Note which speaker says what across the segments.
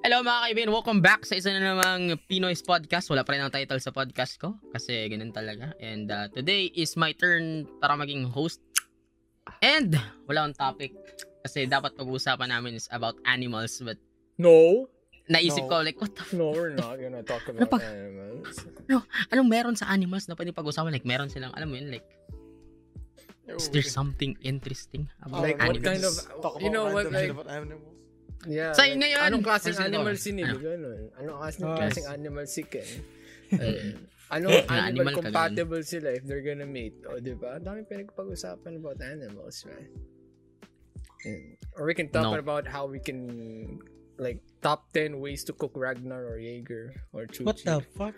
Speaker 1: Hello mga kaibigan, welcome back sa isa na namang Pinoy's Podcast. Wala pa rin ang title sa podcast ko kasi ganun talaga. And uh, today is my turn para maging host. And wala akong topic kasi dapat pag-uusapan namin is about animals but
Speaker 2: No, No.
Speaker 1: naisip ko like what the f-
Speaker 2: no, we're not gonna talk
Speaker 3: Ano
Speaker 2: about
Speaker 1: Napag-
Speaker 2: animals.
Speaker 1: anong meron sa animals na pwede pag-usapan like meron silang alam mo yun like is there something interesting about
Speaker 2: Like, what
Speaker 1: animals?
Speaker 2: kind of-
Speaker 3: talk about
Speaker 2: you know what,
Speaker 3: random
Speaker 2: like-
Speaker 3: shit about animals?
Speaker 2: Yeah.
Speaker 1: Sa'yo na yun.
Speaker 2: Anong klaseng
Speaker 1: Ano?
Speaker 2: animal sinigaw nun? Anong klaseng,
Speaker 3: Ah.
Speaker 2: klaseng animal si Ken?
Speaker 1: Mm.
Speaker 2: Anong
Speaker 1: Na
Speaker 2: animal,
Speaker 1: animal ka ganun.
Speaker 2: compatible sila if they're gonna mate? O, di ba? Ang dami pinagpag-usapan about animals, man. Mm. Or we can talk
Speaker 1: No.
Speaker 2: about how we can, like, top 10 ways to cook Ragnar or Jaeger or Chuchi.
Speaker 3: What the fuck?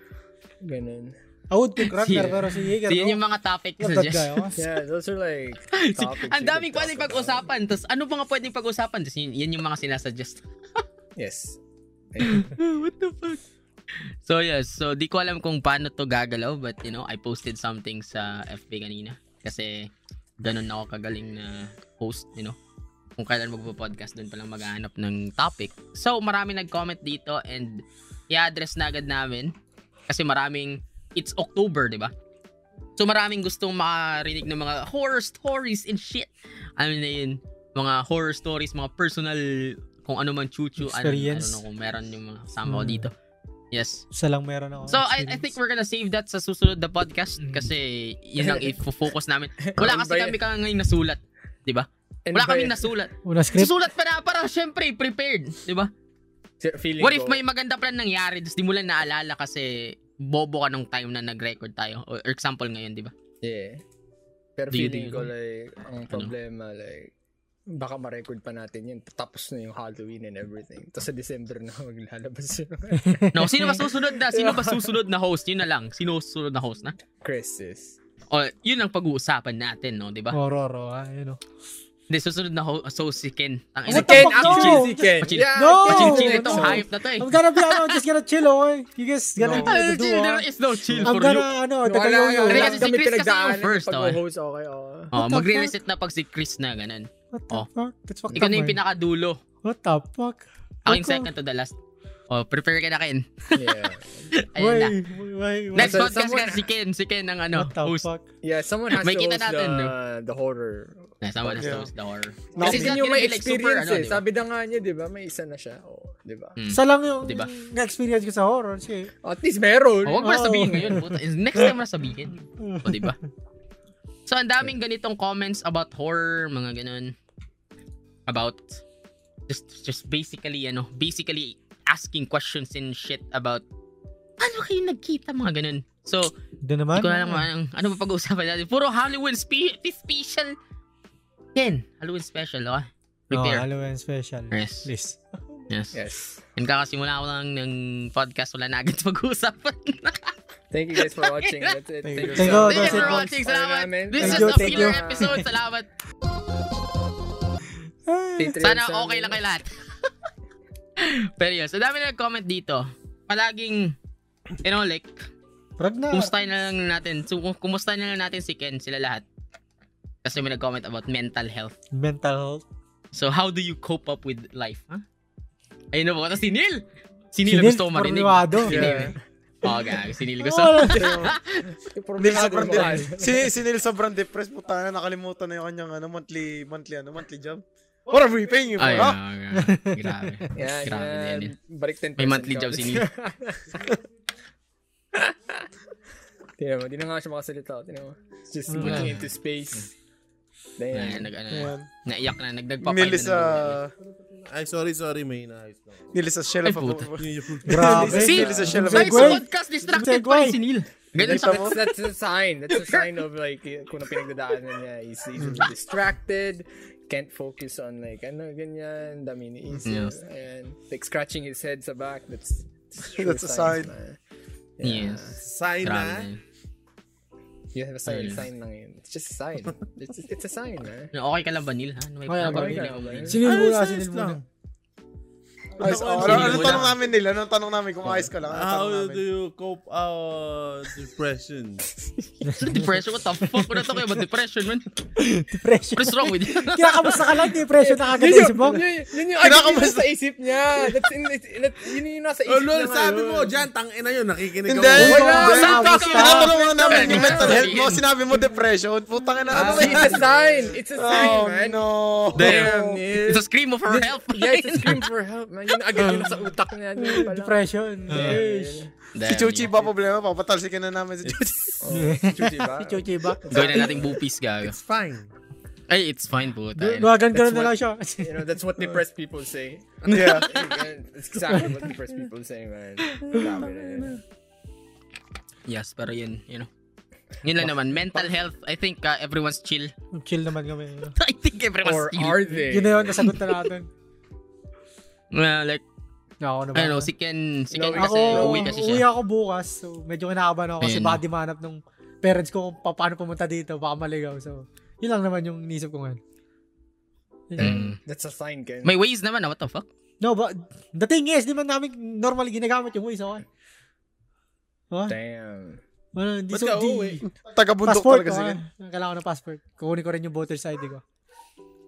Speaker 2: Ganun.
Speaker 3: I would cook Ragnar
Speaker 1: Si-
Speaker 3: pero si Jaeger.
Speaker 1: So yun
Speaker 3: no?
Speaker 1: yung mga topic
Speaker 3: Not that guy,
Speaker 1: suggestion.
Speaker 3: oh.
Speaker 2: Yeah, those are like topics.
Speaker 1: Ang
Speaker 2: we can
Speaker 1: daming
Speaker 2: talk
Speaker 1: pwedeng
Speaker 2: about.
Speaker 1: pag-usapan. Tapos ano pa nga pwedeng pag-usapan? Tapos yun, yan yung mga sinasuggest.
Speaker 2: Yes.
Speaker 1: What the fuck? So yes, so di ko alam kung paano to gagalaw but you know, I posted something sa FB kanina kasi ganun ako kagaling na host, you know. Kung kailan magpo-podcast doon pa lang maghahanap ng topic. So marami nag-comment dito and i-address na agad namin kasi maraming it's October, 'di ba? So maraming gustong makarinig ng mga horror stories and shit. Ano na 'yun? Mga horror stories, mga personal kung ano man chuchu, ano, I don't
Speaker 3: Experience.
Speaker 1: know kung meron yung mga kasama ko
Speaker 3: Hmm.
Speaker 1: dito. Yes.
Speaker 3: Isa lang meron ako.
Speaker 1: So I, I think we're gonna save that sa susunod na podcast
Speaker 3: Mm. Ano
Speaker 1: kasi yun ang i-focus namin. Wala kasi kami ka ngayon nasulat, 'di ba?
Speaker 2: And
Speaker 1: Wala
Speaker 2: by-
Speaker 1: kaming nasulat.
Speaker 3: Una script.
Speaker 1: Susulat pa na para syempre prepared, 'di ba?
Speaker 2: Feeling
Speaker 1: What if
Speaker 2: ko-
Speaker 1: may maganda plan nangyari tapos di mo lang naalala kasi bobo ka nung time na nag-record tayo or or example ngayon, 'di ba?
Speaker 2: Yeah. Pero
Speaker 1: Do you
Speaker 2: feeling
Speaker 1: think-
Speaker 2: ko like, ang
Speaker 1: Ano?
Speaker 2: problema like, baka ma-record pa natin yun. Tapos na yung Halloween and everything. Tapos sa December na maglalabas yun.
Speaker 1: No, sino ba susunod na? Sino ba susunod na host? Yun na lang. Sino susunod na host na?
Speaker 2: Crisis.
Speaker 1: O, yun ang pag-uusapan natin, no, 'di ba?
Speaker 3: Horror, oh, ah, you know.
Speaker 1: Hindi susunod na host so si Ken. Ang
Speaker 2: Si
Speaker 3: What
Speaker 1: ina.
Speaker 3: the
Speaker 2: Ken,
Speaker 3: fuck,
Speaker 2: actually
Speaker 3: no?
Speaker 2: si Ken.
Speaker 1: Pachil-
Speaker 2: Yeah,
Speaker 3: No!
Speaker 2: Ken,
Speaker 1: Chill,
Speaker 2: si
Speaker 1: chill
Speaker 2: Ken.
Speaker 1: itong
Speaker 3: no.
Speaker 1: hype na to eh.
Speaker 3: I'm gonna be, ano, just gonna chill, okay? You guys gonna
Speaker 2: No.
Speaker 3: do,
Speaker 1: Ah,
Speaker 3: do,
Speaker 1: chill,
Speaker 3: ah.
Speaker 1: there is no chill
Speaker 3: I'm
Speaker 1: for you.
Speaker 3: gonna, ano,
Speaker 2: Oh, Wala
Speaker 3: tagayo
Speaker 2: nga,
Speaker 3: yun.
Speaker 1: Hindi
Speaker 2: wala
Speaker 1: kasi si
Speaker 2: kami
Speaker 1: Chris kasi yung
Speaker 2: pinagdaanan ng
Speaker 1: first, oh.
Speaker 2: pag-host. Okay, oh.
Speaker 1: Oh,
Speaker 3: What the
Speaker 1: magre-reset na pag si Chris na ganun.
Speaker 3: What the
Speaker 1: Oh.
Speaker 3: fuck? That's fucked
Speaker 1: Ikaw
Speaker 3: up,
Speaker 1: na yung
Speaker 3: man.
Speaker 1: pinakadulo.
Speaker 3: What the fuck?
Speaker 1: Ako yung second to the last. Oh, prepare ka na Ken.
Speaker 2: Yeah.
Speaker 1: Ayun
Speaker 3: Wait,
Speaker 1: na.
Speaker 3: wait, wait.
Speaker 1: Next
Speaker 2: So,
Speaker 1: podcast
Speaker 2: someone-
Speaker 1: ka si Ken, si Ken ang ano,
Speaker 3: What the
Speaker 1: host.
Speaker 3: fuck?
Speaker 2: Yeah, someone has
Speaker 1: May
Speaker 2: to
Speaker 1: kita
Speaker 2: host
Speaker 1: natin,
Speaker 2: the,
Speaker 1: no?
Speaker 2: the horror.
Speaker 1: Na, someone has to
Speaker 3: Yeah.
Speaker 1: host the horror.
Speaker 3: No,
Speaker 1: Kasi
Speaker 2: Kasi
Speaker 1: it's
Speaker 2: yun
Speaker 1: not
Speaker 2: yung
Speaker 1: gonna
Speaker 2: may
Speaker 1: be like super,
Speaker 2: experience
Speaker 1: ano,
Speaker 2: eh.
Speaker 1: di ba?
Speaker 2: Sabi na nga niya, di ba? May isa na siya. Oh, di ba?
Speaker 1: Mm.
Speaker 3: Isa lang yung
Speaker 1: Diba?
Speaker 3: na-experience ko sa horror, shit.
Speaker 2: At least meron.
Speaker 1: Oh, wag mo na
Speaker 3: Oh.
Speaker 1: sabihin ngayon. Puta. Next time mo na sabihin. O, di ba? So, ang daming ganitong comments about horror, mga ganun. About, just, just basically, ano, basically asking questions and shit about, paano kayo nagkita, mga ganun. So,
Speaker 3: Hindi naman.
Speaker 1: hindi ko na alam kung anong- ano pa pag-uusapan natin. Puro Halloween spe- special. Ken, Halloween special, okay?
Speaker 3: No,
Speaker 1: Prepare.
Speaker 3: Halloween special.
Speaker 1: Yes.
Speaker 3: Please.
Speaker 1: Yes.
Speaker 2: Yes.
Speaker 1: And kakasimula ko lang ng podcast, wala na agad
Speaker 3: Oh,
Speaker 1: pag-uusapan.
Speaker 2: Thank you guys for watching. That's it.
Speaker 3: Thank you.
Speaker 2: so
Speaker 3: Thank
Speaker 2: much.
Speaker 1: Thank you
Speaker 3: you. that's it,
Speaker 1: for
Speaker 3: folks.
Speaker 1: watching.
Speaker 2: Ano
Speaker 1: Salamat.
Speaker 2: namin?
Speaker 1: This
Speaker 3: Thank
Speaker 1: is
Speaker 3: you,
Speaker 1: a
Speaker 3: thank
Speaker 1: filler
Speaker 3: you.
Speaker 1: episode. Salamat.
Speaker 3: Ay.
Speaker 2: Patreon
Speaker 1: Sana
Speaker 2: sa amin.
Speaker 1: okay lang kay lahat. Pero yun, so dami na nag-comment dito. Palaging, you know, like,
Speaker 3: Ragnar.
Speaker 1: kumustahin na lang natin. So, kum- kumustahin na lang natin si Ken, sila lahat. Kasi may nag-comment about mental health.
Speaker 3: Mental health.
Speaker 1: So, how do you cope up with life, ha? Ayun na po. Tapos si Neil. Si Neil,
Speaker 3: Sinil,
Speaker 1: gusto ko marinig. Oo,
Speaker 3: formado.
Speaker 2: Yeah.
Speaker 1: oh, gag. Si Neil gusto.
Speaker 3: Wala.
Speaker 2: Problema din
Speaker 4: Hindi,
Speaker 2: mo
Speaker 4: sobrang
Speaker 2: kasi.
Speaker 4: si, si Neil sobrang depressed. Puta na, nakalimutan na yung kanyang ano, monthly, monthly, ano, monthly job. What are we paying you for,
Speaker 1: Ay,
Speaker 4: ha?
Speaker 1: oh, grabe.
Speaker 2: Yan,
Speaker 1: Grabe na
Speaker 2: yan.
Speaker 1: yun.
Speaker 2: Balik 10%
Speaker 1: May monthly
Speaker 2: ka.
Speaker 1: job si Neil.
Speaker 2: Tingnan mo, di na nga siya makasalita. Tingnan mo. Just
Speaker 3: Mm.
Speaker 2: looking into space.
Speaker 1: Ay,
Speaker 2: Damn.
Speaker 1: nag, ano,
Speaker 4: Ayan.
Speaker 1: naiyak na, nagdagpapay
Speaker 4: Neil is
Speaker 1: na. ng dugo.
Speaker 4: a...
Speaker 5: Ay, sorry, sorry, may inaayos lang.
Speaker 4: Neil is a shell of
Speaker 1: Ay,
Speaker 4: a...
Speaker 1: puta.
Speaker 3: Grabe.
Speaker 1: See?
Speaker 4: Neil is a shell of a...
Speaker 1: Kahit sa
Speaker 3: Segway.
Speaker 1: podcast, distracted pa rin si Neil. Ganun sa
Speaker 2: That's, that's a sign. That's a sign of like, y- kung na pinagdadaanan niya, he's easily distracted, can't focus on like, ano, ganyan, dami ni isip,
Speaker 1: Yes.
Speaker 2: and like scratching his head sa back, that's, sure
Speaker 4: That's a
Speaker 2: signs
Speaker 4: sign.
Speaker 2: na.
Speaker 1: Yes.
Speaker 5: Sign
Speaker 1: Grabe na
Speaker 5: na.
Speaker 1: yun.
Speaker 2: You have a sign,
Speaker 1: Ayun.
Speaker 2: sign lang yun. It's just a sign. It's, it's a sign, man.
Speaker 1: Okay ka lang ba, Neil? Ha? Ano may
Speaker 3: Okay lang ba,
Speaker 1: ano may-
Speaker 2: Neil?
Speaker 1: may-
Speaker 3: Sinil
Speaker 4: Ay,
Speaker 3: muna,
Speaker 4: sinil
Speaker 3: sinil muna.
Speaker 4: lang. Ayos,
Speaker 5: Ako,
Speaker 4: oh,
Speaker 5: ano-
Speaker 4: ano, ano
Speaker 1: Wala.
Speaker 4: tanong namin nila? Anong tanong namin? Kung ayos ka lang, anong
Speaker 5: How
Speaker 4: tanong
Speaker 5: do
Speaker 4: namin?
Speaker 5: you cope uh, depression?
Speaker 1: Sino depression? What the fuck? Wala to kayo ba depression, man?
Speaker 3: Depression.
Speaker 1: What is wrong with you?
Speaker 3: Kinakamusta ka lang, depression na kagad
Speaker 2: Yun
Speaker 3: isip mo.
Speaker 2: yung, yun, yun yung
Speaker 4: Kinakamusta-
Speaker 2: agad yung nasa isip niya. That's in, it, that, yun yung nasa isip
Speaker 5: Oh,
Speaker 2: niya
Speaker 5: lol,
Speaker 2: ngayon.
Speaker 5: sabi mo, dyan, tangin na yun, nakikinig
Speaker 4: Hindi!
Speaker 5: ako.
Speaker 2: Wala,
Speaker 4: Hindi!
Speaker 2: wala,
Speaker 4: Saan
Speaker 3: basta.
Speaker 4: Tinatanungan namin yung
Speaker 1: Wala.
Speaker 4: mental health mo.
Speaker 1: Wala.
Speaker 4: Sinabi mo depression. Putang ina. Ano
Speaker 2: Ah,
Speaker 4: ba yan?
Speaker 2: it's a sign. It's a sign,
Speaker 4: Oh,
Speaker 2: man.
Speaker 4: no.
Speaker 2: Damn, dude.
Speaker 1: It's a scream of her help.
Speaker 2: Yeah, it's a scream for help, man. Yun agad yung nasa utak niya. Yun pala.
Speaker 3: Depression.
Speaker 1: Oh.
Speaker 3: Eish.
Speaker 4: Si Chuchi ba problema? Papatalsikin na namin si Chuchi.
Speaker 2: Chuchi ba?
Speaker 3: Si Chuchi ba?
Speaker 1: Gawin na nating bupis, gago.
Speaker 5: It's fine.
Speaker 1: Ay, it's fine po.
Speaker 3: Luwagan ka
Speaker 2: That's
Speaker 3: na
Speaker 2: what-
Speaker 3: lang siya.
Speaker 2: You know, that's what depressed people say.
Speaker 4: Yeah.
Speaker 2: That's exactly what depressed people say, man. Grabe na yun.
Speaker 1: Yes, pero yun, you know. Yun lang naman. Mental health, I think uh, everyone's chill.
Speaker 3: Chill naman kami.
Speaker 1: I think everyone's
Speaker 2: Or
Speaker 1: chill.
Speaker 2: are they?
Speaker 3: Yun na yun, nasagot na natin.
Speaker 1: Well, like,
Speaker 3: Ako naman.
Speaker 1: I don't know, si Ken, si
Speaker 2: No,
Speaker 1: Ken Ano, kasi
Speaker 3: ako,
Speaker 1: uwi kasi siya.
Speaker 3: ako bukas. So, medyo kinakabahan ako kasi
Speaker 1: Ayun.
Speaker 3: baka di manap ng parents ko kung pa- paano pumunta dito. Baka maligaw. So, yun lang naman yung inisip ko ngayon.
Speaker 1: Mm.
Speaker 2: That's a sign, Ken.
Speaker 1: May ways naman, ah, what the fuck?
Speaker 3: No, but the thing is, di man namin normally ginagamit yung Waze, okay? Huh?
Speaker 2: Damn.
Speaker 3: Wala, hindi
Speaker 5: Ba't
Speaker 3: so,
Speaker 5: ka
Speaker 3: di-
Speaker 5: uuwi?
Speaker 4: Taga-bundok
Speaker 3: Passport
Speaker 4: talaga
Speaker 3: ko,
Speaker 4: si
Speaker 3: ah.
Speaker 4: Ken.
Speaker 3: Kailangan ko ng passport. Kukunin ko rin yung voter's ID ko.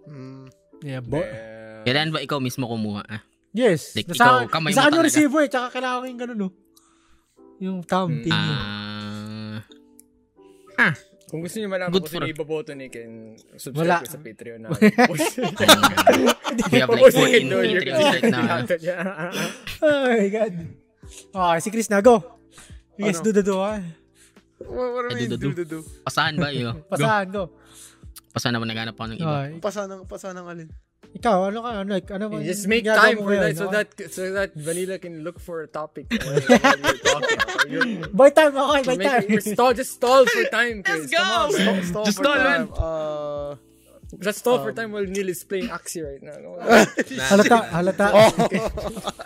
Speaker 4: Mm.
Speaker 3: Yeah, bo-
Speaker 2: Damn.
Speaker 1: Kailan ba ikaw mismo kumuha? Ah?
Speaker 3: Yes.
Speaker 1: Like, ikaw,
Speaker 3: nasa,
Speaker 1: kamay mo
Speaker 3: nasa yung
Speaker 1: talaga.
Speaker 3: resibo eh, tsaka kailangan ko yung ganun, no? Yung thumb
Speaker 2: Mm.
Speaker 3: thingy.
Speaker 1: Ah,
Speaker 2: Kung gusto niyo malaman
Speaker 1: Good
Speaker 2: kung sino
Speaker 1: for-
Speaker 2: iboboto ni Ken,
Speaker 3: Wala.
Speaker 2: subscribe ko sa Patreon na.
Speaker 1: we have like 14 Patreons right now.
Speaker 3: Oh my God. Ah, si Chris na, go. Yes,
Speaker 4: Ano?
Speaker 3: do the do, ah.
Speaker 4: What, what do
Speaker 1: Ay,
Speaker 4: you mean,
Speaker 1: dududu.
Speaker 4: dududu?
Speaker 1: Pasahan ba yun? Go.
Speaker 3: Pasahan, go.
Speaker 1: Pasahan naman naghanap ako ng iba.
Speaker 3: Ah, ik-
Speaker 4: Pasa ng, pasa ng alin?
Speaker 3: ikaw, ano ka, ano, like, ano ba?
Speaker 2: Just make
Speaker 3: ginagawa
Speaker 2: time
Speaker 3: mo
Speaker 2: for
Speaker 3: ngayon,
Speaker 2: that so
Speaker 3: okay?
Speaker 2: that so that Vanilla can look for a topic while while you're talking. Or you're-
Speaker 3: By time, okay, by
Speaker 2: Make,
Speaker 3: time.
Speaker 2: we're stall, just stall for time,
Speaker 1: Let's
Speaker 2: Chris.
Speaker 1: go!
Speaker 2: Come on,
Speaker 4: Stop,
Speaker 2: man.
Speaker 4: stop
Speaker 1: Just
Speaker 4: for
Speaker 1: all, man.
Speaker 4: time. Uh,
Speaker 2: Just stall for
Speaker 3: Um,
Speaker 2: time while Neil is playing Axie right now.
Speaker 3: Halata,
Speaker 4: Uh,
Speaker 3: halata.
Speaker 4: Oh,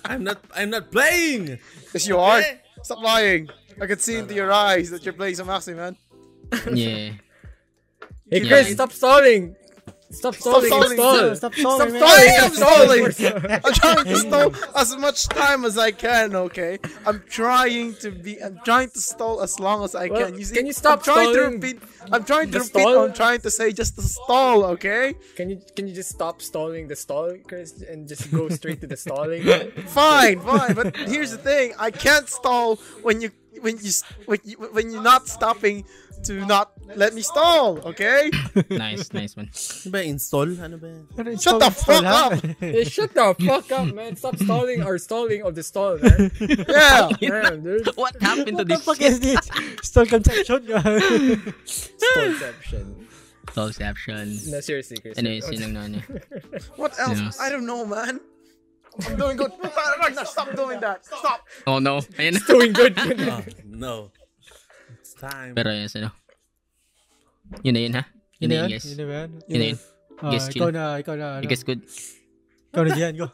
Speaker 5: I'm not, I'm not playing!
Speaker 4: yes, you are. Stop lying. I can see into your eyes that you're playing some Axie, man.
Speaker 1: Yeah.
Speaker 2: Hey,
Speaker 1: Yeah.
Speaker 2: Chris, stop stalling. Stop stalling.
Speaker 4: stalling.
Speaker 2: Stall. Stop
Speaker 3: Stop stalling, man.
Speaker 2: stalling.
Speaker 4: I am
Speaker 2: Stop stalling.
Speaker 4: I'm trying to stall as much time as I can, okay? I'm trying to be I'm trying to stall as long as I
Speaker 2: Well,
Speaker 4: can. You see,
Speaker 2: can you stop
Speaker 4: I'm trying
Speaker 2: stalling?
Speaker 4: to repeat I'm trying to
Speaker 2: The
Speaker 4: repeat
Speaker 2: stall?
Speaker 4: what I'm trying to say just to stall, okay?
Speaker 2: Can you can you just stop stalling the stall, Chris, and just go straight to the stalling?
Speaker 4: Fine, fine, but here's the thing. I can't stall when you when you when you when you're not stopping to not let me stall, okay?
Speaker 1: Nice, nice man.
Speaker 5: Ano ba, install? Ano ba? yan?
Speaker 3: Pero install-
Speaker 4: Shut the
Speaker 3: install,
Speaker 4: fuck
Speaker 3: ha?
Speaker 4: up!
Speaker 2: Hey, shut the fuck up, man! Stop stalling or stalling of the stall, man.
Speaker 4: Yeah.
Speaker 2: Damn, dude.
Speaker 1: What happened to
Speaker 3: What the
Speaker 1: this
Speaker 3: fuck
Speaker 1: shit?
Speaker 3: is this? Stall conception.
Speaker 2: Stallception.
Speaker 1: Conception.
Speaker 2: No, seriously, Chris.
Speaker 1: Anyways, yun lang na ano.
Speaker 4: What else?
Speaker 1: Yes.
Speaker 4: I don't know, man. I'm doing good. Ragnar, Stop doing that. Stop.
Speaker 1: Oh no. Ayun na.
Speaker 2: Doing good.
Speaker 5: Ah, no. It's time.
Speaker 1: Pero yes, ano. Yun na yun ha. Yun na yun guys.
Speaker 3: Yun na yun.
Speaker 1: Yun na yun.
Speaker 3: Ah,
Speaker 1: Yes, chill.
Speaker 3: ikaw na, ikaw na,
Speaker 1: You
Speaker 3: ano,
Speaker 1: guys good?
Speaker 3: ikaw na dyan, go.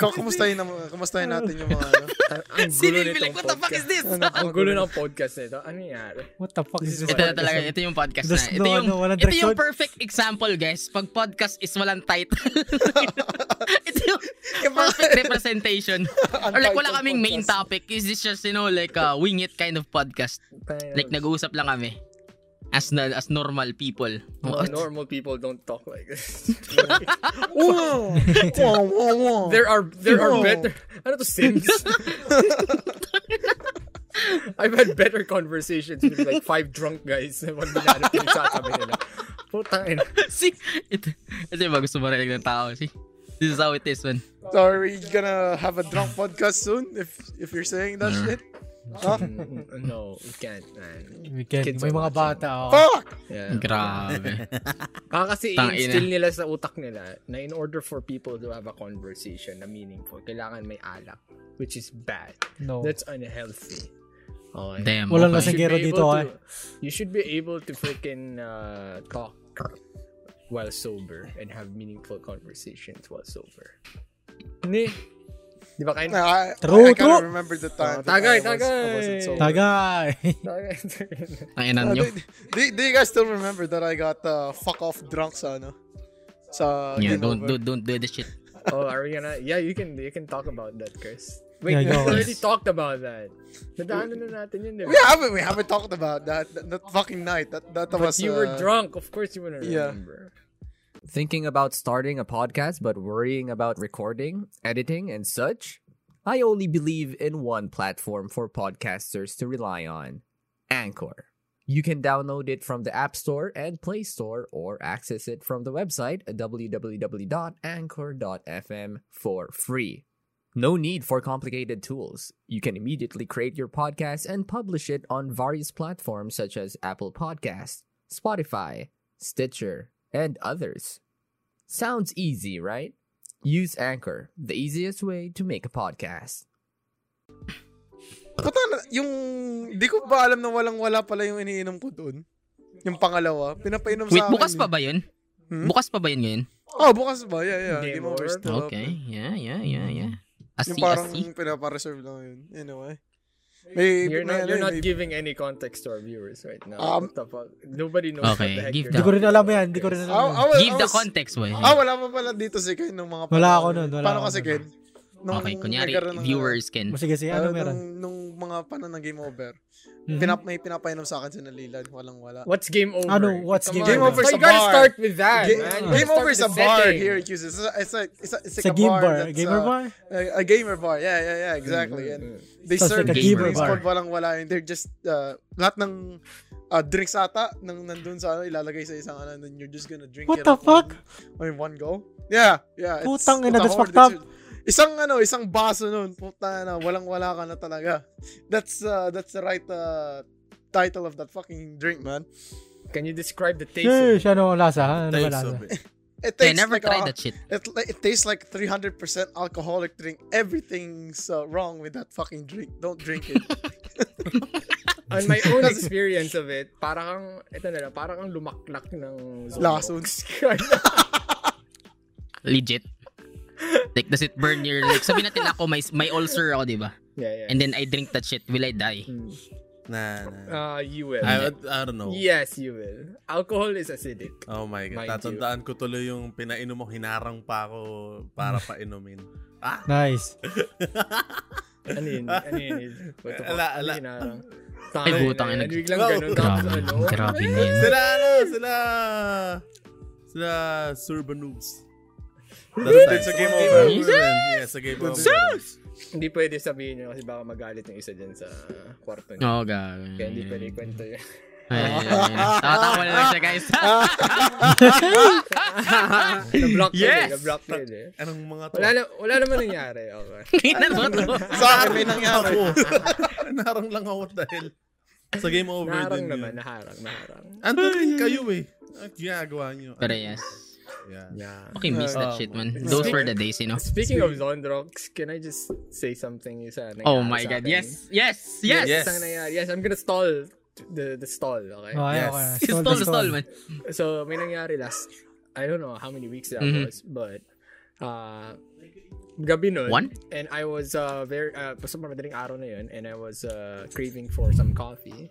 Speaker 4: Ka- kamustahin, na, kamustahin natin yung mga ano.
Speaker 2: Ang gulo nitong podcast.
Speaker 1: this?
Speaker 2: Ang gulo ng podcast eh, nito. Ano nangyari?
Speaker 3: What the fuck is this?
Speaker 1: Ito na talaga, ito yung podcast na.
Speaker 3: There's
Speaker 1: Ito
Speaker 3: no,
Speaker 1: yung,
Speaker 3: ano, walang
Speaker 1: ito yung
Speaker 3: direksyon.
Speaker 1: perfect example, guys. Pag podcast is walang title. ito yung perfect representation. Or like, wala kaming main topic. Is this just, you know, like a wing it kind of podcast. Like, nag-uusap lang kami. As na, as normal people.
Speaker 2: Well,
Speaker 1: What?
Speaker 2: normal people don't talk like this.
Speaker 4: Wow! wow, wow, wow.
Speaker 2: there are there are
Speaker 4: Oh. No.
Speaker 2: better. Ano to Sims? I've had better conversations with like five drunk guys na pag binanap yung sasabi nila. Putang ina.
Speaker 1: See? Ito, ito yung mga gusto marinig ng tao. See? This is how it is, man.
Speaker 4: So are we gonna have a drunk podcast soon? If if you're saying that shit? Huh?
Speaker 2: Mm, No, we can't, man.
Speaker 3: Weekend,
Speaker 2: Kids
Speaker 3: may
Speaker 2: are
Speaker 3: mga bata. oh.
Speaker 4: Fuck!
Speaker 2: Yeah.
Speaker 1: Grabe.
Speaker 2: Ah, kasi
Speaker 1: Tangina.
Speaker 2: i-instill nila sa utak nila na in order for people to have a conversation na meaningful, kailangan may alak, which is bad.
Speaker 3: No.
Speaker 2: That's unhealthy. Oh, Okay.
Speaker 1: Damn.
Speaker 3: Walang
Speaker 1: okay.
Speaker 2: You should
Speaker 3: lasing-
Speaker 2: be
Speaker 3: Pasagero
Speaker 2: able
Speaker 3: dito,
Speaker 2: to-
Speaker 3: ah.
Speaker 2: You should be able to freaking uh, talk while sober and have meaningful conversations while sober. Ni. Di ba kayo?
Speaker 4: No, I,
Speaker 3: True,
Speaker 4: I, I kinda
Speaker 3: true.
Speaker 4: remember the time.
Speaker 2: Oh,
Speaker 4: that
Speaker 2: tagay,
Speaker 4: I was- I wasn't
Speaker 2: tagay.
Speaker 4: sober.
Speaker 3: Tagay.
Speaker 1: Ang inan
Speaker 4: Uh,
Speaker 1: nyo.
Speaker 4: do, do, do you guys still remember that I got uh, fuck off drunk sa ano? Sa
Speaker 1: Yeah,
Speaker 4: Game
Speaker 1: don't,
Speaker 4: Over?
Speaker 1: don't, don't do this shit.
Speaker 2: Oh, are we gonna? Yeah, you can you can talk about that, Chris.
Speaker 3: Yeah,
Speaker 2: Wait, we
Speaker 3: go,
Speaker 2: already
Speaker 3: Chris.
Speaker 2: talked about that. Nadaanan na natin yun, di ba?
Speaker 4: We haven't we haven't talked about that that, that fucking night. That that
Speaker 2: But
Speaker 4: was
Speaker 2: you were
Speaker 4: uh,
Speaker 2: drunk. Of course, you wouldn't
Speaker 4: yeah.
Speaker 2: remember.
Speaker 6: Thinking about starting a podcast but worrying about recording, editing, and such? I only believe in one platform for podcasters to rely on Anchor. You can download it from the App Store and Play Store or access it from the website www.anchor.fm for free. No need for complicated tools. You can immediately create your podcast and publish it on various platforms such as Apple Podcasts, Spotify, Stitcher, and others. Sounds easy, right? Use Anchor, the easiest way to make a podcast.
Speaker 4: Puta na, yung di ko ba alam na walang wala pala yung iniinom ko doon. Yung pangalawa, pinapainom
Speaker 1: Wait,
Speaker 4: sa akin.
Speaker 1: bukas pa ba yun?
Speaker 4: Hmm?
Speaker 1: Bukas pa ba yun ngayon?
Speaker 4: Oh, bukas ba? Yeah, yeah.
Speaker 2: Game
Speaker 4: Game, over
Speaker 2: over?
Speaker 4: still up.
Speaker 1: Okay, yeah, yeah, yeah, yeah.
Speaker 4: Yung
Speaker 1: Asi,
Speaker 4: parang
Speaker 1: asi.
Speaker 4: pinapareserve lang yun. Anyway. May,
Speaker 2: You're
Speaker 4: may,
Speaker 2: not
Speaker 4: ano
Speaker 2: you're
Speaker 4: yun,
Speaker 2: not
Speaker 4: may-
Speaker 2: giving any context to our viewers right now.
Speaker 4: Um,
Speaker 2: What the fuck? Nobody knows. what
Speaker 1: okay,
Speaker 2: the heck
Speaker 1: give
Speaker 2: you're
Speaker 1: the-
Speaker 3: Hindi ko rin
Speaker 2: talking
Speaker 3: alam
Speaker 2: about,
Speaker 3: yan. Hindi ko rin
Speaker 2: Chris.
Speaker 4: Ah,
Speaker 3: alam.
Speaker 4: ah, well,
Speaker 1: Give
Speaker 4: ah,
Speaker 1: the
Speaker 4: was-
Speaker 1: context, boy.
Speaker 4: Ah, wala pa pala dito si Ken nung mga
Speaker 3: Wala ako nun, wala
Speaker 4: Paano
Speaker 3: ako
Speaker 4: ka si
Speaker 3: nun.
Speaker 4: Ken? Nung
Speaker 1: Okay, kunyari,
Speaker 4: nagkaroon ng- uh,
Speaker 1: viewers can.
Speaker 3: Mas sige sige,
Speaker 4: Ah,
Speaker 3: ano meron?
Speaker 4: Nung, nung mga paano ng game over,
Speaker 3: Mhm.
Speaker 4: pinap, may pinapainom sa akin si Nalilan. Walang wala.
Speaker 2: What's game over?
Speaker 3: Ano, what's
Speaker 4: Come
Speaker 3: game,
Speaker 4: on.
Speaker 3: game over?
Speaker 4: over
Speaker 2: So
Speaker 4: sa
Speaker 2: you gotta
Speaker 4: bar.
Speaker 2: start with that, man.
Speaker 4: Ga-
Speaker 2: You
Speaker 4: game
Speaker 2: gotta start
Speaker 4: over is a
Speaker 2: with the
Speaker 4: bar
Speaker 2: setting.
Speaker 4: here at QC. It's, a- it's like it's, a, it's like
Speaker 3: Sa
Speaker 4: a
Speaker 3: game
Speaker 4: bar.
Speaker 3: bar?
Speaker 4: that's,
Speaker 3: Gamer
Speaker 4: uh,
Speaker 3: bar?
Speaker 4: A, a gamer bar. Yeah, yeah, yeah. Exactly. And
Speaker 2: Mm-hmm.
Speaker 4: they
Speaker 3: So, it's
Speaker 4: serve
Speaker 3: like
Speaker 1: Mm-hmm. a
Speaker 4: these
Speaker 1: gamer
Speaker 4: drinks
Speaker 1: bar.
Speaker 4: pag walang wala. And they're just uh, lahat ng uh, drinks ata nang nandun sa ano ilalagay sa isang ano and then you're just gonna drink
Speaker 3: What
Speaker 4: it
Speaker 3: the
Speaker 4: up
Speaker 3: fuck?
Speaker 4: in- or in one go. Yeah, yeah. it's-
Speaker 3: Putang ina,
Speaker 4: puta,
Speaker 3: that's
Speaker 4: horror,
Speaker 3: fucked up.
Speaker 4: Isang ano, isang baso nun, puta na, walang wala ka na talaga. That's uh, that's the right uh, title of that fucking drink, man.
Speaker 2: Can you describe the taste? of it?
Speaker 3: Sheesh, ano ang lasa? Ano ang
Speaker 5: Taste
Speaker 3: lasa?
Speaker 5: of it.
Speaker 4: It
Speaker 1: I
Speaker 4: tastes
Speaker 1: never
Speaker 4: like a-
Speaker 1: tried that shit.
Speaker 4: It, li- it tastes like 300% alcoholic drink. Everything's uh, wrong with that fucking drink. Don't drink it.
Speaker 2: On my own experience of it, parang kang, ito na lang, parang kang lumaklak ng
Speaker 4: Lason.
Speaker 1: Legit. Like, does it burn your... Like, sabi natin ako, may, may ulcer ako, di ba?
Speaker 2: yeah, yeah.
Speaker 1: And then I drink that shit. Will I die?
Speaker 5: Nah, nah.
Speaker 2: uh, you will.
Speaker 5: I, I don't know.
Speaker 2: Yes, you will. Alcohol is acidic.
Speaker 5: Oh my
Speaker 2: Mind
Speaker 5: God. Tatandaan ko tuloy yung pinainom mo, hinarang pa ako para painumin. Ah!
Speaker 3: Nice.
Speaker 2: Ano yun? Ano yun? What the fuck?
Speaker 5: Ala, ala.
Speaker 2: Ano yun? Tangay
Speaker 1: Ay, butang
Speaker 2: na
Speaker 1: ina.
Speaker 2: yan. Biglang
Speaker 5: Wow.
Speaker 2: ganun.
Speaker 1: Grabe,
Speaker 2: Tapos ano?
Speaker 1: grabe na yun.
Speaker 5: Sila ano, sila... Sila Surbanooks. That's
Speaker 4: It's a game over.
Speaker 5: Yeah, it's a game over.
Speaker 2: Hindi pwede sabihin nyo kasi baka magalit yung isa dyan sa kwarto nyo.
Speaker 1: Oo, oh, gago.
Speaker 2: Kaya hindi pwede kwento yun.
Speaker 1: Ayan, ayan, ayan. Tatawa na lang siya, guys.
Speaker 2: Na-block yun eh.
Speaker 1: Yes!
Speaker 2: Na-block yun eh.
Speaker 5: Anong mga to?
Speaker 2: Wala, na, wala naman nangyari. Okay.
Speaker 1: Kainan mo to.
Speaker 4: Sa akin may nangyari.
Speaker 5: Ako. Narang lang ako dahil sa game over
Speaker 2: Naharang
Speaker 5: din
Speaker 2: naman.
Speaker 5: yun.
Speaker 2: Naharang. Naharang.
Speaker 5: Anto rin kayo eh. Ang ginagawa nyo.
Speaker 1: Pero yes.
Speaker 5: Yeah.
Speaker 2: Yeah.
Speaker 1: Okay, miss that shit, man. Those were the days, you know?
Speaker 2: Speaking of Zondrox, can I just say something? Yung sa nangyari
Speaker 1: Oh my
Speaker 2: sa
Speaker 1: God.
Speaker 2: akin?
Speaker 1: Yes. Yes. Yes.
Speaker 5: Yes.
Speaker 2: Isang nangyari. Yes, I'm gonna stall the the stall, okay?
Speaker 1: Ah.
Speaker 3: Okay,
Speaker 5: Yes.
Speaker 3: okay.
Speaker 1: Stall,
Speaker 3: the
Speaker 1: stall, stall, man.
Speaker 2: So, may nangyari last, I don't know how many weeks that
Speaker 1: Mhm.
Speaker 2: was, but, uh, gabi nun.
Speaker 1: One?
Speaker 2: And I was, uh, very, uh, basta madaling araw na yun, and I was, uh, craving for some coffee.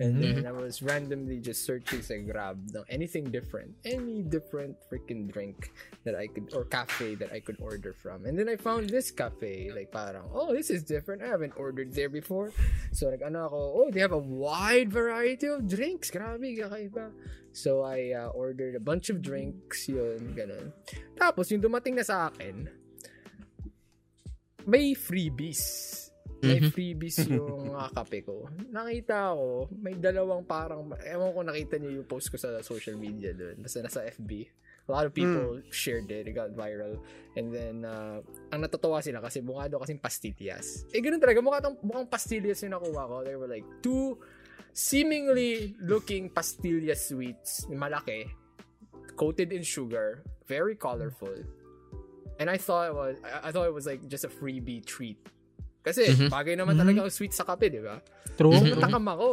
Speaker 2: And then I was randomly just searching sa Grab ng anything different, any different freaking drink that I could, or cafe that I could order from. And then I found this cafe, like parang, oh, this is different. I haven't ordered there before. So like ano ako, oh, they have a wide variety of drinks. Grabe, kakaiba. So I uh, ordered a bunch of drinks, yun, ganun. Tapos yung dumating na sa akin, may freebies. May
Speaker 1: Mhm.
Speaker 2: freebies yung mga kape ko. Nakita ko, may dalawang parang, ewan ko nakita niyo yung post ko sa social media doon. Basta nasa FB. A lot of people shared it. It got viral. And then, uh, ang natutuwa sila kasi mukha daw kasing pastillas. Eh, ganun talaga. Mukha tong, mukhang pastillas yung nakuha ko. There were like two seemingly looking pastilla sweets. Malaki. Coated in sugar. Very colorful. And I thought it was, I, I thought it was like just a freebie treat. Kasi
Speaker 1: Mhm.
Speaker 2: bagay naman talaga ang sweet sa kape, di ba?
Speaker 3: True.
Speaker 1: Mhm.
Speaker 2: Natakam ako.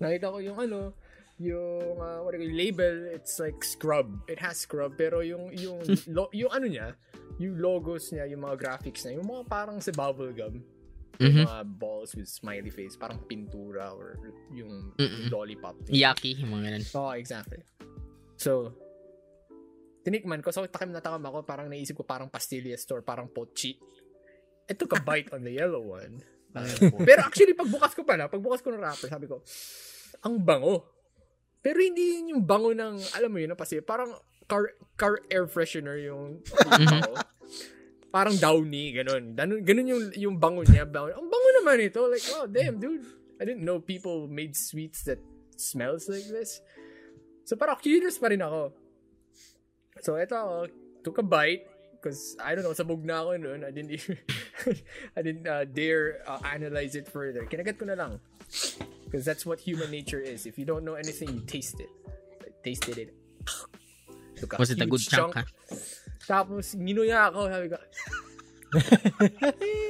Speaker 2: Nakita ko yung ano, yung uh, what do you- label, it's like scrub. It has scrub pero yung yung lo, yung ano niya, yung logos niya, yung mga graphics niya, yung mga parang sa bubble gum.
Speaker 1: Mhm.
Speaker 2: Mga balls with smiley face, parang pintura or yung
Speaker 1: Mm-mm.
Speaker 2: lollipop.
Speaker 1: Yaki, yung mga ganun.
Speaker 2: Oh, exactly. So, Tinikman ko, so takim na takim ako, parang naisip ko parang pastilya store, parang pochi. I took a bite on the yellow one. Pero actually, pagbukas ko pala, pagbukas ko ng wrapper, sabi ko, ang bango. Pero hindi yun yung bango ng, alam mo yun, kasi parang car, car air freshener yung
Speaker 1: Mhm.
Speaker 2: parang downy, ganun. Ganun, ganun yung, yung bango niya. Bango. Ang bango naman ito. Like, oh, damn, dude. I didn't know people made sweets that smells like this. So, parang curious pa rin ako. So, eto ako. Took a bite. Because, I don't know, sabog na ako noon. I didn't even, I didn't uh, dare uh, analyze it further. Kinagat ko na lang. Because that's what human nature is. If you don't know anything, you taste it. I tasted it. Took
Speaker 1: Was it a good
Speaker 2: huge
Speaker 1: chunk, ha?
Speaker 2: tapos, ginuya ako. Sabi ko,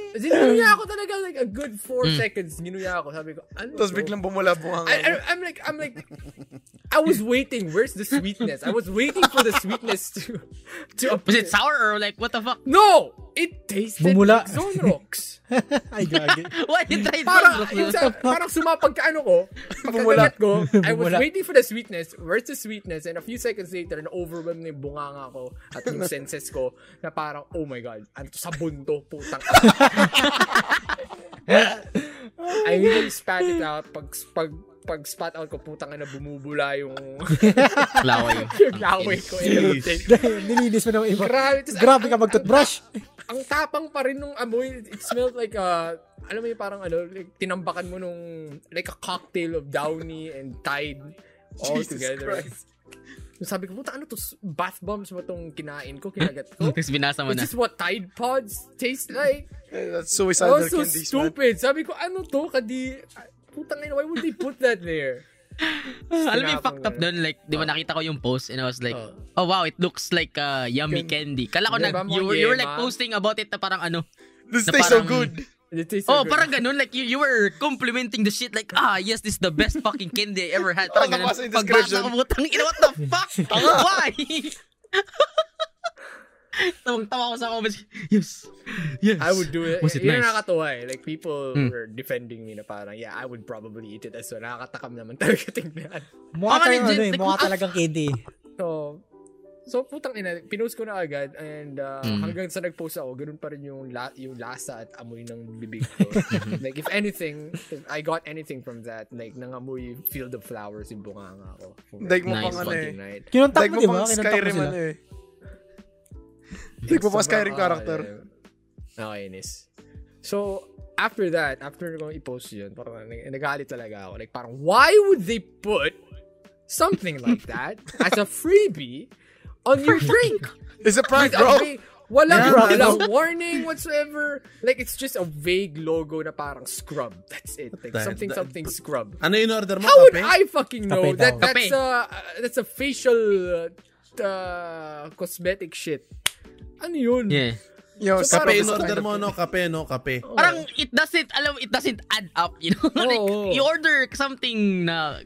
Speaker 2: As in, ginuya ako talaga like a good 4
Speaker 1: Mm.
Speaker 2: seconds. Ginuya ako. Sabi ko, ano?
Speaker 4: Tapos
Speaker 2: to?
Speaker 4: biglang bumula buhang.
Speaker 2: I, I, I'm like, I'm like, I was waiting. Where's the sweetness? I was waiting for the sweetness to, to
Speaker 1: Was
Speaker 2: appear.
Speaker 1: it sour or like, what the fuck?
Speaker 2: No! It tasted
Speaker 3: Bumula.
Speaker 2: like Zone Rocks.
Speaker 3: Ay, gagi.
Speaker 1: Why you tried
Speaker 2: Parang,
Speaker 1: Bumula.
Speaker 2: yun sa, parang sumapag ka ano ko,
Speaker 4: Bumula.
Speaker 2: pagkagat ko, I was
Speaker 3: Bumula.
Speaker 2: waiting for the sweetness. Where's the sweetness? And a few seconds later, na-overwhelm na yung bunganga ko at yung senses ko na parang, oh my God, ano to, sabon to, putang. I even spat it out. Pag, pag, pag spat out ko, putang na bumubula yung,
Speaker 1: Laway.
Speaker 2: yung laway ko.
Speaker 5: Jeez.
Speaker 3: Dahil Nilinis mo naman iba.
Speaker 2: Grabe, tas-
Speaker 3: Grabe ka mag-toothbrush.
Speaker 2: ang tapang pa rin nung amoy. It smelled like a, alam mo yung parang ano, like, tinambakan mo nung, like a cocktail of Downy and Tide all
Speaker 4: Jesus
Speaker 2: together.
Speaker 4: Christ.
Speaker 2: Sabi ko, puta, ano to? s- Bath bombs ba tong kinain ko? Kinagat ko?
Speaker 1: Tapos binasa
Speaker 2: Is
Speaker 1: mo na.
Speaker 2: this what Tide Pods taste like?
Speaker 4: That's
Speaker 2: I
Speaker 4: suicidal
Speaker 2: was Oh, so
Speaker 4: candies, man.
Speaker 2: stupid. Sabi ko, ano to? Kadi, putang ina, why would they put that there?
Speaker 1: Alam mo yung
Speaker 2: tinapon
Speaker 1: fucked up
Speaker 2: ko na.
Speaker 1: doon, like, di ba nakita ko yung post and I was like,
Speaker 2: Oh.
Speaker 1: oh wow, it looks like uh, yummy candy. Kala ko
Speaker 2: Hindi,
Speaker 1: nag,
Speaker 2: ba, mga
Speaker 1: you, were- you were like
Speaker 2: yema?
Speaker 1: posting about it na parang ano,
Speaker 4: This
Speaker 1: na
Speaker 4: tastes so
Speaker 1: parang-
Speaker 4: good.
Speaker 2: It tastes
Speaker 1: oh
Speaker 2: like-
Speaker 1: parang ganun, like you, you were complimenting the shit like, ah yes, this is the best fucking candy I ever had. Parang
Speaker 4: Oh,
Speaker 1: ganun.
Speaker 4: nabasa yung
Speaker 1: Pagbasa
Speaker 4: description.
Speaker 1: ko, butang ina, what the fuck? Why? Tawang-tawa ko sa comments. Yes. Yes.
Speaker 2: I would do it.
Speaker 1: Was it
Speaker 2: Yun ang
Speaker 1: nice?
Speaker 2: nakakatuwa eh. Like, people
Speaker 1: Mm.
Speaker 2: were defending me na parang, yeah, I would probably eat it as well. Nakakatakam naman talaga tingnan.
Speaker 3: Mukha
Speaker 1: Baka
Speaker 3: tayong
Speaker 1: legit,
Speaker 3: ano eh.
Speaker 1: like,
Speaker 3: Mukha
Speaker 1: what-
Speaker 3: talagang candy.
Speaker 2: So, so putang ina, pinost ko na agad and uh,
Speaker 1: Mm.
Speaker 2: hanggang sa nag-post ako, ganun pa rin yung, la- yung lasa at amoy ng bibig ko. like, if anything, if I got anything from that, like, nangamoy field of flowers yung bunganga ko.
Speaker 4: Daig mo
Speaker 1: Nice
Speaker 4: pang ano eh.
Speaker 2: Fucking night.
Speaker 3: Kinontak
Speaker 4: Daig
Speaker 3: mo,
Speaker 4: mo
Speaker 3: di ba?
Speaker 4: pang
Speaker 3: Kinontak mo
Speaker 4: Skyrim
Speaker 3: sila.
Speaker 4: ano eh. Daig mo pang
Speaker 2: Sobrang
Speaker 4: Skyrim character.
Speaker 2: ano, Nakainis. Ah, So, after that, after kong i-post yun, parang nag- nagalit talaga ako. Like, parang, why would they put something like that as a freebie on your drink?
Speaker 4: It's a prank,
Speaker 2: Like,
Speaker 4: bro.
Speaker 2: a vague- Walang,
Speaker 3: Yeah, bro.
Speaker 2: walang warning whatsoever. Like, it's just a vague logo na parang scrub. That's it. Like,
Speaker 5: That-
Speaker 2: something,
Speaker 5: that-
Speaker 2: something scrub.
Speaker 5: Ano in order mo?
Speaker 2: How would
Speaker 5: kape?
Speaker 2: I fucking know
Speaker 3: Kape
Speaker 2: that
Speaker 3: daw.
Speaker 2: that's a that's a facial uh, cosmetic shit? Ano yun?
Speaker 1: Yeah.
Speaker 4: Yo,
Speaker 2: So,
Speaker 5: Kape
Speaker 4: sarap
Speaker 5: in
Speaker 4: sa
Speaker 5: order
Speaker 4: kanila.
Speaker 5: mo, no? Kape, no? Kape.
Speaker 2: Oo.
Speaker 1: Parang it doesn't, alam, it doesn't add up, you know? like,
Speaker 2: Oo.
Speaker 1: you order something na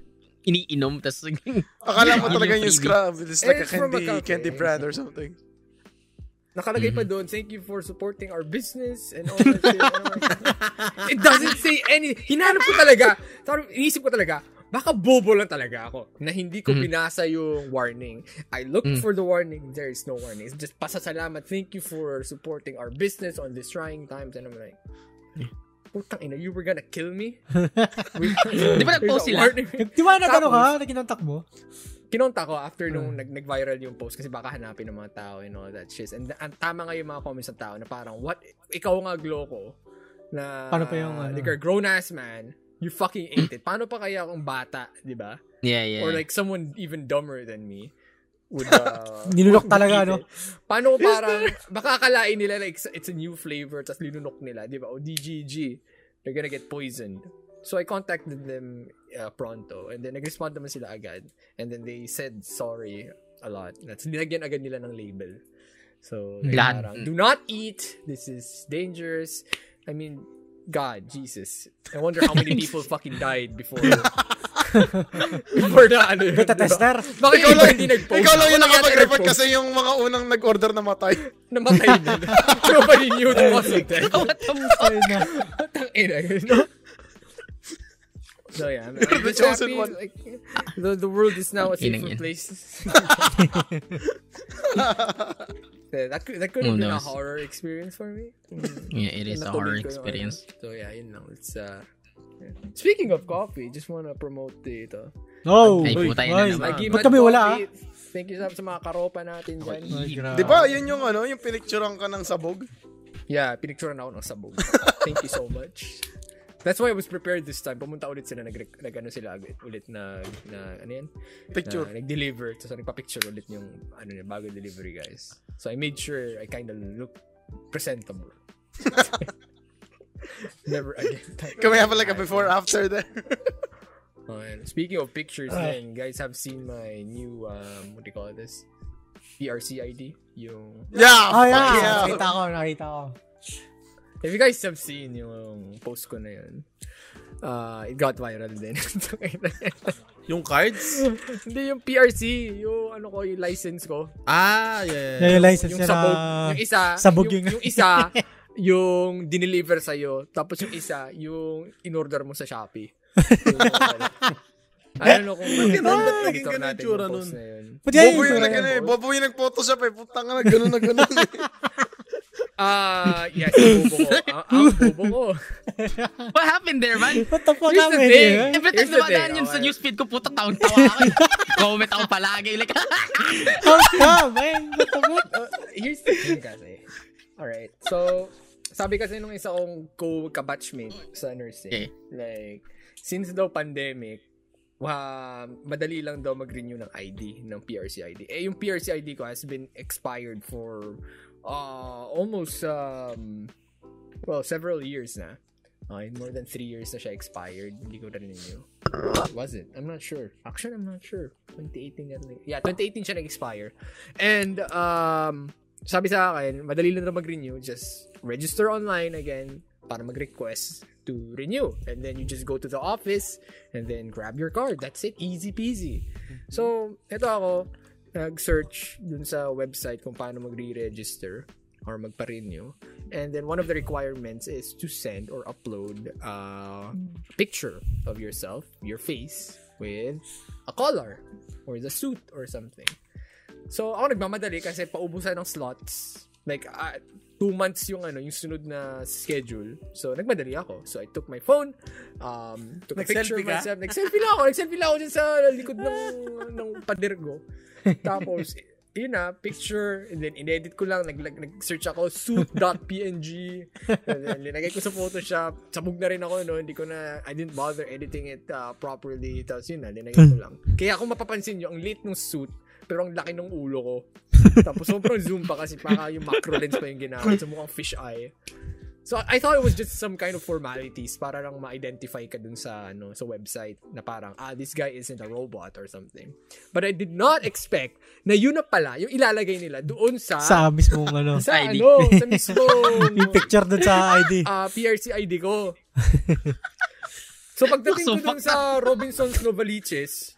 Speaker 1: iniinom, tas
Speaker 4: Akala mo
Speaker 1: Yun
Speaker 4: talaga
Speaker 1: yung
Speaker 4: yung
Speaker 1: freebie.
Speaker 4: scrub. It's like a
Speaker 2: It's from a
Speaker 4: candy,
Speaker 2: cafe.
Speaker 4: candy brand or something.
Speaker 2: nakalagay pa doon, thank you for supporting our business and all that shit. And I'm like, It doesn't say any. Hinanap ko talaga. Tarang, inisip ko talaga, baka bobo lang talaga ako na hindi ko binasa yung warning. I looked for the warning. There is no warning. It's just pasasalamat. Thank you for supporting our business on these trying times. And I'm like, putang ina, you were gonna kill me?
Speaker 4: eh.
Speaker 2: Di
Speaker 1: ba nag-post sila?
Speaker 3: Di ba na ano
Speaker 2: Tapos-
Speaker 3: ka? Na kinontak mo?
Speaker 2: kinonta ko after nung nag- nag-viral yung post kasi baka hanapin ng mga tao and all that shit. And ang tama nga yung mga comments ng tao na parang, what, ikaw nga gloko na
Speaker 3: Paano pa yung, ano?
Speaker 2: like a grown ass man, you fucking ate it. Paano pa kaya kung bata, di ba?
Speaker 1: Yeah, yeah.
Speaker 2: Or like someone even dumber than me would uh,
Speaker 3: Nilunok
Speaker 2: eat
Speaker 3: talaga, no?
Speaker 2: it. Paano kung parang, baka akalain nila like it's a new flavor tapos linunok nila, di ba? Oh, O DGG, they're gonna get poisoned. So I contacted them uh, pronto and then nag-respond naman sila agad and then they said sorry a lot. That's nilagyan agad nila ng label. So, eh,
Speaker 1: Lahat.
Speaker 2: parang, do not eat. This is dangerous. I mean, God, Jesus. I wonder how many people fucking died before before na ano yun.
Speaker 3: Beta
Speaker 2: di ba?
Speaker 3: tester.
Speaker 2: Bakit
Speaker 4: Ikaw lang,
Speaker 2: hindi nag-post?
Speaker 4: ikaw lang yung
Speaker 2: Wala yata
Speaker 4: nakapag-report
Speaker 2: nag-post.
Speaker 4: kasi yung mga unang nag-order na matay.
Speaker 1: Ah.
Speaker 2: Namatay na. Nobody knew it was like that.
Speaker 1: what the
Speaker 3: Ay, na.
Speaker 2: Tang ina, no? So yeah, I'm, I'm
Speaker 4: the
Speaker 2: just happy,
Speaker 4: chosen one.
Speaker 2: Like, the, the world is now a
Speaker 1: Yun
Speaker 2: safer
Speaker 1: ang yun.
Speaker 2: place.
Speaker 4: That's
Speaker 2: Yeah, that could, that could
Speaker 1: Who
Speaker 2: have been a
Speaker 1: knows?
Speaker 2: horror experience for me.
Speaker 1: Yeah, it is a
Speaker 2: Natuloy ko
Speaker 1: horror
Speaker 2: yung
Speaker 1: experience.
Speaker 2: ano. So yeah, you know, it's uh yeah. Speaking of coffee, just wanna promote dito.
Speaker 3: No.
Speaker 1: Ay,
Speaker 3: Uy,
Speaker 1: putay na
Speaker 3: ay.
Speaker 1: naman.
Speaker 2: Lagi Mad
Speaker 3: Ba't kami wala, ah?
Speaker 2: Coffee, Thank you sa, sa mga karopa natin dyan.
Speaker 3: Ay, grabe.
Speaker 4: Di ba, yun yung ano, yung pinicturean ka ng sabog?
Speaker 2: Yeah, pinicturean ako ng sabog. Thank you so much. That's why I was prepared this time. Pumunta ulit sila, nag, nag ano sila agad, ulit na, na ano yan?
Speaker 4: Picture.
Speaker 2: Na, nag-deliver. Tapos nagpa-picture ulit yung ano yun, bago delivery guys. So I made sure I kind of look presentable. Never again.
Speaker 4: Can we have like a before after there?
Speaker 2: Oh, and speaking of pictures,
Speaker 3: Ah.
Speaker 2: man, you guys have seen my new, um, what do you call this? PRC ID? Yung...
Speaker 4: yeah,
Speaker 3: Ah, yeah.
Speaker 4: fuck
Speaker 3: Nakita ko, nakita ko.
Speaker 2: If you guys have seen yung post ko na yun, uh, it got viral din.
Speaker 5: Yung cards?
Speaker 2: Hindi, yung PRC, yung ano ko, yung license ko.
Speaker 5: Ah, yeah, yeah. yeah.
Speaker 3: Yung license
Speaker 2: Yung
Speaker 3: niya
Speaker 2: sabog,
Speaker 3: na...
Speaker 2: yung isa,
Speaker 3: sabog
Speaker 2: yung,
Speaker 3: yung-
Speaker 2: yung isa, yung dineliver sa'yo, tapos yung isa, yung in-order mo sa Shopee. Yung- I don't know kung bakit
Speaker 5: ganun? Ba't
Speaker 2: nag-
Speaker 5: naging
Speaker 2: editor
Speaker 5: ganun
Speaker 2: natin
Speaker 5: yung tsura
Speaker 2: yung post
Speaker 5: nun?
Speaker 2: na yun.
Speaker 3: Ba't yan
Speaker 4: Bobo yung
Speaker 3: itsura
Speaker 4: nag
Speaker 3: niya?
Speaker 4: ano eh, Bobo yung nag-photoshop eh. Putang na, ganun na ganun. eh.
Speaker 2: Ah, yes, yung bobo ko. Ang, ang bobo ko.
Speaker 1: What happened there, man?
Speaker 3: What the fuck ah,
Speaker 2: Here's the
Speaker 3: happened
Speaker 2: thing.
Speaker 3: here?
Speaker 1: Every
Speaker 2: Here's
Speaker 1: time
Speaker 2: the thing,
Speaker 1: dumadaan yun sa
Speaker 2: okay.
Speaker 1: newsfeed ko, puta taon tawa ako. Comment ako palagi. Like,
Speaker 3: How come, man? What the fuck?
Speaker 2: Uh, here's the thing kasi. Alright, so, sabi kasi nung isa kong co-kabatchmate sa nursing,
Speaker 1: Okay.
Speaker 2: like, since daw pandemic, wa madali lang daw mag-renew ng ID, ng PRC ID. Eh, yung PRC ID ko has been expired for uh, almost, um, well, several years na. Okay, more than three years na siya expired. Hindi ko rin renew. Was it? I'm not sure. Actually, I'm not sure. 2018 yata. nag- Yeah, 2018 siya nag-expire. And, um, sabi sa akin, madali lang na mag-renew. Just register online again para mag-request to renew. And then you just go to the office and then grab your card. That's it. Easy peasy. So, ito ako, nag-search dun sa website kung paano mag-re-register or magpa-renew. And then one of the requirements is to send or upload a picture of yourself, your face, with a collar or the suit or something. So ako nagmamadali kasi paubusan ng slots. Like, ah, two months yung ano, yung sunod na schedule. So, nagmadali ako. So, I took my phone, um, took a picture of
Speaker 5: Nag-selfie ka?
Speaker 2: myself. Nag-selfie lang ako. Nag-selfie lang ako dyan sa likod ng, ng pader ko. Tapos, yun na, picture, and then inedit ko lang, nag, nag, nag-search ako, suit.png, and then linagay ko sa Photoshop, sabog na rin ako, no, hindi ko na, I didn't bother editing it uh, properly, tapos yun na, linagay ko lang. Kaya kung mapapansin nyo, ang late ng suit, pero ang laki ng ulo ko. Tapos sobrang zoom pa kasi para yung macro lens pa yung ginamit, so mukhang fish eye. So I thought it was just some kind of formalities para lang ma-identify ka dun sa ano sa website na parang ah this guy isn't a robot or something. But I did not expect na yun na pala yung ilalagay nila doon sa
Speaker 3: Sa mismong ano.
Speaker 2: sa
Speaker 1: ID.
Speaker 2: ano sa mismo
Speaker 3: Yung picture dun sa ID.
Speaker 2: ah PRC ID ko. so pagdating ko dun sa Robinson's Novaliches,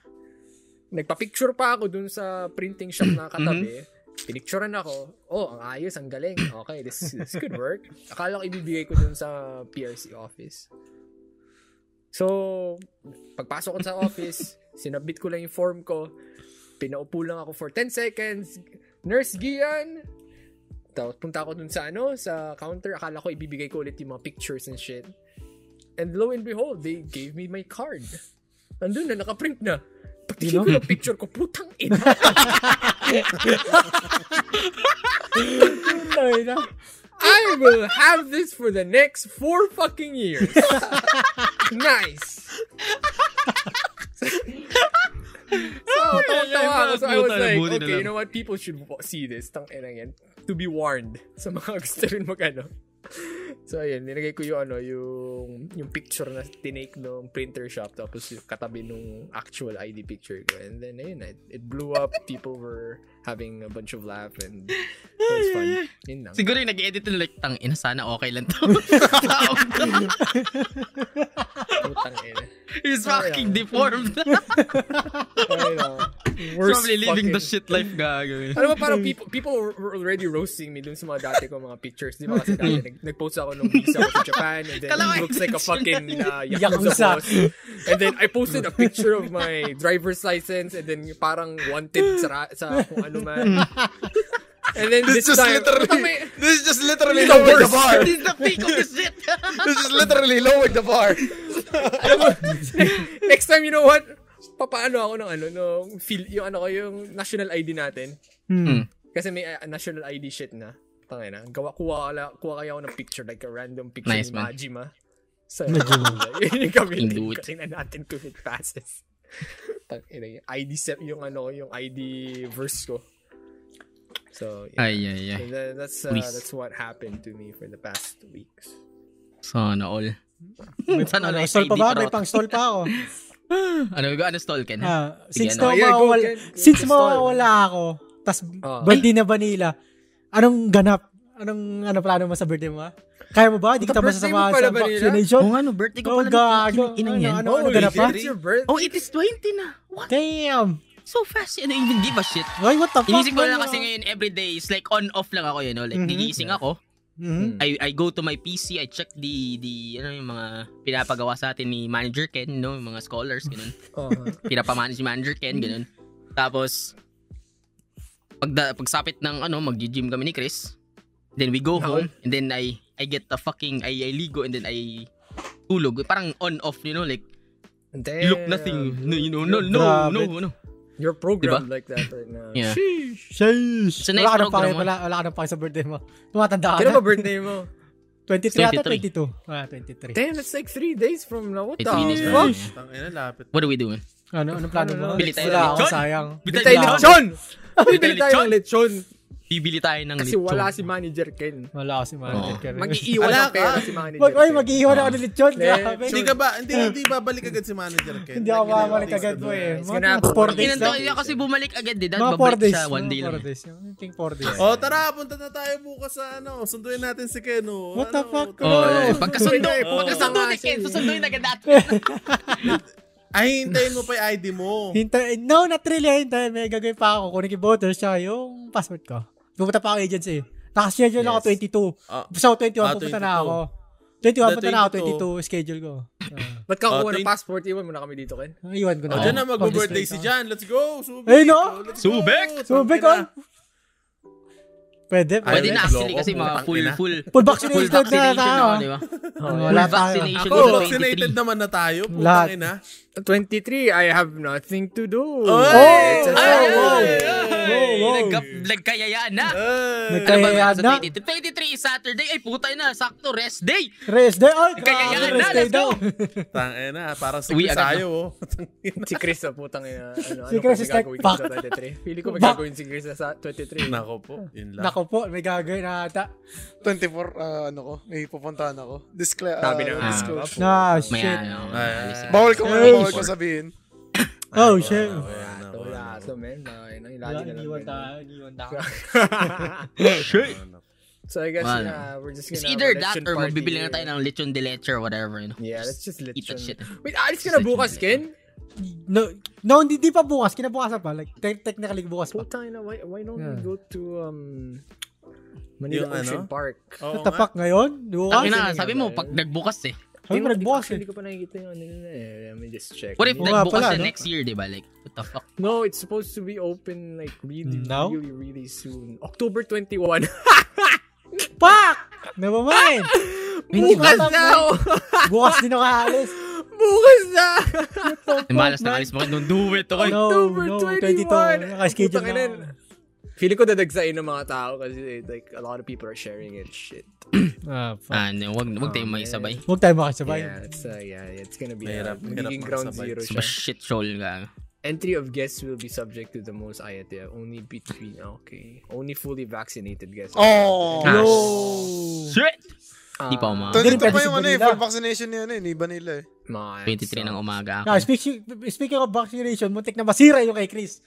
Speaker 2: nagpa-picture pa ako dun sa printing shop na katabi. Pinicturean ako. Oh, ang ayos, ang galing. Okay, this, this could work. Akala ko ibibigay ko dun sa PRC office. So, pagpasok ko sa office, sinabit ko lang yung form ko. Pinaupo lang ako for 10 seconds. Nurse Gian, tapos punta ako dun sa ano, sa counter. Akala ko ibibigay ko ulit yung mga pictures and shit. And lo and behold, they gave me my card. Andun na, nakaprint na. Pagtingin ko yung picture ko, putang ina. Putang ina. I will have this for the next four fucking years. nice.
Speaker 1: Oh,
Speaker 2: so, tawa ako. So, I was
Speaker 1: Puta,
Speaker 2: like,
Speaker 1: buti na
Speaker 2: okay,
Speaker 1: lang.
Speaker 2: you know what? People should wa- see this. Tang ina yan. To be warned sa mga gusto rin mag ano. So, ayun. Nilagay ko yung ano, yung, yung picture na tinake nung printer shop. Tapos yung katabi nung actual ID picture ko. And then, ayun. It, it blew up. People were having a bunch of laugh and That's fun. Yun lang.
Speaker 1: Siguro yung nag-edit ng like, tang ina, sana okay lang to.
Speaker 2: Putang ina.
Speaker 1: He's fucking deformed.
Speaker 2: Ay, no. Worst
Speaker 1: Probably living the
Speaker 2: fucking-
Speaker 1: shit life gagawin.
Speaker 2: Alam mo, parang people, people were already roasting me dun sa mga dati kong mga pictures. Di ba kasi dati, nag, nag-post ako nung visa ko sa Japan and then
Speaker 1: Kalawa-
Speaker 2: it looks like a fucking uh,
Speaker 3: Yakuza.
Speaker 2: Yakuza boss. And then I posted a picture of my driver's license and then parang wanted sa, ra- sa kung ano man. And then
Speaker 4: This
Speaker 2: this,
Speaker 4: just
Speaker 2: time,
Speaker 4: literally,
Speaker 2: Tama-
Speaker 4: this is just literally
Speaker 2: It's the
Speaker 4: lowered
Speaker 2: worst.
Speaker 4: the bar.
Speaker 1: This is the peak of this shit.
Speaker 4: This is literally lowered the bar.
Speaker 2: next time, you know what? Papaano ako ng ano, no, feel, yung ano ko, yung national ID natin.
Speaker 1: Hmm.
Speaker 2: Kasi may uh, national ID shit na. Tangay na. Gawa, kuha, ala, kuha kaya ako ng picture, like a random picture
Speaker 1: Nice,
Speaker 2: ni
Speaker 1: man.
Speaker 2: Majima. Sa Majima. Yun yung kami
Speaker 1: Can do it.
Speaker 2: kasi na natin kung it passes. Tangay na. ID set, yung ano, yung ID verse ko. So, yeah.
Speaker 1: Ay, ay, ay.
Speaker 2: And then that's uh,
Speaker 1: Please.
Speaker 2: that's what happened to me for the past weeks.
Speaker 1: Sana all. Sana all.
Speaker 3: Ano,
Speaker 1: ay,
Speaker 3: stall pa
Speaker 1: hindi
Speaker 3: ba?
Speaker 1: pa
Speaker 3: May
Speaker 1: raw.
Speaker 3: pang stall pa ako.
Speaker 1: Ano, ano stall ka na?
Speaker 3: Ah, since
Speaker 1: Sige,
Speaker 3: daw
Speaker 1: ano?
Speaker 2: Yeah, go,
Speaker 3: mawawala,
Speaker 2: Ken. Go,
Speaker 3: since
Speaker 2: stall.
Speaker 3: mawawala ako, tas
Speaker 2: Ah.
Speaker 1: Oh.
Speaker 3: birthday na Vanilla, anong ganap? Anong ano plano mo sa birthday mo? ah? Kaya mo ba? Di kita
Speaker 2: Birthday mo
Speaker 3: masasamahan
Speaker 2: pala,
Speaker 3: sa
Speaker 2: Vanilla?
Speaker 3: vaccination?
Speaker 1: Oo nga, no, birthday ko
Speaker 3: Oh,
Speaker 1: pala.
Speaker 3: gago.
Speaker 1: nung kinang- inang
Speaker 3: Ano,
Speaker 1: yan.
Speaker 3: ano, ganap pa?
Speaker 2: It's your birthday.
Speaker 1: Oh, it is 20 na. What?
Speaker 3: Damn!
Speaker 1: So fast. I don't even give a shit.
Speaker 3: Ay, what the fuck?
Speaker 1: Inisip ko lang
Speaker 3: Vanilla?
Speaker 1: kasi ngayon, everyday, it's like on-off lang ako, you know? Like,
Speaker 2: Mm-hmm.
Speaker 3: Mhm.
Speaker 1: gigising ako.
Speaker 3: Mhm.
Speaker 1: I I go to my PC, I check the the ano yung mga pinapagawa sa atin ni Manager Ken, no, yung mga scholars ganun.
Speaker 2: Uh-huh.
Speaker 1: Pinapamanage ni Manager Ken ganun. Tapos pag pagsapit ng ano, magji-gym kami ni Chris. Then we go home and then I I get the fucking I I ligo and then I tulog. Parang on off, you know, like
Speaker 2: Damn.
Speaker 1: you look nothing. No, you know, no no
Speaker 3: Grabe.
Speaker 1: no no.
Speaker 2: You're
Speaker 1: Diba?
Speaker 2: programmed like that right now.
Speaker 1: Yeah.
Speaker 3: Sheesh!
Speaker 1: It's a nice
Speaker 3: wala ka ng
Speaker 1: program,
Speaker 3: pake,
Speaker 1: ah.
Speaker 3: wala, wala ka ng pake sa birthday mo. Tumatanda ka
Speaker 2: Kailan
Speaker 3: na.
Speaker 2: ba birthday mo?
Speaker 3: 23 ata,
Speaker 1: 23.
Speaker 3: 22. Ah, 23.
Speaker 2: Damn, that's like three days from now. What
Speaker 1: It
Speaker 2: the
Speaker 1: means
Speaker 2: fuck?
Speaker 1: that-
Speaker 5: Tangina, lapit.
Speaker 1: What are we doing?
Speaker 3: Ano, anong plano mo?
Speaker 2: Bili
Speaker 1: tayo
Speaker 3: Wala
Speaker 1: ng
Speaker 3: ako,
Speaker 1: lechon.
Speaker 3: sayang.
Speaker 1: Bili
Speaker 2: Bitay
Speaker 1: tayo ng
Speaker 2: lechon! Bibili tayo
Speaker 1: lechon!
Speaker 2: ng lechon!
Speaker 1: Bibili tayo ng
Speaker 2: Kasi
Speaker 1: lechon.
Speaker 2: wala si Manager Ken.
Speaker 3: Wala ako si Manager
Speaker 1: Oo.
Speaker 3: Karen.
Speaker 2: Mag-iiwan
Speaker 5: Wala
Speaker 2: ng pera
Speaker 5: ka.
Speaker 2: si Manager
Speaker 3: Wag, oy,
Speaker 2: Ken.
Speaker 3: mag-iiwan ako ng lechon.
Speaker 2: Hindi.
Speaker 3: Grabe.
Speaker 5: Hindi ka ba, hindi, hindi babalik agad si manager Ken.
Speaker 3: Hindi ako
Speaker 5: Like,
Speaker 3: mamalik
Speaker 5: nilalatis
Speaker 3: agad
Speaker 5: ka
Speaker 3: mo
Speaker 5: doon.
Speaker 3: eh.
Speaker 2: It's
Speaker 3: Mga
Speaker 2: gonna happen.
Speaker 3: 4 days
Speaker 1: Ilan
Speaker 3: lang.
Speaker 1: to, yeah, kasi bumalik agad din.
Speaker 3: Mga
Speaker 1: Dahil
Speaker 3: 4
Speaker 1: babalik
Speaker 3: days.
Speaker 1: siya one
Speaker 3: mga
Speaker 1: day
Speaker 3: four
Speaker 1: lang.
Speaker 3: days. I think 4 days.
Speaker 5: Oh, tara, punta na tayo bukas sa ano. Sunduin natin si Ken. Oh.
Speaker 3: What the
Speaker 5: Ano,
Speaker 3: fuck?
Speaker 5: tara.
Speaker 1: Oh,
Speaker 3: Oh.
Speaker 1: eh, pagkasundo,
Speaker 5: Oh.
Speaker 1: pagkasundo ni Ken, susunduin agad natin.
Speaker 5: Ay, hintayin mo pa yung ID mo.
Speaker 3: Hintay, no, not really. Hintay, may gagawin pa ako. Kunin yung voters, tsaka yung passport ko. Pumunta pa ako agency. Nakaschedule ako
Speaker 5: Yes.
Speaker 3: 22.
Speaker 5: Ah,
Speaker 3: So, 21
Speaker 5: Ah,
Speaker 3: pupunta na
Speaker 5: 22.
Speaker 3: ako. 21
Speaker 5: The
Speaker 3: punta na ako,
Speaker 5: 22.
Speaker 3: 22 schedule ko.
Speaker 2: Ba't ka kuha
Speaker 5: Oh,
Speaker 2: ng
Speaker 5: twenty-
Speaker 2: passport? Iwan mo na kami dito, Ken.
Speaker 3: Ah, iwan ko na.
Speaker 5: oh, dyan na mag-birthday si Jan. Let's go, Subic.
Speaker 3: Eh, no?
Speaker 5: Let's go.
Speaker 1: Subic?
Speaker 3: Subik
Speaker 5: Tangina.
Speaker 3: on. Pwede,
Speaker 1: Pwede
Speaker 3: pwede.
Speaker 1: na
Speaker 5: Alex,
Speaker 1: actually
Speaker 5: loko,
Speaker 1: kasi mga
Speaker 5: putang
Speaker 1: full,
Speaker 5: ina.
Speaker 1: full,
Speaker 3: Full
Speaker 1: full
Speaker 3: vaccinated na
Speaker 1: vaccination
Speaker 3: tayo.
Speaker 1: na ako, di ba?
Speaker 3: Wala
Speaker 1: Full
Speaker 3: tayo.
Speaker 1: vaccination
Speaker 5: Ako,
Speaker 1: na
Speaker 5: vaccinated
Speaker 1: 23.
Speaker 5: naman na tayo.
Speaker 3: Lahat.
Speaker 5: Putang ina.
Speaker 2: 23, I have nothing to do.
Speaker 5: Oy!
Speaker 2: It's a
Speaker 1: Oh! Ay,
Speaker 3: Oh, wow.
Speaker 1: ay,
Speaker 3: Wow,
Speaker 1: ay,
Speaker 3: wow.
Speaker 1: nagkap- Nagkayayaan na.
Speaker 5: Ay.
Speaker 1: Ano ba
Speaker 3: Nagkayaan
Speaker 1: meron
Speaker 3: Eh, na.
Speaker 1: sa 23? 23 is Saturday. Ay, putay na. Sakto, rest day.
Speaker 3: Rest day. Ay,
Speaker 1: Kaya
Speaker 3: grabe,
Speaker 1: na,
Speaker 3: rest day
Speaker 1: let's
Speaker 3: daw.
Speaker 1: go.
Speaker 5: Tangina, parang si
Speaker 1: Uwi
Speaker 5: Chris
Speaker 1: agad na.
Speaker 5: ayaw, oh.
Speaker 2: Si Chris na putang ina. Ano,
Speaker 3: Si
Speaker 2: ano
Speaker 3: Chris
Speaker 2: kung
Speaker 3: is like,
Speaker 2: gagawin
Speaker 3: fuck.
Speaker 2: ko sa 23? Pili ko may
Speaker 3: Fuck.
Speaker 2: gagawin si Chris na sa 23.
Speaker 5: Nako po, yun lang.
Speaker 3: Nako po, may gagawin na ata.
Speaker 4: 24, ah, ano ko, may pupuntahan ako. Discla- ah,
Speaker 2: Sabi na nga.
Speaker 4: disclosure.
Speaker 3: Ah,
Speaker 1: May
Speaker 3: shit.
Speaker 1: ano,
Speaker 5: Ay,
Speaker 1: alis
Speaker 5: ay,
Speaker 1: eh.
Speaker 4: Bawal ko,
Speaker 3: Hey.
Speaker 4: bawal ko sabihin.
Speaker 3: Oh, shit.
Speaker 5: Ayan
Speaker 2: Ito,
Speaker 5: ako, ayan
Speaker 2: wala. Ito, man. Ay, nang ilalim na lang.
Speaker 3: Iniwan
Speaker 2: man.
Speaker 3: tayo, iniwan tayo.
Speaker 2: So I guess
Speaker 1: Wala.
Speaker 2: uh, we're just gonna
Speaker 1: It's either
Speaker 2: have a
Speaker 1: that
Speaker 2: lechon
Speaker 1: or
Speaker 2: party
Speaker 1: magbibili na
Speaker 2: here.
Speaker 1: tayo ng lechon de leche or whatever, you know.
Speaker 2: Yeah, let's just lechon.
Speaker 1: eat that shit.
Speaker 2: Wait, alis ka na
Speaker 1: Lechon
Speaker 2: bukas,
Speaker 1: de leche.
Speaker 2: Ken?
Speaker 3: No, no hindi, hindi pa bukas. Kinabukasan pa. Like, te- technically bukas pa.
Speaker 2: Putang ina, why, why don't we
Speaker 3: Yeah.
Speaker 2: go to um, Manila
Speaker 5: Yung
Speaker 2: Ocean
Speaker 5: ano?
Speaker 2: Park?
Speaker 5: Oo
Speaker 3: What
Speaker 5: nga.
Speaker 3: the fuck ngayon?
Speaker 1: Tangin
Speaker 3: Bukas?
Speaker 1: na, sabi mo, pag nagbukas eh.
Speaker 3: Sabi mo nagbukas eh.
Speaker 2: Hindi ko pa nakikita yung ano nila eh. Let me just check.
Speaker 1: What if
Speaker 3: Oo nga
Speaker 1: nagbukas
Speaker 3: pala,
Speaker 1: na
Speaker 3: no?
Speaker 1: next year, di ba? Like, what the fuck?
Speaker 2: No, it's supposed to be open like really,
Speaker 3: Mm. Now?
Speaker 2: really, really soon. October 21.
Speaker 3: Fuck! Never mind.
Speaker 2: bukas
Speaker 3: ba?
Speaker 2: na! oh!
Speaker 3: bukas din ako aalis.
Speaker 2: bukas na!
Speaker 1: Malas na alis mo. Don't do it, okay?
Speaker 3: No,
Speaker 2: October
Speaker 3: no, 22.
Speaker 2: 21.
Speaker 3: Nakaschedule
Speaker 2: Putang
Speaker 3: na
Speaker 2: ina.
Speaker 3: ako.
Speaker 2: Feeling ko dadagsain ng mga tao kasi like a lot of people are sharing it shit.
Speaker 3: Ah, fuck.
Speaker 1: Ah, no, wag, wag tayong
Speaker 2: Oh,
Speaker 1: maisabay.
Speaker 3: Huwag tayo makasabay.
Speaker 2: Yeah, it's uh, yeah, it's gonna be uh,
Speaker 5: Mahirap- mahirap
Speaker 2: magiging ground
Speaker 5: magsabay.
Speaker 2: zero
Speaker 1: Super
Speaker 2: siya.
Speaker 1: shit troll ka.
Speaker 2: Entry of guests will be subject to the most ayate only between ah, okay, only fully vaccinated guests.
Speaker 4: Oh!
Speaker 1: Ah,
Speaker 3: Yo!
Speaker 1: Shit!
Speaker 2: Ah,
Speaker 1: Di pa uma.
Speaker 3: Hindi rin pwede
Speaker 4: 22 pa
Speaker 3: sa
Speaker 4: yung ano eh,
Speaker 3: Manila.
Speaker 4: full vaccination ni ano eh, ni Vanilla eh.
Speaker 2: man,
Speaker 1: 23
Speaker 2: so-
Speaker 1: ng umaga ako.
Speaker 3: Ah, speaking, speaking of vaccination, muntik na masira yung kay Chris.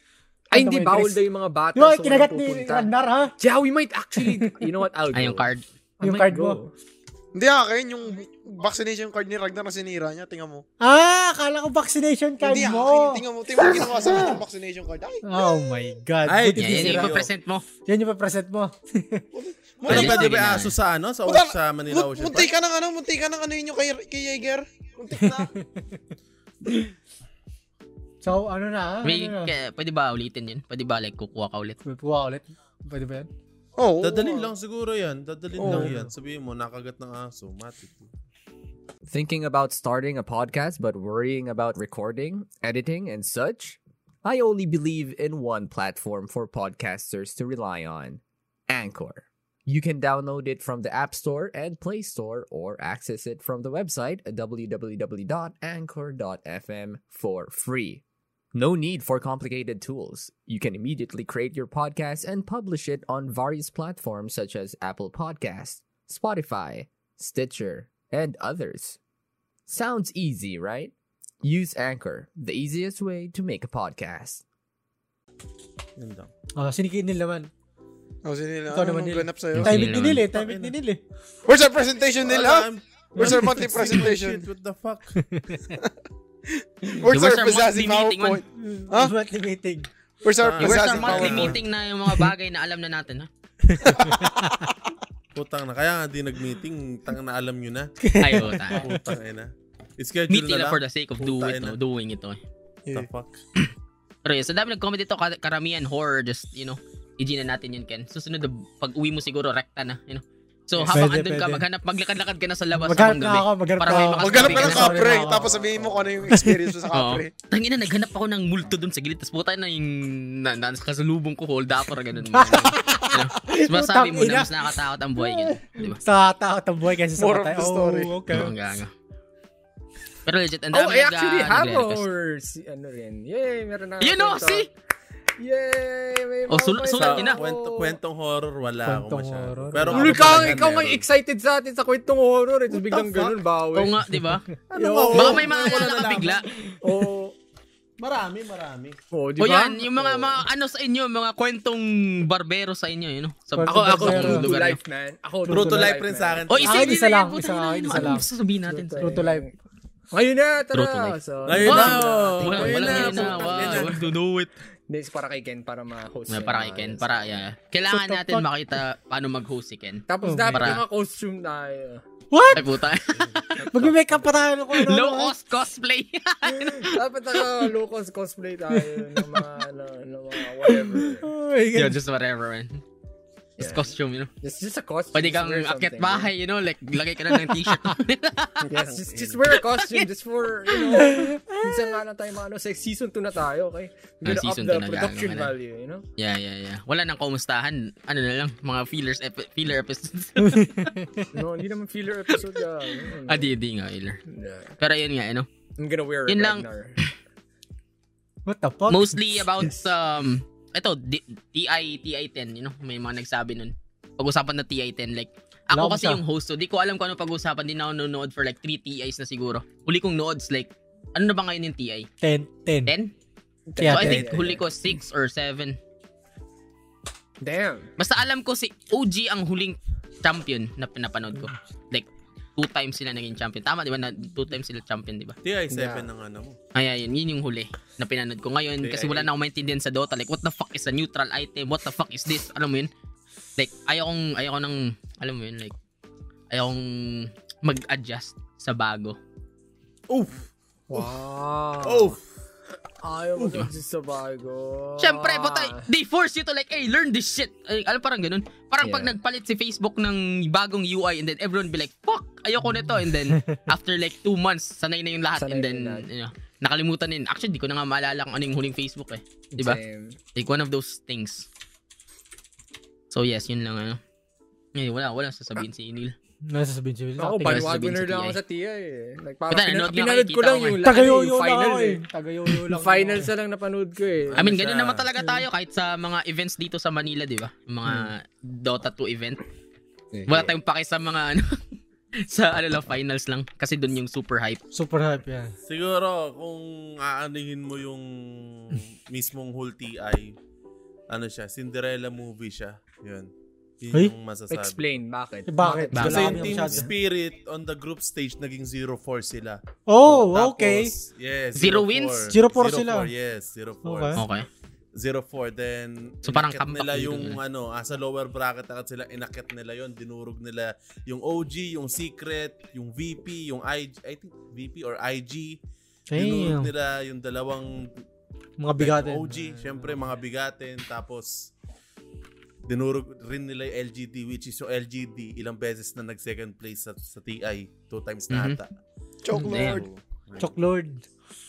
Speaker 6: Ay,
Speaker 3: Ano ba
Speaker 6: hindi,
Speaker 3: yun,
Speaker 6: bawal
Speaker 3: Chris?
Speaker 6: daw yung mga bata.
Speaker 3: Yung mga
Speaker 6: so
Speaker 3: kinagat
Speaker 6: walang
Speaker 3: ni
Speaker 6: pupunta.
Speaker 3: Ragnar, ha?
Speaker 6: Yeah, we might actually, you know what, I'll go.
Speaker 1: Ay, Ah, yung card.
Speaker 2: I
Speaker 3: Yung
Speaker 2: might
Speaker 3: card
Speaker 2: go.
Speaker 3: mo.
Speaker 4: Hindi ah, akin, yung vaccination card ni Ragnar na sinira niya, tingnan mo.
Speaker 3: Ah, akala ko vaccination card
Speaker 4: Hindi ah, akin,
Speaker 3: mo.
Speaker 4: tingnan mo, tingnan mo ginawa sa akin yung vaccination card. Ay,
Speaker 3: Oh my God.
Speaker 5: Ay,
Speaker 3: Buti
Speaker 1: Yan, yan
Speaker 3: bisira.
Speaker 1: yung present mo.
Speaker 3: Yan yung present mo.
Speaker 5: Wala
Speaker 1: Alis na
Speaker 5: pwede
Speaker 1: ginawa.
Speaker 5: Ano ba aso sa ano? Sa,
Speaker 4: Puta-
Speaker 5: sa Manila
Speaker 4: mun-
Speaker 5: Ocean
Speaker 4: munti
Speaker 5: Park?
Speaker 4: ka ng ano, munti ka ng ano yun yung kay, kay Jaeger. Munti na.
Speaker 3: So, ano na? ah? Ano
Speaker 1: May,
Speaker 3: na?
Speaker 1: kaya, pwede ba ulitin yun? Pwede ba like kukuha ka ulit?
Speaker 3: May puwa ulit. Pwede ba yan?
Speaker 4: Oo.
Speaker 5: Dadalin lang siguro yan. Dadalin
Speaker 4: Oo.
Speaker 5: lang yan. Sabihin mo, nakagat ng aso. Matik.
Speaker 6: Thinking about starting a podcast but worrying about recording, editing, and such? I only believe in one platform for podcasters to rely on Anchor. You can download it from the App Store and Play Store or access it from the website www.anchor.fm for free. No need for complicated tools. You can immediately create your podcast and publish it on various platforms such as Apple Podcasts, Spotify, Stitcher, and others. Sounds easy, right? Use Anchor, the easiest way to make a podcast.
Speaker 5: Yun lang.
Speaker 3: Oh, sinikin nila man.
Speaker 4: Oh, sinila.
Speaker 3: Ikaw naman,
Speaker 4: Ano
Speaker 3: Neil.
Speaker 4: ganap sa'yo?
Speaker 1: Ay.
Speaker 3: Timing ni Nil eh. Timing ni Nil eh.
Speaker 4: Where's our presentation nila?
Speaker 5: I'm-
Speaker 4: Where's our monthly
Speaker 5: Shit,
Speaker 4: presentation?
Speaker 5: What the fuck?
Speaker 4: Where's
Speaker 1: Where's
Speaker 4: our
Speaker 1: our
Speaker 4: possessive
Speaker 1: monthly meeting,
Speaker 4: PowerPoint?
Speaker 3: Huh?
Speaker 4: Huh?
Speaker 3: Monthly meeting.
Speaker 4: Where's our
Speaker 5: Ah,
Speaker 1: Where's our
Speaker 4: possessive
Speaker 1: monthly
Speaker 4: PowerPoint?
Speaker 1: meeting na yung mga bagay na alam na natin, ha?
Speaker 5: Putang na. Kaya nga di nag-meeting. Tang na alam nyo na.
Speaker 1: Ay, oh, tayo.
Speaker 5: Putang ina. Schedule
Speaker 1: Meet
Speaker 5: na
Speaker 1: nila
Speaker 5: lang.
Speaker 1: for the sake of do
Speaker 5: Puta
Speaker 1: it,
Speaker 5: ina.
Speaker 1: no? doing it. Oh.
Speaker 5: What the fuck?
Speaker 1: Pero yun, so dami nag-comment dito, ka- karamihan horror, just, you know, i-G na natin yun, Ken. Susunod, na pag uwi mo siguro, rekta na, you know. So,
Speaker 3: Yes.
Speaker 1: habang
Speaker 3: Pwede,
Speaker 1: andun ka,
Speaker 3: pwede.
Speaker 1: maghanap, maglakad-lakad ka na sa labas
Speaker 3: Maghanap
Speaker 1: habang
Speaker 3: na ako.
Speaker 1: gabi.
Speaker 3: Maghanap
Speaker 1: Para
Speaker 3: na
Speaker 1: may
Speaker 3: ako.
Speaker 1: mga
Speaker 4: Maghanap ka ng
Speaker 1: Sorry,
Speaker 4: kapre,
Speaker 3: Sorry,
Speaker 4: tapos sabihin mo kung ano yung experience mo sa
Speaker 1: Oo.
Speaker 4: kapre.
Speaker 1: Tangina, naghanap ako ng multo dun sa gilid. Tapos puta na yung na, na, kasalubong ko, hold up or ganun. Mas masabi mo na, mas nakatakot ang buhay ganun. Di ba?
Speaker 3: Sa takot ang buhay kasi sa
Speaker 4: More of
Speaker 3: patay.
Speaker 4: the story.
Speaker 3: Oh, okay.
Speaker 1: Ang gaga. Pero legit, ang dami
Speaker 6: Oh, I
Speaker 1: nag-
Speaker 6: actually
Speaker 1: ah,
Speaker 6: have
Speaker 1: nagre-request.
Speaker 6: our
Speaker 2: Si ano rin. Yay, meron na.
Speaker 1: You know,
Speaker 2: kwento.
Speaker 1: see?
Speaker 2: Yay, may
Speaker 1: Oh, sul-
Speaker 2: mga
Speaker 1: sulat
Speaker 2: kwento.
Speaker 1: yun na.
Speaker 5: Kwento, kwentong horror, wala
Speaker 3: Kwentong
Speaker 5: ako masyado.
Speaker 3: horror.
Speaker 5: Pero
Speaker 3: Ulo
Speaker 5: ano
Speaker 3: ka,
Speaker 5: talaga
Speaker 6: ikaw nga
Speaker 5: meron?
Speaker 6: excited sa atin sa kwentong horror. Ito biglang
Speaker 5: fuck?
Speaker 6: ganun, bawi.
Speaker 1: Oo nga, di ba?
Speaker 5: Ano nga,
Speaker 1: Baka
Speaker 5: oh,
Speaker 1: may
Speaker 5: wala
Speaker 1: maalala ka
Speaker 5: nalaman.
Speaker 1: bigla.
Speaker 6: Oo.
Speaker 5: Marami, marami.
Speaker 6: Oo, Oh, di
Speaker 1: O
Speaker 6: ba?
Speaker 1: Oh, yan, yung mga, mga ano sa inyo, mga kwentong barbero sa inyo, you know? Sa, ako,
Speaker 3: Kwentong
Speaker 1: ako,
Speaker 3: barbero.
Speaker 1: yung
Speaker 6: True to
Speaker 1: lugar
Speaker 6: life,
Speaker 1: niyo.
Speaker 6: man. Ako,
Speaker 5: True to life rin sa
Speaker 6: man.
Speaker 5: akin.
Speaker 1: O, isa,
Speaker 3: Akin,
Speaker 1: hindi
Speaker 3: Ah, isa
Speaker 1: na
Speaker 3: lang,
Speaker 1: yan, Oh, puta
Speaker 3: isa
Speaker 1: na
Speaker 3: lang,
Speaker 1: yan.
Speaker 3: isa
Speaker 1: Ano
Speaker 3: lang.
Speaker 1: ang sasabihin natin?
Speaker 3: True to life.
Speaker 6: Ngayon na,
Speaker 1: True to
Speaker 6: tara.
Speaker 1: life.
Speaker 6: So,
Speaker 5: Ngayon na.
Speaker 1: Walang-
Speaker 5: Ayun
Speaker 1: Walang
Speaker 5: na,
Speaker 1: yun na,
Speaker 5: putang
Speaker 1: wow.
Speaker 5: ina.
Speaker 1: Don't do it.
Speaker 2: Hindi, para kay Ken, para ma-host.
Speaker 1: Yeah,
Speaker 2: niya.
Speaker 1: para kay Ken. Para, yeah. Kailangan
Speaker 3: So,
Speaker 1: natin
Speaker 3: pag-
Speaker 1: makita paano mag-host si Ken.
Speaker 3: Oh,
Speaker 6: Tapos dapat
Speaker 1: para.
Speaker 6: naka-costume tayo.
Speaker 1: Ay,
Speaker 3: What?
Speaker 1: puta.
Speaker 3: Mag-make up pa tayo ng kung ano.
Speaker 1: Low cost cosplay.
Speaker 2: Dapat naka low cost cosplay tayo ng mga, ano, ng mga whatever.
Speaker 3: Oh my
Speaker 1: yeah,
Speaker 3: God.
Speaker 1: just whatever, man. Just costume, you know.
Speaker 6: It's just a costume.
Speaker 1: Pwede kang akit bahay, you know, like, lagay ka lang ng t-shirt.
Speaker 6: Yes,
Speaker 2: Just, just wear a costume just for, you know, minsan nga na tayo mga ano, sex season 2 na tayo, okay? We're gonna
Speaker 1: Ah,
Speaker 2: up
Speaker 1: season
Speaker 2: the
Speaker 1: two na
Speaker 2: production
Speaker 1: gagawin na.
Speaker 2: value, you know?
Speaker 1: yeah, yeah, yeah. Wala nang kumustahan. Ano na lang, mga feelers, epi- filler episodes.
Speaker 2: No, hindi naman filler episode yan. Ano,
Speaker 1: ah, di, di nga, filler.
Speaker 2: Yeah.
Speaker 1: Pero yun nga, you know.
Speaker 2: I'm gonna wear a
Speaker 1: Yun lang.
Speaker 2: Ragnar.
Speaker 3: What the fuck?
Speaker 1: Mostly about, um, ito, D- TI, TI-10, you know, may mga nagsabi nun. Pag-usapan na TI-10, like, ako
Speaker 3: Wala ko
Speaker 1: kasi
Speaker 3: siya.
Speaker 1: yung host, so di ko alam kung ano pag-usapan. Di na ako nanonood for like 3 TIs na siguro. Huli kong noods, like, ano na ba ngayon yung TI?
Speaker 3: 10, 10.
Speaker 1: 10? so
Speaker 3: Yeah,
Speaker 1: I
Speaker 3: 10.
Speaker 1: think huli ko 6 or 7.
Speaker 2: Damn.
Speaker 1: Basta alam ko si OG ang huling champion na pinapanood ko. Like, two times sila naging champion. Tama, di ba? Na, two times sila champion, di ba?
Speaker 5: TI7
Speaker 2: Yeah.
Speaker 5: ang ano mo.
Speaker 1: Kaya yun, yun yung huli na pinanood ko ngayon
Speaker 5: Okay,
Speaker 1: kasi
Speaker 5: I-
Speaker 1: wala na akong maintindihan sa Dota. Like, what the fuck is a neutral item? What the fuck is this? Alam mo yun? Like, ayokong, ayoko ng, alam mo yun, like, ayokong mag-adjust sa bago.
Speaker 5: Oof!
Speaker 2: Wow.
Speaker 1: Oh.
Speaker 5: Oof!
Speaker 2: Ayaw mo just sa bago.
Speaker 1: Siyempre, but I- they force you to like, hey, learn this shit. Ay, alam, parang ganun. Parang pag
Speaker 6: Yeah.
Speaker 1: nagpalit si Facebook ng bagong UI and then everyone be like, fuck, ayoko nito. And then, after like two months, sanay na yung lahat.
Speaker 2: Sanay na
Speaker 1: and then,
Speaker 2: yung lahat.
Speaker 1: you know, nakalimutan din. Actually, di ko na nga maalala kung ano yung huling Facebook eh. Di ba?
Speaker 2: Same.
Speaker 1: Like, one of those things. So, yes, yun lang ano. Eh, wala, wala sasabihin si Neil.
Speaker 3: Ano sasabihin siya?
Speaker 2: Ako,
Speaker 1: Tingnan
Speaker 2: banwago
Speaker 1: sabihin
Speaker 2: nerd
Speaker 1: sa
Speaker 2: lang ako
Speaker 1: TI.
Speaker 2: sa TI eh. Like, parang
Speaker 1: Puta,
Speaker 2: pina-
Speaker 1: nanood nga
Speaker 2: pinanood
Speaker 1: kayo,
Speaker 2: ko
Speaker 1: kita
Speaker 2: lang
Speaker 1: ko eh.
Speaker 2: yung, ano,
Speaker 3: Tagayoyo
Speaker 2: yung
Speaker 3: lang
Speaker 2: final
Speaker 3: ako eh.
Speaker 2: eh.
Speaker 3: Tagayoyo lang.
Speaker 2: Yung final sa lang napanood ko eh.
Speaker 1: I mean,
Speaker 5: Ano
Speaker 1: ganun
Speaker 5: siya?
Speaker 1: naman talaga tayo kahit sa mga events dito sa Manila, di ba? Yung Mga Dota 2 event. Wala tayong pake sa mga ano. sa ano lang, finals lang. Kasi dun yung super hype.
Speaker 3: Super hype yan.
Speaker 5: Siguro, kung aanihin mo yung mismong whole TI, ano siya, Cinderella movie siya. Yun. Yun
Speaker 3: Ay?
Speaker 5: yung masasabi.
Speaker 6: Explain, bakit?
Speaker 3: Eh, bakit?
Speaker 1: Bakit?
Speaker 5: Kasi
Speaker 3: Wala
Speaker 5: yung
Speaker 3: kami
Speaker 5: team
Speaker 3: masyado.
Speaker 5: spirit on the group stage, naging 0-4 sila.
Speaker 3: Oh, okay.
Speaker 5: Tapos, yes.
Speaker 1: Zero wins?
Speaker 3: 0-4 sila.
Speaker 5: yes, 0-4.
Speaker 3: Okay.
Speaker 1: Okay.
Speaker 5: 0-4. Then,
Speaker 1: So, parang
Speaker 5: inakyat
Speaker 1: comeback
Speaker 5: nila
Speaker 1: dito
Speaker 5: yung,
Speaker 1: na.
Speaker 5: ano, ah, sa lower bracket agad sila, inakit nila yon dinurog nila yung OG, yung Secret, yung VP, yung IG, I think VP or IG. Dinurog
Speaker 3: Damn.
Speaker 5: nila yung dalawang
Speaker 3: Mga eh. bigatin.
Speaker 5: OG, syempre, mga bigatin. Tapos, dinurog rin nila yung LGD, which is yung LGD, ilang beses na nag-second place sa, sa TI. Two times
Speaker 3: Mm-hmm.
Speaker 5: na
Speaker 1: Mhm.
Speaker 5: ata.
Speaker 4: Choke
Speaker 1: Damn.
Speaker 4: Lord.
Speaker 3: Chok Lord.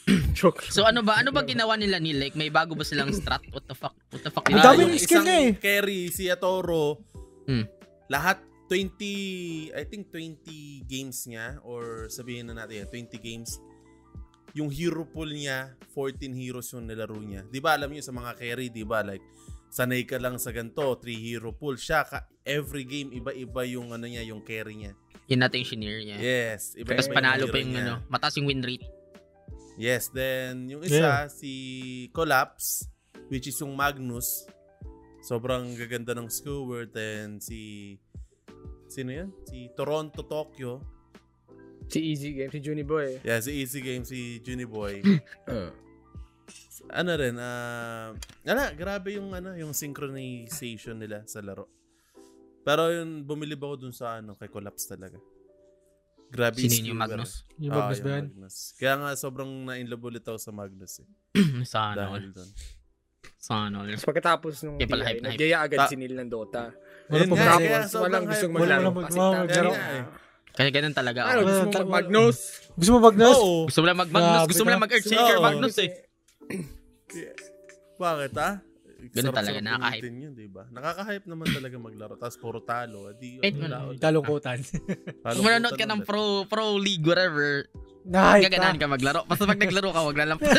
Speaker 1: So ano ba? Ano ba ginawa nila ni Like, may bago ba silang strat? What the fuck? What the fuck?
Speaker 3: Ang
Speaker 5: Ah,
Speaker 3: dami
Speaker 5: yung
Speaker 3: ng skill
Speaker 5: isang
Speaker 3: niya eh.
Speaker 5: Carry, si Atoro,
Speaker 1: Hmm.
Speaker 5: lahat 20, I think 20 games niya or sabihin na natin yan, 20 games. Yung hero pool niya, 14 heroes yung nilaro niya. Di ba alam niyo sa mga carry, di ba? Like, sanay ka lang sa ganito, 3 hero pool. Siya, ka, every game, iba-iba yung ano niya, yung carry niya.
Speaker 1: Yun natin yung shinir niya.
Speaker 5: Yes. Iba
Speaker 1: Tapos
Speaker 5: iba
Speaker 1: panalo pa
Speaker 5: hero
Speaker 1: yung
Speaker 5: niya.
Speaker 1: ano, mataas yung win rate.
Speaker 5: Yes, then yung isa si Collapse which is yung Magnus. Sobrang gaganda ng skewer then si sino yan? Si Toronto Tokyo.
Speaker 2: Si Easy Game, si Juni Boy.
Speaker 5: Yeah, si Easy Game si Juniboy.
Speaker 1: Uh.
Speaker 5: ano rin ah ala, grabe yung ano, yung synchronization nila sa laro. Pero yun bumili ba ako dun sa ano kay Collapse talaga. Grabe
Speaker 1: Sino yun yung
Speaker 5: skewer.
Speaker 1: Magnus?
Speaker 3: Yung
Speaker 5: Ah,
Speaker 3: Magnus
Speaker 5: yung
Speaker 3: ba yan?
Speaker 5: Magnus. Kaya nga sobrang na-inlove ulit ako sa Magnus eh.
Speaker 1: Sana all.
Speaker 5: Dahil dun.
Speaker 1: Sana all.
Speaker 2: Tapos pagkatapos nung
Speaker 1: Kaya pala
Speaker 2: DI,
Speaker 1: hype Ah. na hype.
Speaker 2: nagyaya agad
Speaker 5: Ta-
Speaker 2: si Neil ng Dota.
Speaker 3: Wala
Speaker 5: Ayun
Speaker 3: pa
Speaker 5: nga,
Speaker 3: ba?
Speaker 5: kaya
Speaker 2: Tapos walang
Speaker 5: sobrang
Speaker 2: gustong
Speaker 5: hype.
Speaker 3: Wala
Speaker 2: maglaro.
Speaker 3: naman-
Speaker 2: Kasi
Speaker 3: wala
Speaker 2: tanga-
Speaker 3: naman-
Speaker 5: eh.
Speaker 1: Kaya ganun talaga.
Speaker 2: Ano,
Speaker 1: ako.
Speaker 2: gusto
Speaker 3: Wala-
Speaker 2: mo mag-Magnus?
Speaker 3: Gusto mo Magnus?
Speaker 5: Oo.
Speaker 1: Gusto mo lang mag-Magnus.
Speaker 3: Grabe
Speaker 1: Gusto mo
Speaker 3: ka.
Speaker 1: lang mag-Earth Shaker
Speaker 2: Oh,
Speaker 5: Oo.
Speaker 1: Magnus eh.
Speaker 5: Bakit ah?
Speaker 1: Ganun talaga,
Speaker 5: Sarap-sarap
Speaker 1: nakaka-hype.
Speaker 5: gamitin Yun, diba? Nakaka-hype naman talaga maglaro. Tapos puro talo. Di,
Speaker 1: Wait,
Speaker 5: ano,
Speaker 1: wala.
Speaker 5: laon.
Speaker 3: Kalungkutan.
Speaker 5: Talo-
Speaker 1: Kung manonood ka
Speaker 5: talo-
Speaker 1: ng pro pro league, whatever,
Speaker 3: Nahay
Speaker 1: gaganahan
Speaker 3: ka.
Speaker 1: ka maglaro. Basta pag naglaro ka, wag lalampas.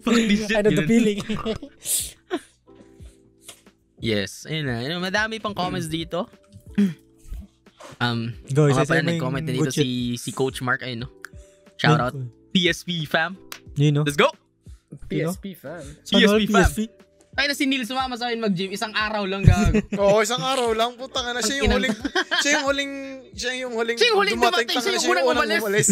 Speaker 1: Fuck this shit.
Speaker 3: Ano the
Speaker 1: ganun.
Speaker 3: feeling?
Speaker 1: Yes, ayun na. Ayun, madami pang comments dito. Um,
Speaker 3: Go,
Speaker 1: mga
Speaker 3: isa-isa
Speaker 1: pala
Speaker 3: mo yung
Speaker 1: nag-comment na
Speaker 3: good
Speaker 1: dito si
Speaker 3: shit.
Speaker 1: si Coach Mark ayun no. Shout out PSP fam.
Speaker 3: Yun, no?
Speaker 1: Let's go.
Speaker 2: PSP fan.
Speaker 3: Sana all
Speaker 1: PSP fam. Ay na si Neil sumama sa akin mag-gym isang araw lang gago.
Speaker 4: Oo, isang araw lang. Puta ka na. Siya yung huling, siya yung huling, siya yung huling,
Speaker 1: Siya yung huling dumating,
Speaker 4: tanga
Speaker 1: siya
Speaker 4: na,
Speaker 1: yung unang umalis.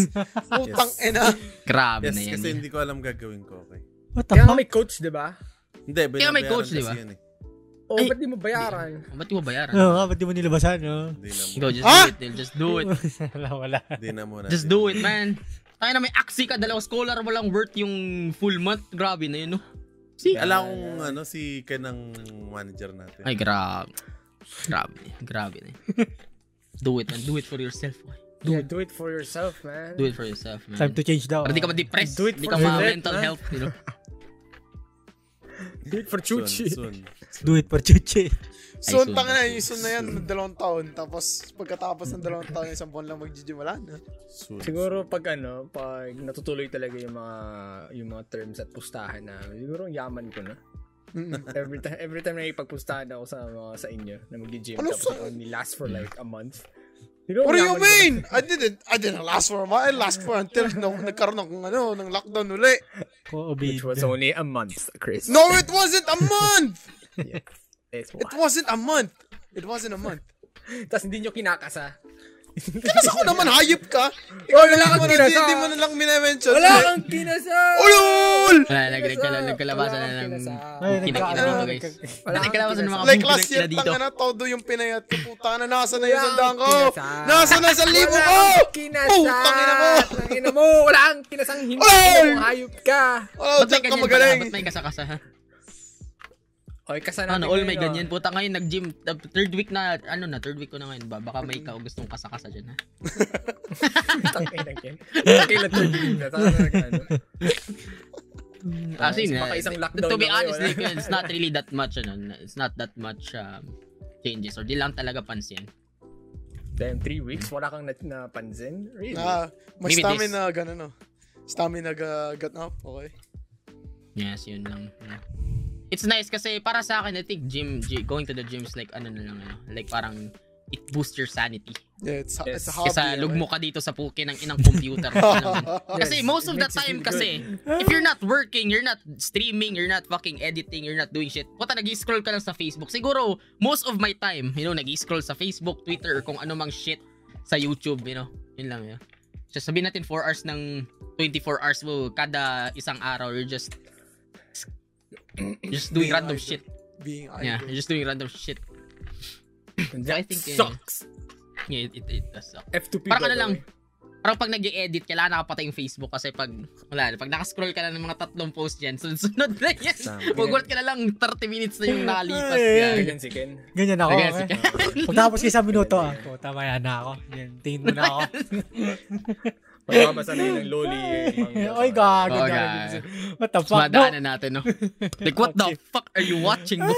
Speaker 4: Putang ina.
Speaker 1: Grabe
Speaker 5: Yes,
Speaker 1: na yan.
Speaker 5: kasi
Speaker 1: eh.
Speaker 5: hindi ko alam gagawin ko. Okay.
Speaker 3: What the
Speaker 2: Kaya nga
Speaker 3: fuck?
Speaker 2: may coach, di ba?
Speaker 5: Hindi,
Speaker 1: Kaya may
Speaker 5: binabayaran
Speaker 1: coach,
Speaker 5: kasi
Speaker 1: di ba?
Speaker 5: yan eh.
Speaker 2: O,
Speaker 1: Ay.
Speaker 2: ba't di mo bayaran?
Speaker 1: Oh, Ba't mo bayaran?
Speaker 3: Oo nga, ba't di mo nilabasan, no?
Speaker 5: Hindi na muna.
Speaker 1: Go, just do
Speaker 4: Ah!
Speaker 1: it, Neil. Just do it.
Speaker 3: wala, wala.
Speaker 5: Hindi na muna.
Speaker 1: Just
Speaker 5: Hindi na
Speaker 1: do it,
Speaker 5: muna.
Speaker 1: man. Tayo na may aksi ka, dalawang scholar, walang worth yung full month. Grabe na yun, no? See?
Speaker 5: Alam kong ano, si Ken ang manager natin.
Speaker 1: Ay, grabe. Grabe. Grabe na yun. Do it, man. Do it for yourself. boy.
Speaker 2: Yeah, do it for yourself, man.
Speaker 1: Do it for yourself, man.
Speaker 3: Time to change daw.
Speaker 1: Para di ka
Speaker 3: ah.
Speaker 1: ma-depress.
Speaker 2: Do it
Speaker 1: Di
Speaker 2: for
Speaker 1: ka
Speaker 2: yourself,
Speaker 1: ma-mental
Speaker 2: man.
Speaker 1: health, you know?
Speaker 2: Do it for
Speaker 5: Soon,
Speaker 2: Chuchi.
Speaker 5: soon.
Speaker 3: Do it for Chuchi.
Speaker 4: So,
Speaker 1: soon.
Speaker 4: tanga na. Yung soon na yan, dalawang taon. Tapos, pagkatapos ng dalawang taon, isang buwan lang magjijim. Wala na.
Speaker 5: Soon.
Speaker 2: Siguro pag ano, pag natutuloy talaga yung mga yung mga terms at pustahan na, siguro ang yaman ko na. every time every time na ipagpustahan ako sa mga sa inyo na mag-gym
Speaker 4: Ano
Speaker 2: tapos
Speaker 4: sa-
Speaker 2: ako only last for like a month. Siguro ang
Speaker 4: What do you
Speaker 2: yaman ko na.
Speaker 4: mean? I didn't, I didn't last for a while. I last for until no, nagkaroon ng, ano, ng lockdown uli.
Speaker 3: Ko, obid.
Speaker 2: Which was only a month, Chris.
Speaker 4: No, it wasn't a month!
Speaker 2: Yeah. It's
Speaker 4: It wasn't a month! It wasn't a month.
Speaker 2: Tapos hindi nyo kinakasa.
Speaker 4: Kasi ako naman, hayop ka!
Speaker 2: Wala
Speaker 4: Hindi
Speaker 2: kang
Speaker 4: mo na,
Speaker 2: kinasa.
Speaker 4: hindi mo na lang minimension.
Speaker 2: Wala kang kinasa!
Speaker 4: Ulol!
Speaker 1: Wala, nag- nagkala- nagkalabasan
Speaker 2: Wala
Speaker 1: na
Speaker 2: kang
Speaker 1: ng...
Speaker 2: kinasa.
Speaker 3: Ay,
Speaker 1: Kinakita dito,
Speaker 3: nagka- ano,
Speaker 1: guys.
Speaker 3: nagka-
Speaker 1: Nagkalabasan ng mga
Speaker 4: Like
Speaker 1: kumpinang
Speaker 4: last year,
Speaker 1: sila dito.
Speaker 4: tanga na, todo yung pinayat ko. Puta na, nasa na yung
Speaker 2: Wala
Speaker 4: sandaan ko!
Speaker 2: kang kinasa.
Speaker 4: Nasa na sa libo
Speaker 2: Wala
Speaker 4: ko!
Speaker 2: kang kinasa!
Speaker 4: Putang ina mo!
Speaker 2: Tangina mo! Wala kang kinasang hindi
Speaker 4: Ulol!
Speaker 2: mo! Hayop ka!
Speaker 1: Ba't may
Speaker 4: Oh, check ka
Speaker 1: ganyan pala?
Speaker 4: magaling!
Speaker 1: Ba't may kasakasa? ha?
Speaker 2: Oy, kasa natin
Speaker 1: Ano, all may
Speaker 2: ngayon,
Speaker 1: ganyan. Puta ngayon, nag-gym. uh, Third week na, ano na, third week ko na ngayon ba? Baka may ikaw gustong kasakasa dyan, ha?
Speaker 2: oh. Tangina yan. Tangina third week na. Tama na ano.
Speaker 1: As in,
Speaker 2: Baka
Speaker 1: uh,
Speaker 2: isang lockdown
Speaker 1: to be
Speaker 2: lang
Speaker 1: honest,
Speaker 2: yun.
Speaker 1: like, it's not really that much, ano, it's not that much um, changes or di lang talaga pansin.
Speaker 2: Damn, three weeks? Wala kang nat- napansin? Really?
Speaker 4: Ah, may
Speaker 1: Maybe this.
Speaker 4: stamina, ganun oh. Stamina ga- got up, okay.
Speaker 1: Yes, yun lang. Yeah. It's nice kasi para sa akin, I think gym, gy- going to the gym is like, ano na lang, ano, like parang it boosts your sanity.
Speaker 4: Yeah, it's, it's a hobby.
Speaker 1: Kesa
Speaker 4: ano eh.
Speaker 1: lugmok ka dito sa puke ng inang computer. Alam mo. kasi
Speaker 2: Yes,
Speaker 1: most
Speaker 2: it
Speaker 1: of the
Speaker 2: makes you
Speaker 1: time
Speaker 2: feel
Speaker 1: kasi, if you're not working, you're not streaming, you're not fucking editing, you're not doing shit, puta nag-scroll ka lang sa Facebook. Siguro, most of my time, you know, nag-scroll sa Facebook, Twitter, or kung ano mang shit sa YouTube, you know. Yun lang yun. So sabihin natin 4 hours ng 24 hours mo, kada isang araw, you're just you're just doing
Speaker 4: Being
Speaker 1: random
Speaker 4: idle.
Speaker 1: shit.
Speaker 4: Being
Speaker 1: Yeah,
Speaker 4: idle.
Speaker 1: you're just doing random shit.
Speaker 2: And
Speaker 1: So, I
Speaker 2: that
Speaker 1: think, eh,
Speaker 2: sucks.
Speaker 1: Yeah, it, it, it does suck.
Speaker 2: F2P
Speaker 1: Parang
Speaker 2: by
Speaker 1: ano
Speaker 2: the
Speaker 1: lang,
Speaker 2: way.
Speaker 1: parang pag nag edit kailangan nakapatay yung Facebook kasi pag, wala, pag nakascroll ka na ng mga tatlong post dyan, sunod-sunod na yan.
Speaker 5: Tama.
Speaker 1: Magulat ka na lang, 30 minutes na yung nakalipas.
Speaker 3: Ay,
Speaker 1: yan.
Speaker 2: Ganyan si Ken.
Speaker 3: Ganyan ako. eh.
Speaker 1: Ganyan si
Speaker 3: Okay. Pag tapos ka isang minuto, ah, oh, tama yan na ako. Yan, tingin mo na ako.
Speaker 2: Magpapasa na yun ng loli. yung mga-
Speaker 3: Oy, gago.
Speaker 1: Oh,
Speaker 3: gago.
Speaker 1: gago.
Speaker 3: What the fuck? No.
Speaker 1: Madaanan natin, no? Like, what the fuck are you watching, boy?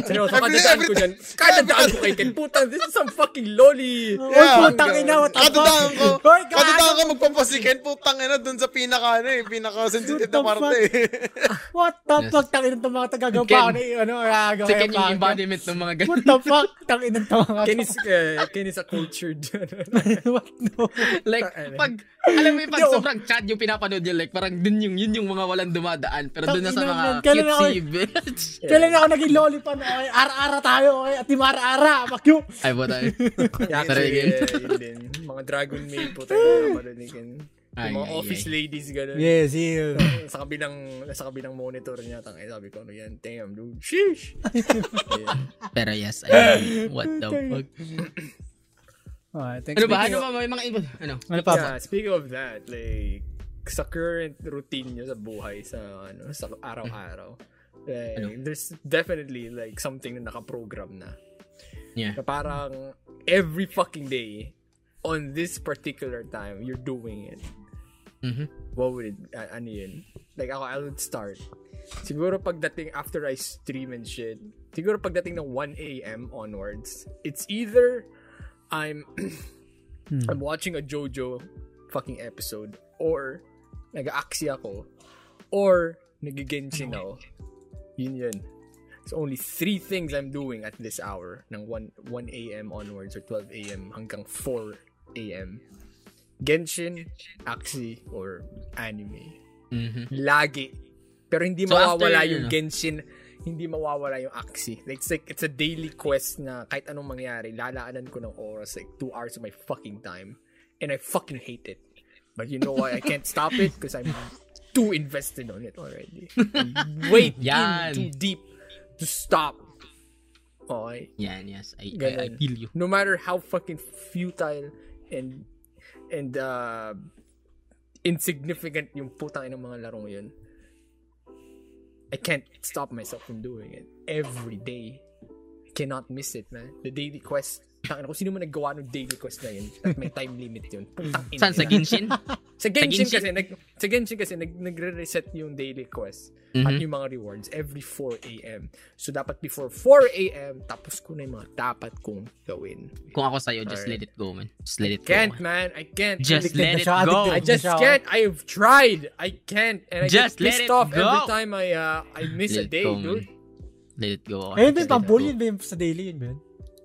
Speaker 2: Seryoso, kadadaan ko dyan. Kadadaan ko kay Ken. Putang, this is some fucking loli.
Speaker 3: Oy,
Speaker 4: Yeah.
Speaker 3: putang ina, what the fuck?
Speaker 4: Kadudaan ko.
Speaker 3: Oy, gago.
Speaker 4: Kadudaan ko magpapasikin. Putang ina dun sa pinaka ano eh. Pinaka sensitive
Speaker 3: What
Speaker 4: na
Speaker 3: the
Speaker 4: parte eh.
Speaker 3: What the
Speaker 1: Yes.
Speaker 3: fuck? Tangin ng mga tagagawa pa ako na yun, ano, gago.
Speaker 1: Kasi
Speaker 3: kaya
Speaker 1: yun yung
Speaker 3: pa-
Speaker 1: embodiment ng mga ganun.
Speaker 3: What the fuck? Tangin ng mga
Speaker 2: Ken is, uh, Ken is a cultured.
Speaker 3: What no?
Speaker 1: Like, pag, alam mo yung pag sobrang chat yung pinapanood yun, like, parang dun yung, yun yung mga walang dumadaan. Pero dun na sa mga
Speaker 3: Tangina, ganun ako
Speaker 1: cutesy
Speaker 3: eh.
Speaker 1: bitch.
Speaker 3: Kailan ako naging loli pa na, okay, ara-ara tayo, okay, at yung ara-ara, fuck you.
Speaker 1: Ay, what I...
Speaker 2: Yeah,
Speaker 1: Tara,
Speaker 2: actually,
Speaker 1: Ken.
Speaker 2: eh, yun din. Mga dragon maid po tayo naman ni Ken.
Speaker 1: Ay,
Speaker 2: Yung mga
Speaker 1: ay,
Speaker 2: office ladies, gano'n.
Speaker 3: Yes, you.
Speaker 2: Sa kabilang, sa kabilang monitor niya, tangay, sabi ko, ano yan, damn, dude, sheesh. yeah.
Speaker 1: Pero yes, I mean, what the fuck? Ano ba? Ano ba? May mga input? Ano?
Speaker 3: Ano pa ba?
Speaker 2: Yeah, speaking of that, like, sa current routine nyo sa buhay, sa, ano, sa araw-araw, like, there's definitely, like, something na nakaprogram na.
Speaker 1: Yeah.
Speaker 2: Na parang, every fucking day, on this particular time, you're doing it.
Speaker 1: Mhm.
Speaker 2: what would it, uh, ano yun? Like ako, I would start. Siguro pagdating after I stream and shit, siguro pagdating ng 1 a.m. onwards, it's either I'm I'm watching a JoJo fucking episode or nag-aaksi ako or nagigenshin ako. Yun yun. It's only three things I'm doing at this hour ng 1, 1 a.m. onwards or 12 a.m. hanggang 4 a.m. Genshin, Axie, or anime.
Speaker 1: Mhm.
Speaker 2: Lagi. Pero hindi
Speaker 1: So,
Speaker 2: mawawala
Speaker 1: after,
Speaker 2: yung
Speaker 1: ano?
Speaker 2: Genshin, hindi mawawala yung Axie. Like, it's like, it's a daily quest na kahit anong mangyari, lalaanan ko ng oras, like, two hours of my fucking time. And I fucking hate it. But you know why I can't stop it? Because I'm too invested on it already. I'm way in
Speaker 1: Yan.
Speaker 2: too deep to stop. Okay?
Speaker 1: Yan, yes. I, I, I
Speaker 2: Ganun.
Speaker 1: feel you.
Speaker 2: No matter how fucking futile and and uh, insignificant yung putang ng mga larong yun. I can't stop myself from doing it every day. I cannot miss it, man. The daily quest. Tangina ko, sino man naggawa ng daily quest na yun? At may time limit yun. Putang ina.
Speaker 1: Mm. Saan? Sa
Speaker 2: yan.
Speaker 1: Genshin?
Speaker 2: Sa Genshin,
Speaker 1: Genshin?
Speaker 2: kasi, nag, sa Genshin kasi nag, nagre-reset yung daily quest
Speaker 1: Mm-hmm.
Speaker 2: at yung mga rewards every 4 a.m. So, dapat before 4 a.m., tapos ko na yung mga dapat kong gawin.
Speaker 1: Kung ako sa'yo, just let it go, man. Just let it
Speaker 2: Can't,
Speaker 1: go. man.
Speaker 2: man. I can't. I,
Speaker 1: Just let it
Speaker 3: siya,
Speaker 1: go.
Speaker 3: addicted
Speaker 2: I just
Speaker 3: Siya. oh.
Speaker 2: can't. I've tried. I can't. And I just
Speaker 1: Just let
Speaker 2: get pissed
Speaker 1: it
Speaker 2: off
Speaker 1: go.
Speaker 2: every time I uh, I miss a
Speaker 1: Let it
Speaker 2: day,
Speaker 1: go, man.
Speaker 2: dude.
Speaker 1: Let it go. Just
Speaker 3: Ayun ba yung
Speaker 1: let it go.
Speaker 3: pambul Oh, yun ba yung sa daily yun ba yun?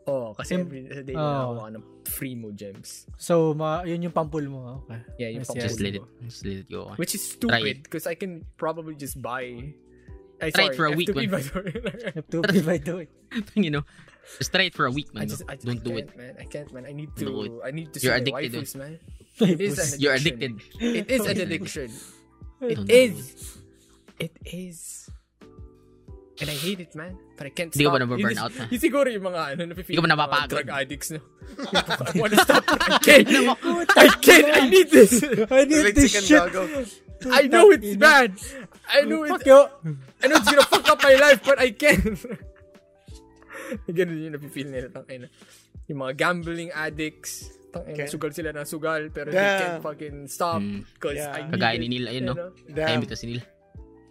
Speaker 2: Oo, oh, kasi
Speaker 3: Im-
Speaker 2: every day
Speaker 3: Oo.
Speaker 1: oh.
Speaker 2: na ako ng free mo gems.
Speaker 3: So, ma, yun yung pampul mo.
Speaker 1: Ah,
Speaker 3: Okay.
Speaker 2: Yeah, yung
Speaker 3: Yes,
Speaker 2: pang-
Speaker 3: yes.
Speaker 1: Just let it, just let it go.
Speaker 2: Which is
Speaker 1: Try
Speaker 2: stupid because I can probably just buy... I, sorry,
Speaker 1: Try it for a
Speaker 2: F2P,
Speaker 1: week, man.
Speaker 2: by the way.
Speaker 3: You have to be by the way.
Speaker 1: you know, just try it for a week,
Speaker 2: I
Speaker 1: man.
Speaker 2: just,
Speaker 1: no?
Speaker 2: I,
Speaker 1: Don't
Speaker 2: I
Speaker 1: do it.
Speaker 2: can't, man. I can't, man. I need
Speaker 1: Don't
Speaker 2: to.
Speaker 1: do
Speaker 2: I need to.
Speaker 1: You're
Speaker 2: see my
Speaker 1: addicted, eh.
Speaker 2: waifus, man. It is an
Speaker 3: Waifus.
Speaker 2: addiction.
Speaker 1: You're addicted.
Speaker 2: It is an addiction.
Speaker 1: Don't
Speaker 2: It
Speaker 1: do
Speaker 2: is. It is. And I hate it, man. But I can't
Speaker 1: Hindi ka
Speaker 2: stop.
Speaker 1: ba nababurnout,
Speaker 2: Yun-
Speaker 1: ha?
Speaker 2: Yun siguro yung mga ano, napipili
Speaker 1: Hindi ka
Speaker 2: yung
Speaker 1: ba
Speaker 2: mga
Speaker 1: napapagod?
Speaker 2: drug addicts na. I wanna stop. but I can't. I can't. I need this.
Speaker 3: I need this
Speaker 4: Mexican
Speaker 3: shit.
Speaker 4: gago.
Speaker 2: I know it's bad. I know it.
Speaker 3: Fuck you.
Speaker 2: I know it's gonna fuck up my life, but I can't. Ganun yung napipili nila. Tangina. Yung mga gambling addicts. Tangina,
Speaker 4: Okay.
Speaker 2: sugal sila na sugal, pero they
Speaker 4: Yeah.
Speaker 2: can't fucking stop.
Speaker 1: Mm.
Speaker 2: Because
Speaker 4: Yeah.
Speaker 2: I need
Speaker 1: Kagaya
Speaker 2: it,
Speaker 1: ni Neil, ayun,
Speaker 2: you
Speaker 1: no?
Speaker 2: know?
Speaker 1: Time
Speaker 4: Damn.
Speaker 1: ito si Nil.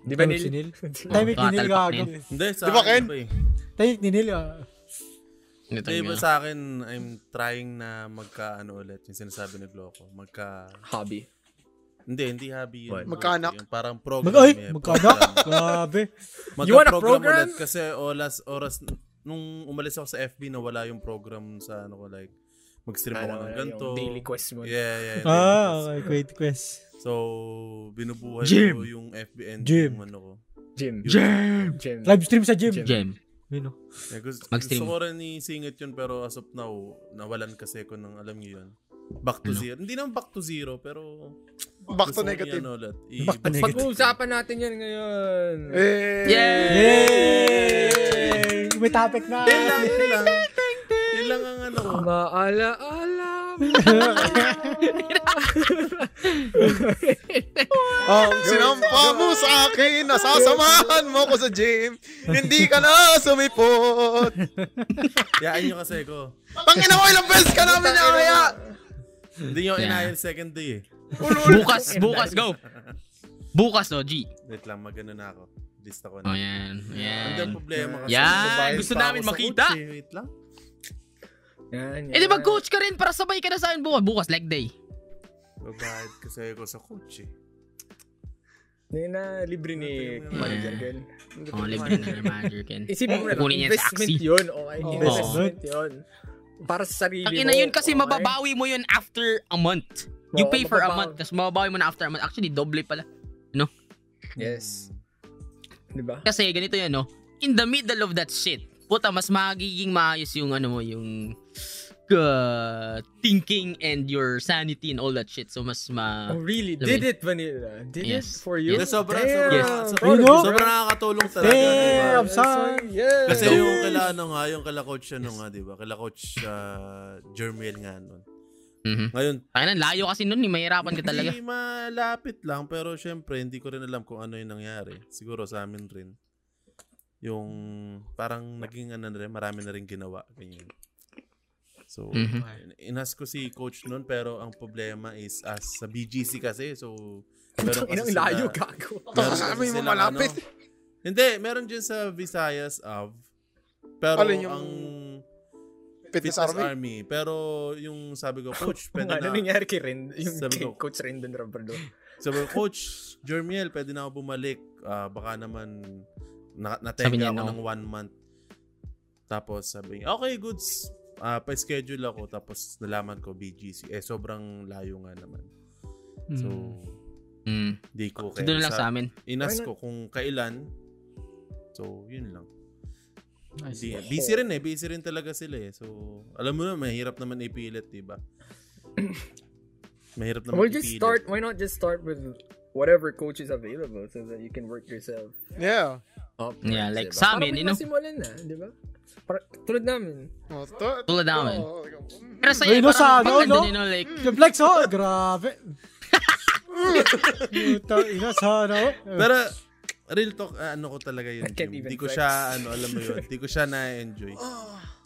Speaker 2: Di ba,
Speaker 3: Time si
Speaker 2: Neil?
Speaker 3: Timing ni Neil
Speaker 1: tatalpak
Speaker 3: gago.
Speaker 1: na
Speaker 5: Hindi, sa
Speaker 4: Di ba,
Speaker 5: akin
Speaker 4: Ken?
Speaker 5: iba eh.
Speaker 3: Timing ni Neil. ah.
Speaker 1: Ito
Speaker 5: Hindi,
Speaker 1: yung,
Speaker 5: ba
Speaker 1: ano,
Speaker 5: sa akin, I'm trying na magka, ano ulit, yung sinasabi ni Gloco. Magka,
Speaker 2: Hobby.
Speaker 5: hindi, hindi hobby yun.
Speaker 2: What?
Speaker 4: Magkaanak.
Speaker 5: Yung parang program.
Speaker 3: Mag- Ay,
Speaker 5: eh,
Speaker 3: magkano?
Speaker 5: program.
Speaker 3: Grabe.
Speaker 5: Magka-program
Speaker 2: You wanna program?
Speaker 5: ulit kasi oras, oras nung umalis ako sa FB, nawala yung program sa ano ko, like, mag-stream ako
Speaker 2: Ano,
Speaker 5: ng
Speaker 2: yung
Speaker 5: ganito.
Speaker 2: daily quest mo.
Speaker 5: Yeah, yeah. yeah, daily
Speaker 3: Ah,
Speaker 5: quest.
Speaker 3: okay. Great quest.
Speaker 5: So, binubuhay
Speaker 1: Gym.
Speaker 5: ko yung FB and
Speaker 3: Gym.
Speaker 5: yung ano ko.
Speaker 2: Gym.
Speaker 5: Yun.
Speaker 2: Gym.
Speaker 3: Live stream sa gym.
Speaker 1: Gem.
Speaker 3: Yun, oh.
Speaker 5: Yeah, gusto,
Speaker 1: Mag-stream.
Speaker 5: gusto ko rin isingit yun pero as of now, nawalan kasi ko ng alam niyo yun. Back
Speaker 1: Ano?
Speaker 5: to zero. Hindi naman back to zero pero
Speaker 4: Back
Speaker 5: gusto
Speaker 4: to
Speaker 5: ko
Speaker 4: negative.
Speaker 5: i-ano ulit. I-
Speaker 3: Back to negative.
Speaker 2: Pag-uusapan natin yan ngayon.
Speaker 4: Eh,
Speaker 1: Yay!
Speaker 3: Yay! May topic na.
Speaker 5: Yun lang, yun lang. Yun lang ang ano ko.
Speaker 2: Maalaala mo.
Speaker 4: Ang sinampa mo sa akin, nasasamahan mo ko sa gym. Hindi ka na sumipot.
Speaker 5: Yaan nyo kasi ko.
Speaker 4: Tangina mo, ilang beses ka namin na kaya.
Speaker 5: Hindi nyo
Speaker 1: Yeah.
Speaker 5: inayal second day eh.
Speaker 1: Bukas, bukas, go! Bukas, oh, G.
Speaker 5: Wait lang, magano na ako. Lista ko
Speaker 1: Oh,
Speaker 5: na.
Speaker 1: yan.
Speaker 5: Hindi
Speaker 1: Yan.
Speaker 5: ang problema kasi.
Speaker 1: Yan,
Speaker 5: babayad
Speaker 1: gusto
Speaker 5: pa ako
Speaker 1: namin
Speaker 5: sa
Speaker 1: makita.
Speaker 5: kotse. Wait lang.
Speaker 2: Yan, yan.
Speaker 1: Eh, di ba coach ka rin para sabay ka na sa akin bukas? Bukas, leg day.
Speaker 5: Babayad kasi ko sa eh. kotse.
Speaker 2: Yan na, libre ni
Speaker 5: Yeah.
Speaker 2: manager girl.
Speaker 1: Oh, libre na yung manager, Ken.
Speaker 2: Isipin mo na lang,
Speaker 1: Kunin niya sa
Speaker 2: investment
Speaker 1: aksi.
Speaker 2: yun. Okay,
Speaker 3: Oo.
Speaker 2: investment yun. Para sa sarili
Speaker 1: Ang
Speaker 2: mo.
Speaker 1: ina yun kasi
Speaker 2: okay?
Speaker 1: mababawi mo yun after a month. You
Speaker 2: Oo,
Speaker 1: pay for a
Speaker 2: mababawi.
Speaker 1: month, tapos mababawi mo na after a month. Actually, doble pala.
Speaker 2: Yes. Di ba?
Speaker 1: Kasi ganito yan, no? In the middle of that shit, puta, mas magiging maayos yung ano mo, yung uh, thinking and your sanity and all that shit. So, mas ma...
Speaker 2: Oh, really?
Speaker 1: Alam mo
Speaker 2: Did
Speaker 1: yun.
Speaker 2: it, Vanilla? Did it
Speaker 1: Yes.
Speaker 2: for you?
Speaker 5: Yes. Sobrang,
Speaker 2: Damn!
Speaker 5: sobrang,
Speaker 1: Yes.
Speaker 5: sobrang,
Speaker 3: You know?
Speaker 5: sobrang nakakatulong talaga. diba?
Speaker 3: Damn, son.
Speaker 2: Yes.
Speaker 5: Kasi
Speaker 3: Yes.
Speaker 5: yung kila ano nga, yung kila coach ano nga, 'di ba? Kila coach uh, Jermiel nga noon.
Speaker 1: Mhm.
Speaker 5: Ngayon,
Speaker 1: Tayo na, layo kasi nun, eh, mahirapan ka talaga.
Speaker 5: Hindi malapit lang pero syempre hindi ko rin alam kung ano yung nangyari. Siguro sa amin rin yung parang naging ano na rin, marami na rin ginawa ganyan. So,
Speaker 1: Mhm.
Speaker 5: in- inas ko si coach noon pero ang problema is as sa BGC kasi so meron
Speaker 2: Ang
Speaker 5: kasi
Speaker 2: layo,
Speaker 5: sila-
Speaker 2: gago.
Speaker 5: meron kasi
Speaker 4: Sabi mo
Speaker 5: silang
Speaker 4: malapit.
Speaker 5: ano- hindi, meron dyan sa Visayas of pero
Speaker 4: Alin yung-
Speaker 5: ang
Speaker 4: Fitness army.
Speaker 5: Army. Pero yung sabi ko, Coach,
Speaker 2: Kung
Speaker 5: pwede
Speaker 2: ano
Speaker 5: na.
Speaker 2: nangyari kay Ren, yung kay
Speaker 5: Sabi ko.
Speaker 2: Coach Ren dun, Roberto.
Speaker 5: Sabi ko, Coach, Jermiel, pwede na ako bumalik. Ah, baka naman na
Speaker 1: Sabi
Speaker 5: natenga
Speaker 1: niya,
Speaker 5: ako
Speaker 1: no.
Speaker 5: ng one month. Tapos sabi niya, okay, goods. Ah, pa-schedule ako. Tapos nalaman ko, BGC. Eh, sobrang layo nga naman. So,
Speaker 1: Mm.
Speaker 3: Hmm.
Speaker 5: di ko
Speaker 1: So, doon lang sa amin.
Speaker 2: Why
Speaker 5: Inas
Speaker 2: not?
Speaker 5: ko kung kailan. So, yun lang.
Speaker 3: Nice.
Speaker 5: Di- busy rin eh. Busy rin talaga sila eh. So, alam mo na, mahirap naman ipilit, di ba? mahirap naman
Speaker 2: We'll just
Speaker 5: ipilit.
Speaker 2: start, why not just start with whatever coach is available so that you can work yourself
Speaker 4: Yeah.
Speaker 6: Oh,
Speaker 2: up.
Speaker 1: Yeah, like sa amin, you know?
Speaker 2: Para na, di ba? Para, tulad namin.
Speaker 4: Oh, to-
Speaker 1: Tulad namin.
Speaker 4: Oh,
Speaker 1: Pero sa'yo,
Speaker 3: Wait, no,
Speaker 1: parang
Speaker 3: sa
Speaker 1: pag
Speaker 3: ano,
Speaker 1: nandun
Speaker 3: no?
Speaker 1: yun, no, like,
Speaker 3: Yung flex, oh. Grabe. Puta, ina, sana, oh.
Speaker 5: Pero, real talk, ah, ano ko talaga
Speaker 2: I
Speaker 5: yun.
Speaker 2: can't
Speaker 5: Jim.
Speaker 2: even
Speaker 5: Di ko
Speaker 2: flex.
Speaker 5: siya, ano, alam mo yun. Di ko siya na-enjoy.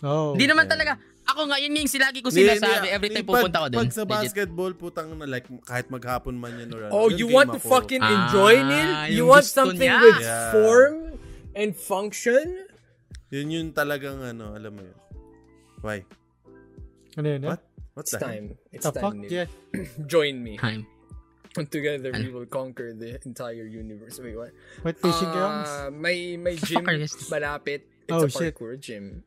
Speaker 3: Oh.
Speaker 1: Di naman talaga. Ako nga, yun yung silagi ko
Speaker 5: Hindi,
Speaker 1: sinasabi
Speaker 5: hindi,
Speaker 1: every time
Speaker 5: pag-
Speaker 1: pupunta ko dun.
Speaker 5: Pag sa
Speaker 1: Legit.
Speaker 5: basketball, putang na, like, kahit maghapon man yun or ano.
Speaker 2: Oh,
Speaker 5: yun
Speaker 2: you
Speaker 5: game
Speaker 2: want to
Speaker 5: ako.
Speaker 2: fucking
Speaker 1: Ah,
Speaker 2: enjoy, Neil? You
Speaker 1: yung
Speaker 2: want
Speaker 1: gusto
Speaker 2: something
Speaker 1: niya.
Speaker 2: with
Speaker 5: Yeah.
Speaker 2: form and function?
Speaker 5: Yun yun talagang, ano, alam mo yun. Why?
Speaker 3: Ano yun, eh?
Speaker 5: What? What's
Speaker 2: It's
Speaker 5: that?
Speaker 2: time. It's
Speaker 3: The fuck,
Speaker 2: time, Neil.
Speaker 3: yeah.
Speaker 2: Join me.
Speaker 1: Time.
Speaker 2: And together we
Speaker 1: Ano?
Speaker 2: will conquer the entire universe. Wait, what?
Speaker 3: What fishing grounds?
Speaker 2: Ah, may may gym
Speaker 1: Fucker, yes.
Speaker 2: malapit. It's
Speaker 3: Oh,
Speaker 2: a
Speaker 3: shit.
Speaker 2: parkour gym.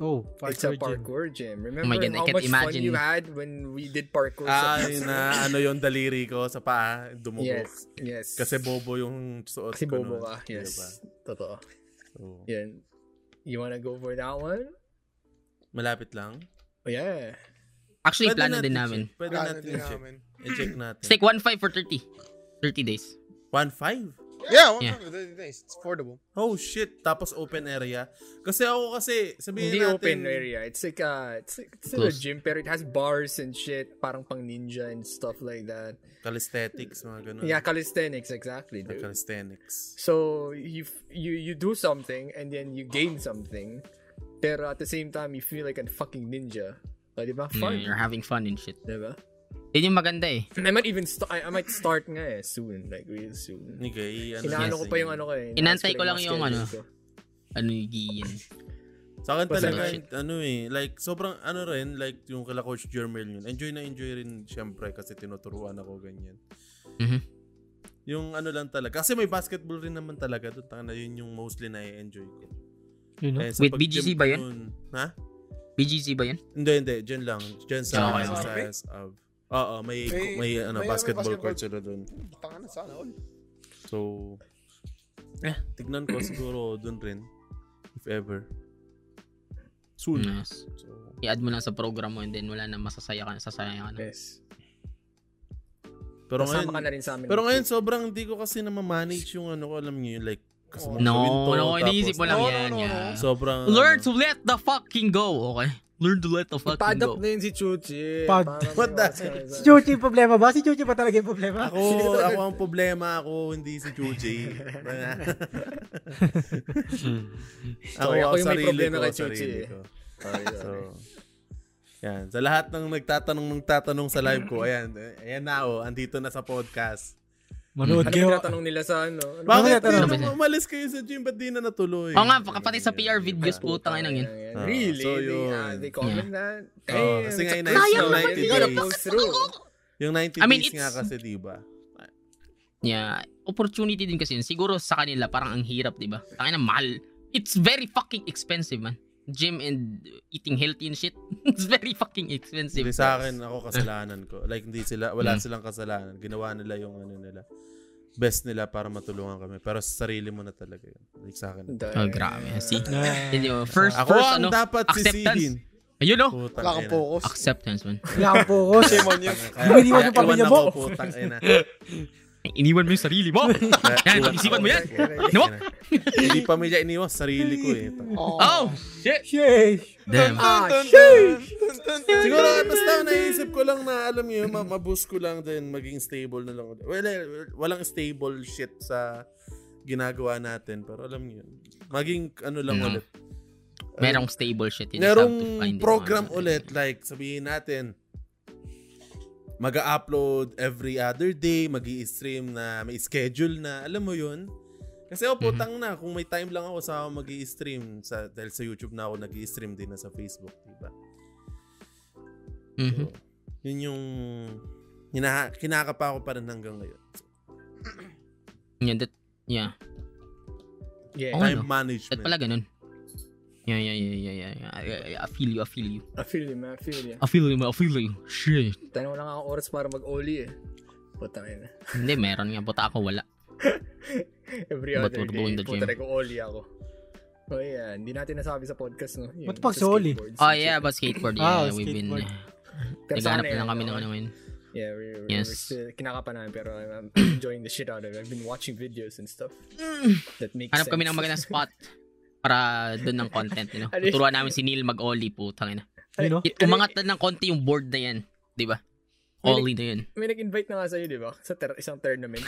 Speaker 3: Oh,
Speaker 2: it's a
Speaker 3: parkour gym.
Speaker 2: parkour gym. Remember
Speaker 1: Oh my God, I
Speaker 2: how
Speaker 1: can't
Speaker 2: much fun
Speaker 1: imagine.
Speaker 2: you had when we did parkour? sa-
Speaker 5: Ay, Ah, na, ano yung daliri ko sa paa, dumugo.
Speaker 2: yes, yes.
Speaker 5: Kasi bobo yung suot
Speaker 2: Kasi
Speaker 5: ko
Speaker 2: bobo ka.
Speaker 5: nun.
Speaker 2: Yes.
Speaker 5: Diba?
Speaker 2: Totoo.
Speaker 5: So,
Speaker 2: Yan. You wanna go for that one?
Speaker 5: Malapit lang.
Speaker 2: Oh, yeah.
Speaker 1: Actually,
Speaker 5: Pwede
Speaker 1: plano
Speaker 5: natin
Speaker 1: din
Speaker 5: i-check.
Speaker 1: namin.
Speaker 5: Pwede
Speaker 4: Plano
Speaker 5: natin
Speaker 4: din
Speaker 5: i-check.
Speaker 4: namin.
Speaker 5: I-check natin.
Speaker 1: It's like 1.5 for 30. 30 days.
Speaker 5: 1.5?
Speaker 4: Yeah, one
Speaker 1: Yeah.
Speaker 4: hundred days. It's affordable.
Speaker 5: Oh shit, tapos open area. Kasi ako kasi, sabihin
Speaker 2: Hindi
Speaker 5: natin,
Speaker 2: open area. It's like a, it's, like, it's still a
Speaker 1: Close.
Speaker 2: gym pero it has bars and shit. Parang pang ninja and stuff like that.
Speaker 5: calisthenics, mga ganun.
Speaker 2: Yeah, calisthenics exactly,
Speaker 5: Ah,
Speaker 2: dude.
Speaker 5: Hmm. calisthenics.
Speaker 2: So you f- you you do something and then you gain something, pero at the same time you feel like a fucking ninja. Oh, di ba? Fun.
Speaker 1: Hmm, Yeah, you're having fun and shit.
Speaker 2: Di ba?
Speaker 1: Yun yung maganda eh.
Speaker 2: I might even st- I, I might start nga eh soon, like real soon.
Speaker 5: Okay, ano
Speaker 2: Inaano
Speaker 5: yes.
Speaker 2: ko pa yung ano ko eh.
Speaker 1: Inantay
Speaker 2: inaayos
Speaker 1: ko lang yung
Speaker 2: schedule
Speaker 1: ano.
Speaker 2: ko.
Speaker 1: Ano yung giyin.
Speaker 5: Sa akin
Speaker 2: Basta
Speaker 5: talaga,
Speaker 1: shit.
Speaker 5: ano eh, like, sobrang ano rin, like, yung kala Coach Jermel yun. Enjoy na enjoy rin, syempre, kasi tinuturuan ako ganyan.
Speaker 2: Mm-hmm.
Speaker 1: Mhm.
Speaker 5: Yung ano lang talaga. Kasi may basketball rin naman talaga. Doon, na yun yung mostly na-enjoy ko.
Speaker 3: Yun, no?
Speaker 5: Eh, sa
Speaker 1: Wait,
Speaker 5: pag-gym
Speaker 1: BGC
Speaker 5: ko
Speaker 1: ba yun?
Speaker 5: nun- Ha?
Speaker 1: BGC ba yun?
Speaker 5: Hindi, hindi. Diyan lang. Diyan sa...
Speaker 1: Okay,
Speaker 5: sa,
Speaker 4: okay.
Speaker 5: sa- uh, Oo, may,
Speaker 4: May-
Speaker 5: may, ano,
Speaker 4: may- may
Speaker 5: basketball,
Speaker 4: basketball.
Speaker 5: court sila doon.
Speaker 4: Tanga na sana all.
Speaker 5: So, eh, tignan ko siguro doon rin. If ever. Soon.
Speaker 2: Hmm.
Speaker 1: Yes.
Speaker 5: So,
Speaker 1: I-add mo lang sa program mo and then wala na masasaya ka, sasaya ka na.
Speaker 2: Yes.
Speaker 5: pero
Speaker 2: Kasama ka na
Speaker 5: ngayon,
Speaker 2: rin sa amin.
Speaker 5: pero ngayon sobrang hindi ko kasi na manage yung ano ko, alam niyo yun, like, kasi
Speaker 4: Oo.
Speaker 5: mga
Speaker 1: No,
Speaker 5: winto,
Speaker 1: no, iniisip mo
Speaker 5: tapos-
Speaker 1: lang
Speaker 4: No, no,
Speaker 1: yan.
Speaker 4: no, no.
Speaker 1: yeah.
Speaker 5: Sobrang...
Speaker 1: Learn
Speaker 5: ano,
Speaker 1: to let the fucking go, okay? Learn to let the fucking
Speaker 2: Pad up
Speaker 1: go.
Speaker 2: na yun si Chuchi.
Speaker 3: Pad-
Speaker 2: Parang
Speaker 5: What
Speaker 2: may
Speaker 5: the-
Speaker 2: oras ka na
Speaker 3: Si
Speaker 2: sa-
Speaker 3: Chuchi yung problema ba? Si Chuchi ba talaga yung problema?
Speaker 5: Ako, ako ang problema ako, hindi si Chuchi.
Speaker 2: Sorry, ako yung may
Speaker 5: sarili
Speaker 2: problema
Speaker 5: ko,
Speaker 2: kay Chuchi
Speaker 5: sarili
Speaker 2: eh.
Speaker 5: ko.
Speaker 2: Sorry,
Speaker 5: So,
Speaker 2: sorry.
Speaker 5: yan. Sa lahat ng nagtatanong ng tatanong sa live ko, ayan, eh, ayan na oh, andito na sa podcast.
Speaker 3: Manood
Speaker 2: Ano
Speaker 3: kayo.
Speaker 2: yung tinatanong nila sa ano? Ano ba-
Speaker 5: Bakit
Speaker 3: tinatanong?
Speaker 5: hindi naman umalis kayo sa gym? Ba't di na natuloy?
Speaker 1: Oo nga, kapatid sa PR
Speaker 5: Ayun,
Speaker 1: videos
Speaker 5: diba?
Speaker 1: po, tangay nang yun.
Speaker 5: Ah,
Speaker 2: Really?
Speaker 5: so
Speaker 2: They-
Speaker 5: yun.
Speaker 2: ah, They comment that?
Speaker 5: Oo,
Speaker 2: Damn,
Speaker 5: kasi
Speaker 2: it's
Speaker 5: nga
Speaker 2: a
Speaker 5: yun,
Speaker 2: crash
Speaker 5: yung
Speaker 2: now.
Speaker 5: 90
Speaker 2: You gotta
Speaker 5: days.
Speaker 2: pull through.
Speaker 5: Yung 90
Speaker 1: I mean,
Speaker 5: days nga
Speaker 1: it's-
Speaker 5: kasi, diba? di ba?
Speaker 1: Yeah, opportunity din kasi yun. Siguro sa kanila parang ang hirap, 'di ba? Tangina mahal. It's very fucking expensive, man. Gym and uh, eating healthy and shit. It's very fucking expensive.
Speaker 5: Hindi sa akin, ako kasalanan ko. Like, hindi sila,
Speaker 1: Mm.
Speaker 5: wala silang kasalanan. Ginawa nila yung ano nila. Best nila para matulungan kami. Pero sa sarili mo na talaga yun. Like sa akin.
Speaker 1: Oh, grabe. See?
Speaker 3: Yeah.
Speaker 1: Yun yung first,
Speaker 5: Ako
Speaker 1: first,
Speaker 5: ang
Speaker 1: ano,
Speaker 5: dapat
Speaker 1: acceptance.
Speaker 5: sisihin.
Speaker 1: Ayun, no?
Speaker 5: Putang
Speaker 4: Wala kang
Speaker 5: ina.
Speaker 4: focus.
Speaker 1: Acceptance, man.
Speaker 3: Wala akong focus.
Speaker 4: Shame on you.
Speaker 5: Kaya-
Speaker 3: Hindi mo
Speaker 5: kaya
Speaker 3: yung pamilya
Speaker 5: iwan
Speaker 3: mo.
Speaker 5: ako, Putang ina.
Speaker 1: Iniwan mo yung sarili mo. Yan, pag-isipan mo yan. No?
Speaker 5: Hindi pamilya iniwas, sarili ko eh.
Speaker 1: Oh, shit.
Speaker 3: Sheesh.
Speaker 1: Damn.
Speaker 2: Ah,
Speaker 5: Siguro basta naisip ko lang na alam niyo, ma- maboost ko lang din maging stable na lang. ulit. Well, eh, walang stable shit sa ginagawa natin, pero alam niyo, yun, maging ano lang
Speaker 1: Mm.
Speaker 5: ulit.
Speaker 1: Merong stable shit. You just have
Speaker 5: Merong
Speaker 1: to find it.
Speaker 5: program ulit like sabihin natin mag-upload every other day, mag stream na may schedule na, alam mo 'yun. Kasi oh,
Speaker 1: Mm-hmm.
Speaker 5: putang na, kung may time lang ako sa mag stream sa dahil sa YouTube na ako nag-stream din na sa Facebook, 'di ba?
Speaker 1: Mhm.
Speaker 5: Yun yung hinaha- kinakapa ko pa rin hanggang ngayon.
Speaker 1: Yeah, that, yeah.
Speaker 2: Yeah.
Speaker 1: Oh,
Speaker 5: Time
Speaker 1: ano?
Speaker 5: management.
Speaker 1: Ba't pala ganun? Yeah, yeah, yeah, yeah, yeah, yeah. I, I- I feel you, I feel you.
Speaker 2: I feel you, man. I feel you.
Speaker 1: I feel you, man. I feel you. Shit.
Speaker 2: Tanong lang ako oras para mag-oli eh. Puta na
Speaker 1: Hindi, meron nga. Buta ako, wala.
Speaker 2: Every
Speaker 1: Ba't
Speaker 2: other
Speaker 1: wag go in
Speaker 2: day,
Speaker 1: the
Speaker 2: puta
Speaker 1: gym?
Speaker 2: nag-oli ako. Oh yeah, hindi natin nasabi sa podcast, no? Yun,
Speaker 3: Ba't pag
Speaker 2: sa
Speaker 3: sa oli?
Speaker 2: skateboards
Speaker 1: Oh,
Speaker 2: and
Speaker 1: yeah,
Speaker 2: shit.
Speaker 1: but skateboard.
Speaker 3: Ah,
Speaker 1: Yeah, we've been...
Speaker 3: skateboard.
Speaker 2: Pero
Speaker 1: Naghanap
Speaker 2: sana
Speaker 1: na
Speaker 2: yan,
Speaker 1: lang kami ng
Speaker 2: okay.
Speaker 1: ano ngayon.
Speaker 2: Yeah, we're, we're,
Speaker 1: Yes.
Speaker 2: we're still kinakapa namin, pero I'm, I'm enjoying the shit out of it. I've been watching videos and stuff.
Speaker 1: Mm.
Speaker 2: That makes
Speaker 1: Hanap
Speaker 2: sense.
Speaker 1: kami ng magandang spot para doon ng content, you know.
Speaker 2: Ano yun?
Speaker 1: Tuturuan namin si Neil mag-ollie po, tangina.
Speaker 3: You know?
Speaker 1: It umangat na ng konti yung board na yan, 'di ba? Ollie na 'yun.
Speaker 2: May nag-invite na nga sa'yo, di ba? Sa ter- isang tournament.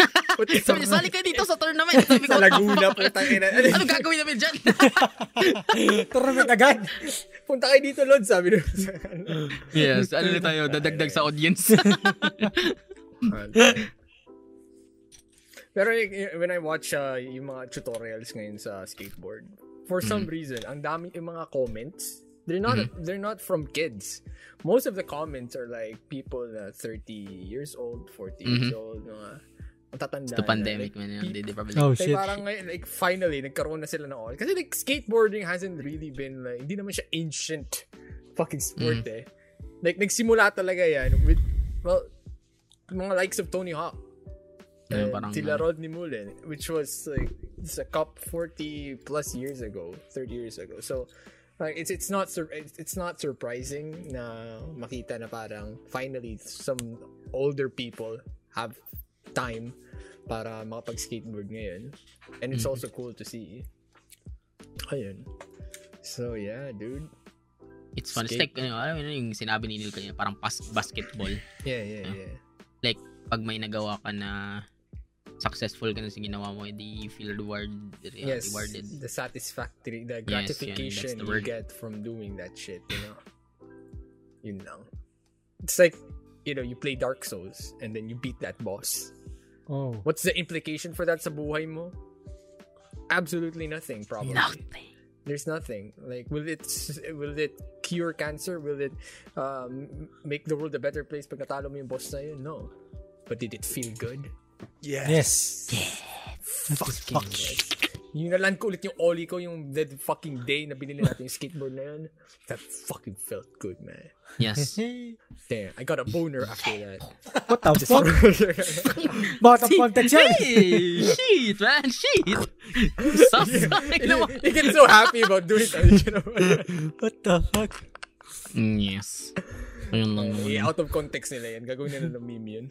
Speaker 1: Sabi niya, sali ka dito sa tournament. Sabi ko,
Speaker 2: Sa Laguna, putang ina.
Speaker 1: ano gagawin namin dyan?
Speaker 3: Tournament agad.
Speaker 2: Punta kayo dito, Lord, sabi nila.
Speaker 1: yes, ano na tayo, dadagdag sa audience.
Speaker 2: Pero like, y- when I watch uh, yung mga tutorials ngayon sa skateboard, for some
Speaker 1: Mm-hmm.
Speaker 2: reason, ang dami yung mga comments, they're not they're not from kids. Most of the comments are like people na 30 years old, 40 years old, mga matatanda.
Speaker 1: Mm-hmm. The
Speaker 2: na,
Speaker 1: pandemic,
Speaker 2: like,
Speaker 1: man. Yun,
Speaker 2: peop-
Speaker 1: di, di probably.
Speaker 3: Oh,
Speaker 2: Like,
Speaker 3: shit.
Speaker 2: parang ngayon, like, finally, nagkaroon na sila ng all. Kasi, like, skateboarding hasn't really been, like, hindi naman siya ancient fucking sport,
Speaker 3: Mm.
Speaker 2: eh. Like, nagsimula talaga yan with, well, mga likes of Tony Hawk.
Speaker 1: Yeah,
Speaker 2: And
Speaker 1: parang,
Speaker 2: sila
Speaker 1: uh,
Speaker 2: Rodney Mullen, which was, like, it's a cup 40 plus years ago, 30 years ago. So, like, it's it's not sur- it's, it's not surprising na makita na parang finally some older people have time para makapag-skateboard ngayon. And it's also cool to see. Ayun. So yeah, dude.
Speaker 1: It's fun. It's like, ano, alam mo yun, yung sinabi ni Neil kanina, parang pas- basketball.
Speaker 2: Yeah, yeah, yeah.
Speaker 1: Like, pag may nagawa ka na successful ka na sa ginawa mo, hindi you feel reward,
Speaker 2: Yes,
Speaker 1: uh, rewarded.
Speaker 2: the satisfactory, the
Speaker 1: Yes, yun, that's the
Speaker 2: gratification you
Speaker 1: word.
Speaker 2: get from doing that shit, you know? Yun lang. It's like, you know, you play Dark Souls and then you beat that boss.
Speaker 3: Oh.
Speaker 2: What's the implication for that sa buhay mo? Absolutely nothing, probably.
Speaker 1: Nothing.
Speaker 2: there's nothing like will it will it cure cancer will it um, make the world a better place pag natalo mo yung boss na yun no but did it feel good
Speaker 4: Yeah.
Speaker 3: Yes. Fuck. Fuck.
Speaker 2: Ninalan ko ulit yung ollie ko yung that fucking day na binili natin yung skateboard na yun. That fucking felt good, man.
Speaker 1: Yes.
Speaker 2: Damn, I got a boner after that.
Speaker 3: What the fuck? Bakit ang context yan?
Speaker 1: Hey, shit, man, shit. Sus, ay, naman.
Speaker 2: you get so happy about doing that, you know?
Speaker 3: What the fuck?
Speaker 1: Mm, Yes. Ayun lang
Speaker 3: Um,
Speaker 1: naman.
Speaker 2: Yeah, out of context nila yan. Gagawin nila ng meme yun.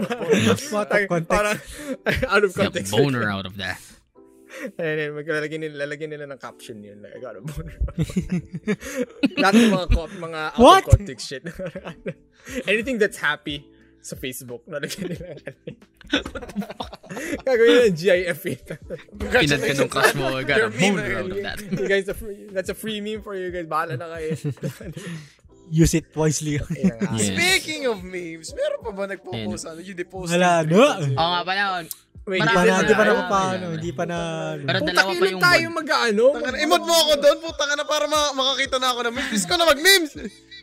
Speaker 3: What the context?
Speaker 2: Parang, out of
Speaker 1: Get a
Speaker 2: context.
Speaker 1: boner out of that.
Speaker 2: And then, Eh, maglalagay nila, lalagyan nila ng caption yun. Like, I got a boner. Lahat ng mga, co- mga out
Speaker 3: What?
Speaker 2: of context shit. Anything that's happy sa Facebook, nalagyan nila. ng ano. Gagawin nila ng GIF. it.
Speaker 1: Pinad ka nung crush mo, I got a
Speaker 4: You're mean,
Speaker 1: boner out of that.
Speaker 2: you guys, a free, that's a free meme for you guys. Bahala na kayo.
Speaker 3: Use it wisely.
Speaker 2: Ayun nga.
Speaker 1: Yeah.
Speaker 4: Speaking of memes, meron pa ba nagpo-post? Ano, yung depost?
Speaker 3: Wala, no?
Speaker 1: Oo nga pala,
Speaker 2: Wait,
Speaker 3: Hindi
Speaker 1: Marami
Speaker 3: pa na, hindi pa na
Speaker 1: na.
Speaker 3: paano, hindi pa na...
Speaker 1: pero
Speaker 2: Puta,
Speaker 1: dalawa pa
Speaker 2: kailan
Speaker 1: yung
Speaker 2: tayo
Speaker 1: bag.
Speaker 2: mag-ano?
Speaker 4: Tangana, imod mo ako doon, puta ka na para ma- makakita na ako ng memes. Gusto ko na mag-memes.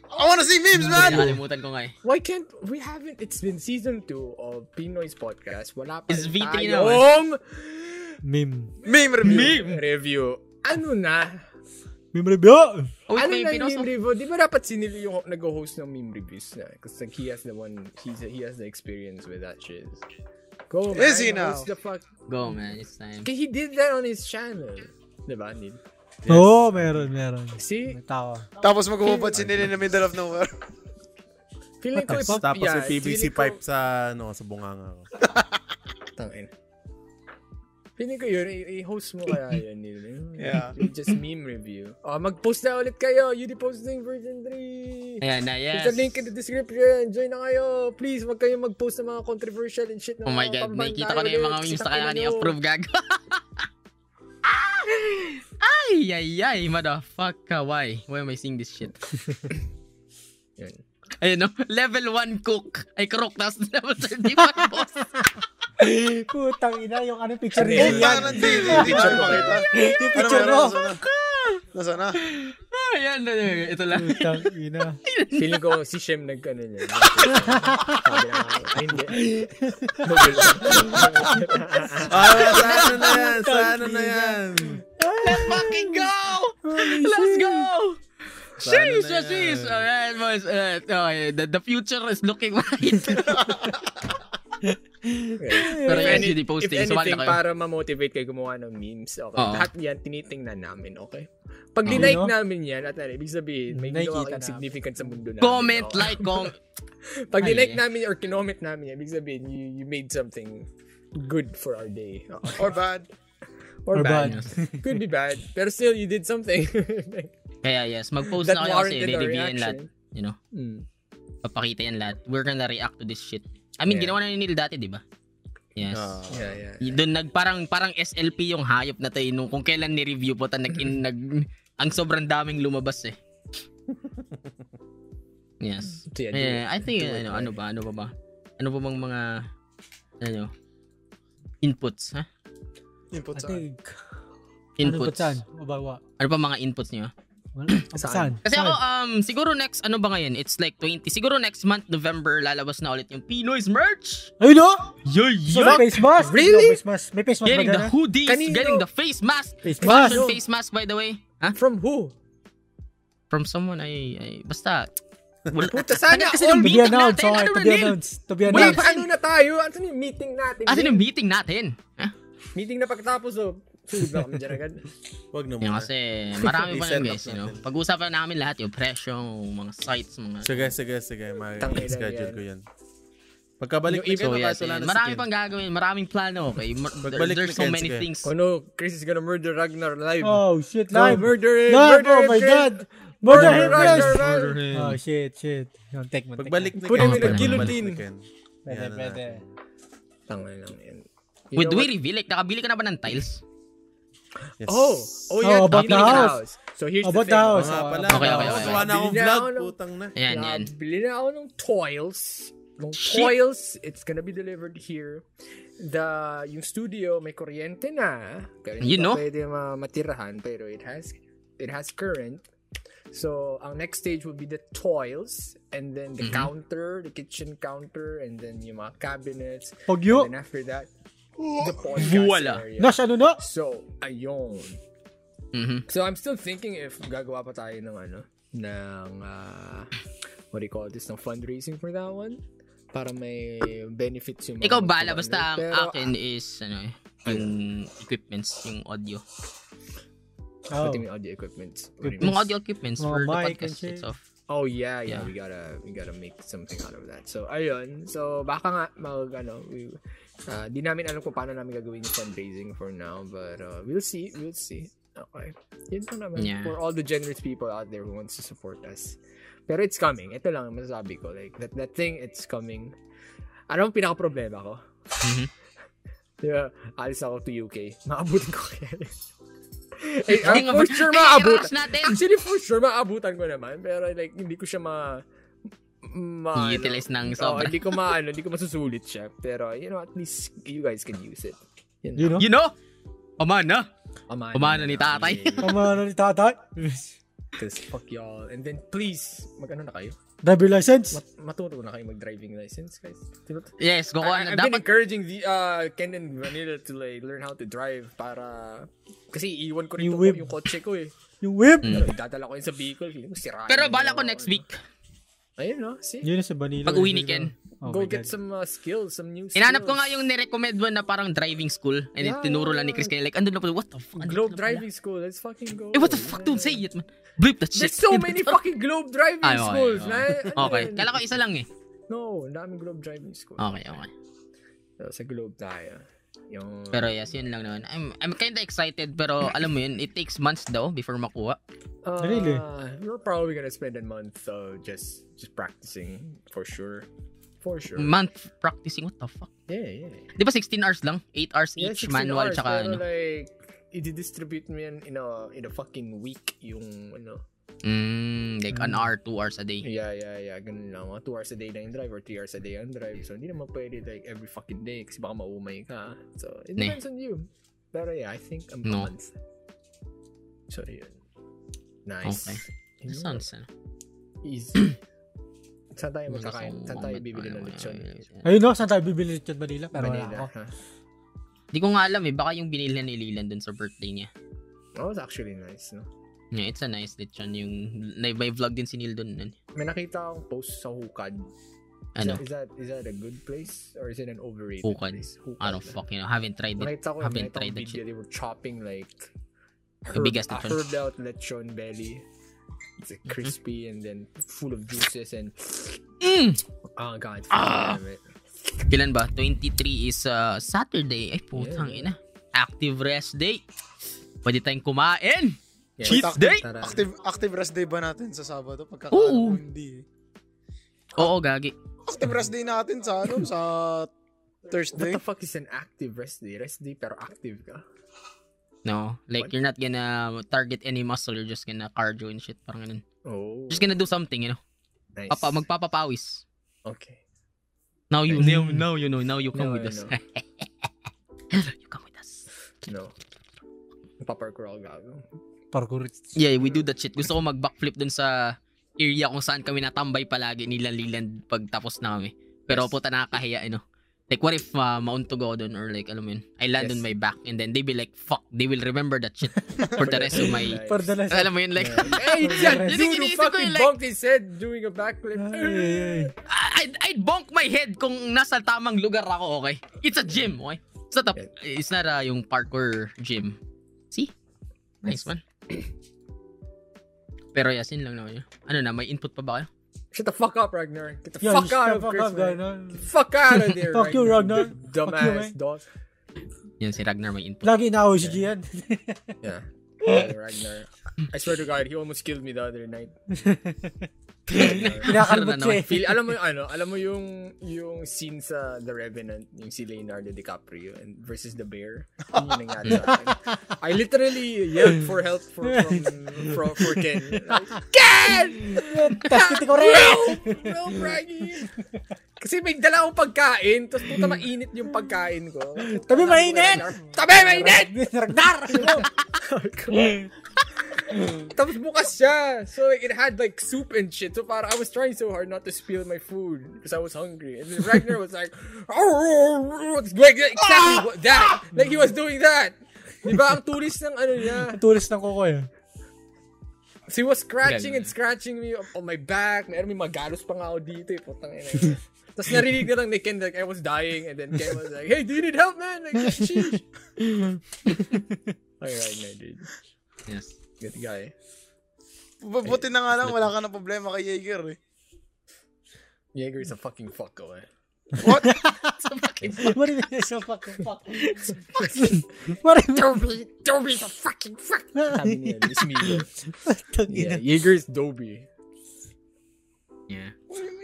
Speaker 4: I wanna see memes, man!
Speaker 1: Nakalimutan ko nga eh.
Speaker 2: Why can't we haven't? It's been season 2 of Pinoy's podcast. Wala pa
Speaker 1: It's
Speaker 2: rin
Speaker 1: V3 na, oh.
Speaker 2: tayong
Speaker 3: Meme.
Speaker 4: Meme review.
Speaker 2: review. Ano na?
Speaker 3: Meme review!
Speaker 1: Oh, wait,
Speaker 2: ano
Speaker 1: may
Speaker 2: na
Speaker 1: pinos.
Speaker 2: meme review? Di ba dapat sinili yung nag-host ng meme reviews na? Kasi like, he has the one, he's, he has the experience with that shit. Go, man.
Speaker 4: Is he now?
Speaker 2: What's the fuck?
Speaker 1: Go, man. It's time.
Speaker 2: 'Kay he did that on his channel. Di ba, Neil?
Speaker 3: Oo, meron, meron.
Speaker 2: See?
Speaker 3: May tawa.
Speaker 4: Tapos magpupad si Nili in the middle of nowhere.
Speaker 2: Feeling ko,
Speaker 5: Tapos,
Speaker 2: ipap-
Speaker 5: tapos
Speaker 2: yeah,
Speaker 5: yung PVC
Speaker 2: feeling ko-
Speaker 5: pipe sa, ano, sa bunganga ko.
Speaker 2: Tangin. Feeling ko yun, i- i-host mo kaya yun, Neil. Yun,
Speaker 4: Yeah.
Speaker 2: yung Just meme review. Oh, mag-post na ulit kayo. Uniposting version 3.
Speaker 1: Ayan na, yes.
Speaker 2: There's a link in the description. Join na kayo. Please, wag kayong mag-post ng mga controversial and shit. na
Speaker 1: Oh
Speaker 2: mga
Speaker 1: my god,
Speaker 2: pambantay
Speaker 1: nakikita ko na yung mga
Speaker 2: ulit.
Speaker 1: memes na
Speaker 2: Sakit
Speaker 1: kailangan
Speaker 2: nyo.
Speaker 1: i-approve gag. ay, ay, ay, motherfucker, why? Why am I seeing this shit?
Speaker 2: Yun.
Speaker 1: Ayun no, level 1 cook. Ay, crook, tapos level 35 boss.
Speaker 3: Putang ina, yung ano picture
Speaker 2: Ano
Speaker 3: niya
Speaker 2: yun?
Speaker 3: yan.
Speaker 4: Puta ka na, hindi, hindi namin makita.
Speaker 3: Yung picture mo.
Speaker 4: Nasaan na?
Speaker 1: Ayan, ito lang.
Speaker 3: Putang ina.
Speaker 2: Feeling ko si Shem nag-ano niya. Sabi na ako, "Ay, hindi. Mobile.
Speaker 5: Ah, sa ano na yan? Sa ano na yan?
Speaker 1: Let's fucking go! Let's go! Sheesh,
Speaker 5: na yan?
Speaker 1: sheesh. Alright, boys. Alright, okay. The, the future is looking bright. Pero
Speaker 2: If
Speaker 1: yes,
Speaker 2: any-
Speaker 1: yun yung posting.
Speaker 2: If
Speaker 1: Sumali
Speaker 2: anything,
Speaker 1: na kayo.
Speaker 2: para ma-motivate kayo gumawa ng memes, okay?
Speaker 1: Oo.
Speaker 2: Lahat yan, tinitingnan namin, okay? Pag
Speaker 1: Oo.
Speaker 2: dinike
Speaker 3: Ano?
Speaker 2: namin yan, at ano, ibig sabihin, may ginawa
Speaker 3: Nakikita
Speaker 2: kayong
Speaker 3: namin.
Speaker 2: significant sa mundo namin.
Speaker 1: Comment,
Speaker 2: okay?
Speaker 1: like, comment.
Speaker 2: Pag dinike
Speaker 1: Ay.
Speaker 2: namin or kinoment namin yan, ibig sabihin, you, you made something good for our day. Okay?
Speaker 4: Or bad.
Speaker 2: Or,
Speaker 3: Or
Speaker 2: bad.
Speaker 3: bad.
Speaker 2: Could be bad. Pero still, you did something.
Speaker 1: Kaya yes, mag-post
Speaker 2: That
Speaker 1: na kayo kasi
Speaker 2: warranted a
Speaker 1: re-review yan lahat.
Speaker 2: reaction.
Speaker 1: You know,
Speaker 2: Hmm.
Speaker 1: papakita yan lahat. We're gonna react to this shit. I mean,
Speaker 2: Yeah.
Speaker 1: ginawa na ni Neil dati, di ba? Yes.
Speaker 2: Yeah, yeah.
Speaker 1: Y- Doon nag parang parang SLP yung hayop na tayo nung kung kailan ni review po ta nag, in- nag ang sobrang daming lumabas eh. yes.
Speaker 2: So, yeah, do
Speaker 1: Yeah,
Speaker 2: it.
Speaker 1: I think
Speaker 2: Do it,
Speaker 1: ano,
Speaker 2: man.
Speaker 1: ano ba ano ba ba? Ano ba bang mga ano inputs, ha?
Speaker 4: Input
Speaker 3: I
Speaker 4: sa
Speaker 3: think, ano
Speaker 1: Inputs.
Speaker 3: ba saan? O ba, wa?
Speaker 1: Ano pa mga inputs niyo?
Speaker 3: Wala. Ano ba saan?
Speaker 1: Kasi
Speaker 3: Saan?
Speaker 1: ako, um, siguro next, ano ba ngayon? It's like 20. Siguro next month, November, lalabas na ulit yung Pinoy's merch.
Speaker 3: Ayun no?
Speaker 1: Yoy,
Speaker 3: So, may face mask?
Speaker 2: Really?
Speaker 3: May face mask. May face mask ba
Speaker 1: Getting the
Speaker 3: dyan? ah?
Speaker 1: hoodies,
Speaker 2: Kanino?
Speaker 1: getting the face mask.
Speaker 3: Face mask.
Speaker 1: Fashion face mask, by the way. Ha?
Speaker 2: From who?
Speaker 1: From someone, ay, ay, basta. Wala.
Speaker 2: Puta, sana
Speaker 1: Kasi
Speaker 2: all
Speaker 1: nung
Speaker 3: Oh, To be
Speaker 1: meeting
Speaker 3: announced.
Speaker 1: natin,
Speaker 3: Okay,
Speaker 1: ano
Speaker 3: to be
Speaker 1: Renil?
Speaker 3: announced. To be
Speaker 2: Wait,
Speaker 3: announced.
Speaker 2: ano na tayo? Ano yung meeting natin?
Speaker 1: Kasi nung meeting natin. Ha?
Speaker 2: Meeting na pagkatapos, oh. Tulog na kami dyan agad.
Speaker 5: Wag na
Speaker 1: Yun,
Speaker 5: muna.
Speaker 1: kasi marami pa
Speaker 5: I-set
Speaker 1: nun
Speaker 5: up
Speaker 1: guys, you know.
Speaker 5: natin.
Speaker 1: Pag-usapan namin lahat yung presyo, yung mga sites, mga...
Speaker 5: Sige, sige, sige.
Speaker 2: Tangina
Speaker 5: Mag-schedule
Speaker 2: yan.
Speaker 5: ko yan. Pagkabalik
Speaker 2: Yung
Speaker 5: ko,
Speaker 1: So
Speaker 5: kahit
Speaker 1: yes, yun.
Speaker 5: wala na si
Speaker 1: marami
Speaker 5: Ken.
Speaker 1: pang gagawin, maraming plano, okay? Mar-
Speaker 5: Pagbalik
Speaker 1: There's
Speaker 5: ni
Speaker 1: so
Speaker 5: Ken,
Speaker 1: many
Speaker 5: sige.
Speaker 1: things.
Speaker 2: Oh no, Chris is gonna murder Ragnar live.
Speaker 3: Oh, shit.
Speaker 2: No,
Speaker 3: Live.
Speaker 2: murder him!
Speaker 3: Live,
Speaker 2: murder
Speaker 3: oh
Speaker 2: him,
Speaker 3: my
Speaker 2: Chris!
Speaker 3: God. Murder
Speaker 2: Murder
Speaker 3: him,
Speaker 2: Ragnar
Speaker 3: Chris.
Speaker 2: live!
Speaker 3: Oh, shit, shit. Yung take mo. take mo.
Speaker 5: Pagbalik
Speaker 2: Kunin
Speaker 5: ni
Speaker 1: mo
Speaker 5: Ken.
Speaker 1: na
Speaker 5: pagbalik
Speaker 2: guillotine.
Speaker 5: ni Ken.
Speaker 3: Pwede,
Speaker 5: Yan ano na
Speaker 3: pwede.
Speaker 5: natin.
Speaker 2: Tangay lang yan. You
Speaker 1: Wait,
Speaker 2: know
Speaker 1: do we
Speaker 2: what?
Speaker 1: reveal? Like, nakabili ka na ba ng tiles?
Speaker 5: Yes.
Speaker 2: Oh! Oh yeah,
Speaker 3: Oh, about
Speaker 2: Billy
Speaker 3: the
Speaker 2: na
Speaker 3: house.
Speaker 2: So here's
Speaker 3: About
Speaker 2: the
Speaker 3: the
Speaker 2: thing.
Speaker 5: Oo
Speaker 3: house.
Speaker 5: nga pala.
Speaker 1: Okay, okay,
Speaker 5: Oo,
Speaker 1: okay. ano?
Speaker 5: Gawa na akong
Speaker 2: Hindi na
Speaker 5: vlog.
Speaker 2: ako, no?
Speaker 5: Putang na.
Speaker 1: Ayan, yan.
Speaker 2: Bili na ako ng toils. Ng
Speaker 1: Shit.
Speaker 2: toils. It's gonna be delivered here. The, yung studio, may kuryente na. Current
Speaker 1: You
Speaker 2: pa
Speaker 1: know?
Speaker 2: Pwede ma- matirahan, pero it has, it has current. So, ang next stage will be the toils, and then the counter, the kitchen counter, and then yung mga cabinets.
Speaker 3: Pogyo.
Speaker 2: And then after that, the podcast
Speaker 1: Wala.
Speaker 2: area.
Speaker 3: Nash, ano na?
Speaker 2: So, ayun.
Speaker 1: Mhm.
Speaker 2: So, I'm still thinking if gagawa pa tayo ng ano, ng, ah, what do you call this, ng fundraising for that one? Para may benefits yung mga
Speaker 1: Ikaw bala,
Speaker 2: nagtuwa
Speaker 1: basta ang
Speaker 2: nun. Pero,
Speaker 1: akin is, ano eh, yung equipments, yung audio.
Speaker 2: ah,
Speaker 3: Oh.
Speaker 2: what do you mean audio equipment?
Speaker 1: Yung audio equipments
Speaker 3: Mga
Speaker 1: for the
Speaker 3: mic and
Speaker 1: podcast
Speaker 3: shit.
Speaker 1: itself.
Speaker 2: Oh yeah, yeah,
Speaker 1: Yeah.
Speaker 2: we gotta we gotta make something out of that. So ayun, so baka nga mag ano, we, ah, di namin alam kung paano namin gagawin yung fundraising for now, but uh, we'll see, we'll see. Okay. Yun lang naman
Speaker 1: Yeah.
Speaker 2: for all the generous people out there who wants to support us. Pero it's coming. Ito lang ang masasabi ko. Like, that, that thing, it's coming. Ano ang pinaka-problema ko?
Speaker 1: Mhm.
Speaker 2: Diba, alis ako to UK. Maabutan ko kaya. eh,
Speaker 1: Hindi nga
Speaker 2: ah, for
Speaker 1: ba-
Speaker 2: sure
Speaker 1: Ay,
Speaker 2: maabutan.
Speaker 1: i-rush natin!
Speaker 2: Actually, for sure, maabutan ko naman. Pero like, hindi ko siya ma... ma
Speaker 1: I-utilize ng
Speaker 2: Oo,
Speaker 1: sobra.
Speaker 2: hindi ko ma, ano, hindi ko masusulit siya. Pero, you know, at least you guys can use it. Yun
Speaker 3: You
Speaker 2: na.
Speaker 3: know?
Speaker 1: You know? Pamana!
Speaker 2: Pamana,
Speaker 1: Pamana ni
Speaker 2: na.
Speaker 1: tatay.
Speaker 2: Yeah,
Speaker 3: Tama na ni tatay.
Speaker 2: Cause fuck y'all. And then, please, mag-ano na kayo?
Speaker 3: Driver license.
Speaker 2: Mat- matuto na kayo mag-driving license, guys. Diba?
Speaker 1: Yes, go
Speaker 2: I,
Speaker 1: on.
Speaker 2: I've been
Speaker 1: ano, Dapat,
Speaker 2: encouraging the uh, Ken and Vanilla to like learn how to drive para kasi iwan ko rin yung,
Speaker 3: Yung whip.
Speaker 2: yung kotse ko eh.
Speaker 3: Yung whip.
Speaker 2: Pero Dadala ko yun sa vehicle. Feeling ko sirain
Speaker 1: Hmm. pero
Speaker 2: na
Speaker 1: bala
Speaker 2: yung
Speaker 1: ko
Speaker 2: ano,
Speaker 1: next
Speaker 2: ano.
Speaker 1: week.
Speaker 2: Ayun no, see?
Speaker 3: Yun na sa Banilo.
Speaker 1: Pag uwi ni Ken.
Speaker 3: Oh
Speaker 2: Go
Speaker 3: my
Speaker 2: get
Speaker 3: God.
Speaker 2: some uh, skills, some new skills.
Speaker 1: Inanap ko nga yung nirecommend mo na parang driving school. And
Speaker 2: Yeah,
Speaker 1: then tinuro
Speaker 2: yeah,
Speaker 1: lang ni Chris
Speaker 2: yeah.
Speaker 1: kaya like, andun na pala, what the fuck? Andun
Speaker 2: Globe
Speaker 1: na pala.
Speaker 2: driving school. Let's fucking go.
Speaker 1: Eh, what the fuck? Don't say it, man. Bleep that shit.
Speaker 2: There's so many fucking globe driving
Speaker 1: Ay, okay,
Speaker 2: schools,
Speaker 1: okay.
Speaker 2: man. Ano
Speaker 1: Okay,
Speaker 2: yun?
Speaker 1: kala ko Ah. isa lang eh.
Speaker 2: No, ang daming globe driving school.
Speaker 1: Okay, okay.
Speaker 2: So, sa globe tayo. Yung...
Speaker 1: Pero yes, yun lang naman. I'm, I'm kinda excited pero alam mo yun, it takes months daw before makuha.
Speaker 2: Uh,
Speaker 3: Really?
Speaker 2: We're probably gonna spend a month uh, just just practicing for sure. For sure.
Speaker 1: Month practicing, what the fuck?
Speaker 2: yeah, yeah.
Speaker 1: Di ba 16 hours lang? 8 hours
Speaker 2: Yeah, 16
Speaker 1: each, manual,
Speaker 2: hours,
Speaker 1: tsaka
Speaker 2: pero
Speaker 1: ano.
Speaker 2: like, i-distribute mo yan in a, in a fucking week yung ano.
Speaker 1: Mm, like an hour, 2 hours a day.
Speaker 2: Yeah, yeah, yeah. Ganun lang. Mga 2 hours a day na yung drive or 3 hours a day ang drive. So, hindi naman pwede like every fucking day kasi baka maumay ka. So, it
Speaker 1: Nee.
Speaker 2: depends on you. Pero yeah, I think a
Speaker 1: No.
Speaker 2: month. So, yun. Nice.
Speaker 1: Okay.
Speaker 2: Yun
Speaker 1: That
Speaker 2: yun.
Speaker 1: sounds ano.
Speaker 2: easy. Saan tayo magkakain?
Speaker 1: gusto
Speaker 2: Saan
Speaker 1: ko
Speaker 2: tayo
Speaker 1: mamit-
Speaker 2: bibili ng
Speaker 1: ano,
Speaker 2: lechon?
Speaker 1: ano, ano.
Speaker 3: Ayun no, saan tayo bibili ng Manila? Pero wala
Speaker 2: Manila,
Speaker 3: ako.
Speaker 2: ha?
Speaker 1: Di ko nga alam eh, baka yung binili ni Leland dun sa birthday niya.
Speaker 2: That was Oh, actually nice, no?
Speaker 1: Yeah, it's a nice lechon yung may, may vlog din si Neil dun. nun.
Speaker 2: May nakita akong post sa Hukad. Is
Speaker 1: Ano?
Speaker 2: that- Is that, is that a good place? Or is it an overrated
Speaker 1: Hukad. Ano?
Speaker 2: place?
Speaker 1: I don't fucking know. Haven't tried it.
Speaker 2: Nakita ko, nakita
Speaker 1: Haven't
Speaker 2: ko
Speaker 1: tried that
Speaker 2: video,
Speaker 1: shit.
Speaker 2: they were chopping like
Speaker 1: Yung biggest
Speaker 2: a
Speaker 1: lechon.
Speaker 2: herbed out lechon belly. It's
Speaker 1: Mm-hmm.
Speaker 2: like crispy and then full of juices and
Speaker 1: Mm!
Speaker 2: oh god,
Speaker 1: Ah!
Speaker 2: damn it.
Speaker 1: Kailan ba? 23 is uh, Saturday. Ay, putang ina. Active rest day. Pwede tayong kumain.
Speaker 2: Yeah,
Speaker 1: Cheat
Speaker 2: tak-
Speaker 1: day?
Speaker 2: tara.
Speaker 4: Active, active rest day ba natin sa Sabado? Pagkakaroon
Speaker 1: Oo.
Speaker 4: ko hindi. eh.
Speaker 1: Oo, gagi.
Speaker 4: Active rest day natin sa ano? Sa
Speaker 2: What
Speaker 4: Thursday?
Speaker 2: the fuck is an active rest day? Rest day pero active ka.
Speaker 1: No, like
Speaker 2: What?
Speaker 1: you're not gonna target any muscle. You're just gonna cardio and shit. Parang ganun.
Speaker 2: Oh,
Speaker 1: Just gonna do something, you know?
Speaker 2: nice.
Speaker 1: Papa, magpapapawis.
Speaker 2: Okay.
Speaker 1: Now you,
Speaker 2: Nice.
Speaker 1: now, now you know. Now you come
Speaker 2: No, I
Speaker 1: with us.
Speaker 2: know.
Speaker 1: you come with us.
Speaker 2: No. Paparkour ako gago.
Speaker 3: Parkour.
Speaker 1: Yeah, we do that shit. Gusto ko mag-backflip dun sa area kung saan kami natambay palagi nila Leland pag tapos na kami. Pero
Speaker 2: Yes.
Speaker 1: puta nakakahiya, ano. Like, what if uh, mauntog ako dun or like, alam mo yun, I land
Speaker 2: Yes.
Speaker 1: on my back and then they be like, fuck, they will remember that shit for the rest of my...
Speaker 3: For the last.
Speaker 1: alam mo yun, like,
Speaker 2: Hey,
Speaker 3: Yun
Speaker 2: yeah,
Speaker 1: yung
Speaker 2: dude, who
Speaker 1: iniisip ko,
Speaker 2: fucking
Speaker 1: like-
Speaker 2: bumped his head doing a backflip.
Speaker 3: Ay, ay, ay.
Speaker 1: I'd, I'd bonk my head kung nasa tamang lugar ako, okay? It's a gym, okay? It's not, a, it's not uh, yung parkour gym. See? Nice one. Pero yes, yun lang naman yun. Ano na, may input pa ba kayo?
Speaker 2: Shut the fuck up, Ragnar. Get the
Speaker 3: Yo,
Speaker 2: fuck
Speaker 3: shut
Speaker 2: out
Speaker 3: the
Speaker 2: of
Speaker 3: fuck
Speaker 2: Chris,
Speaker 3: up,
Speaker 2: man.
Speaker 3: Ragnar.
Speaker 2: Get the Fuck out of there.
Speaker 3: Fuck you, Ragnar. Fuck you,
Speaker 2: Dumbass
Speaker 3: man.
Speaker 2: dog.
Speaker 1: Yan, si Ragnar may input.
Speaker 3: Lagi inaaway si Gian.
Speaker 2: Yeah. Yeah, Ragnar. I swear to God, he almost killed me the other night.
Speaker 1: Ano
Speaker 3: Kinakalbot
Speaker 1: na
Speaker 3: siya eh.
Speaker 2: Feel, alam mo yung ano, alam mo yung yung scene sa The Revenant, yung si Leonardo DiCaprio and versus the bear. Yun yung nangyari sa akin. I literally yelled for help for from, from for Ken. Like, Ken!
Speaker 3: Tapos kita ko rin.
Speaker 2: No, Fraggy! Kasi may dala akong pagkain, tapos puta mainit yung pagkain ko.
Speaker 3: Tabi mainit!
Speaker 2: Tabi mainit!
Speaker 3: Ragnar!
Speaker 2: Tapos bukas siya. So like, it had like soup and shit. So parang I was trying so hard not to spill my food because I was hungry. And then Ragnar was like, like exactly what, that. Like he was doing that. Di ba? Ang tulis ng ano niya.
Speaker 3: Tourist ng kuko eh.
Speaker 2: So he was scratching and
Speaker 1: Ganun.
Speaker 2: scratching me on my back. Meron may magalos pa nga ako dito eh. Putang ina. Tapos narinig na lang ni Ken like I was dying and then Ken was like, Hey, do you need help, man? Like, sheesh. Okay, Ragnar, dude.
Speaker 3: eh.
Speaker 1: Yes.
Speaker 2: Good guy.
Speaker 4: Bu- Buti na nga lang, wala ka na problema kay Jaeger eh.
Speaker 2: Jaeger is a fucking fucko eh.
Speaker 4: What?
Speaker 3: What do you mean? So fucking fuck. What do you mean?
Speaker 2: Dobie, Dobie's a fucking fuck. Sabi niya, Miss Mia. Yeah,
Speaker 3: Tangina.
Speaker 2: Jaeger is Dobie.
Speaker 1: Yeah.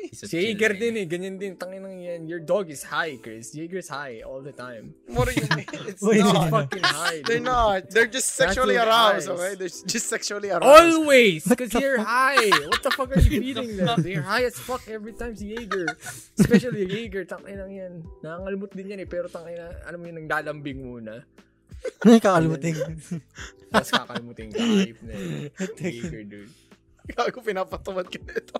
Speaker 1: He's a
Speaker 2: Si Jaeger din eh, ganyan din, tangin ng yan. Your dog is high, Chris. Jaeger's high all the time.
Speaker 4: What do you mean? It's
Speaker 3: Wait,
Speaker 4: not.
Speaker 2: Fucking high.
Speaker 4: They're
Speaker 2: dude.
Speaker 4: not. They're just sexually
Speaker 2: That's what it
Speaker 4: aroused,
Speaker 2: is.
Speaker 4: okay? They're just sexually aroused.
Speaker 2: Always! Because you're high! What the fuck are you feeding them? They're high as fuck every time si Jaeger. Especially Jaeger, tangin ng yan. Nakangalmot din yan eh, pero tangin na, alam mo yun, naglalambing muna.
Speaker 3: Kakalimutin.
Speaker 2: Tapos kakalmutin ka, hype na yun. Jaeger, dude.
Speaker 4: Gago, pinapatawad ka nito.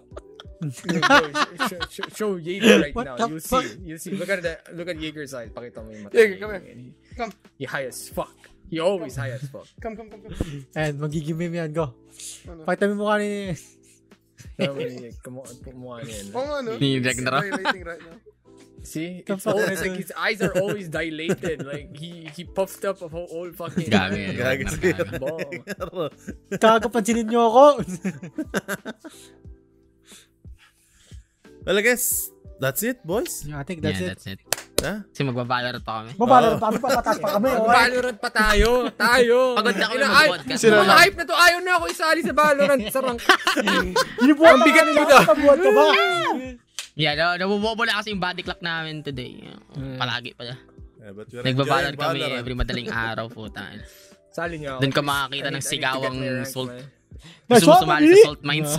Speaker 2: show, show, show Jaeger right
Speaker 3: What
Speaker 2: now.
Speaker 3: the
Speaker 2: You'll
Speaker 3: fuck?
Speaker 2: see. You'll see. Look at that. Look at Jaeger's eyes. Pakita mo yung mata.
Speaker 4: Jaeger,
Speaker 2: ni
Speaker 4: come here.
Speaker 2: and he-
Speaker 4: Come.
Speaker 2: He high as fuck. He always high as fuck.
Speaker 4: Come, come, come, come.
Speaker 3: And magiging Eh, meme yan. Go.
Speaker 4: Ano?
Speaker 3: Pakita mo yung mukha ni...
Speaker 2: Tama mo yun, kumu- kumuha niya yun.
Speaker 4: Oo nga, no?
Speaker 1: Ni Ragnar.
Speaker 4: Vibrating right now.
Speaker 2: See?
Speaker 3: Come
Speaker 2: It's always
Speaker 3: on.
Speaker 2: like his eyes are always dilated. Like he he puffed up a whole old fucking
Speaker 1: Gago yan.
Speaker 5: Gago si
Speaker 1: Gago.
Speaker 2: Bong.
Speaker 3: Gago, pansinin niyo ako.
Speaker 5: Well, I guess that's it, boys.
Speaker 3: Ya, I think that's
Speaker 1: Yeah,
Speaker 3: it. Oh.
Speaker 1: that's it.
Speaker 5: Huh?
Speaker 1: Kasi magbabalaro pa kami.
Speaker 3: Mabalaro pa kami, papataas pa kami. alright?
Speaker 2: Valorant pa tayo. Tayo.
Speaker 1: Pagod na ako
Speaker 2: Ina-
Speaker 1: na
Speaker 2: ay-
Speaker 1: mag-podcast.
Speaker 4: Sila
Speaker 2: Mga
Speaker 4: lang.
Speaker 2: hype na to. Ayaw na ako isali sa Valorant. Sa rank.
Speaker 3: Yun yung buwan
Speaker 2: Ang bigat
Speaker 3: mo
Speaker 2: mo na.
Speaker 3: Buwan ka ba?
Speaker 1: Yeah, no, nabubobo na kasi yung body clock namin today.
Speaker 3: Hmm.
Speaker 1: Palagi pala.
Speaker 5: Yeah, but we're
Speaker 1: Nagbabalad
Speaker 5: enjoying
Speaker 1: kami
Speaker 5: Valorant.
Speaker 1: every madaling araw, putain.
Speaker 2: Sali niyo ako.
Speaker 1: Doon ka
Speaker 2: Chris.
Speaker 1: makakita
Speaker 2: I
Speaker 1: ng
Speaker 2: need- I need to
Speaker 1: sigawang
Speaker 2: get my rank,
Speaker 1: salt.
Speaker 2: man.
Speaker 1: Gusto mo
Speaker 3: Nasama
Speaker 1: sumali
Speaker 3: ni-
Speaker 1: sa salt mines?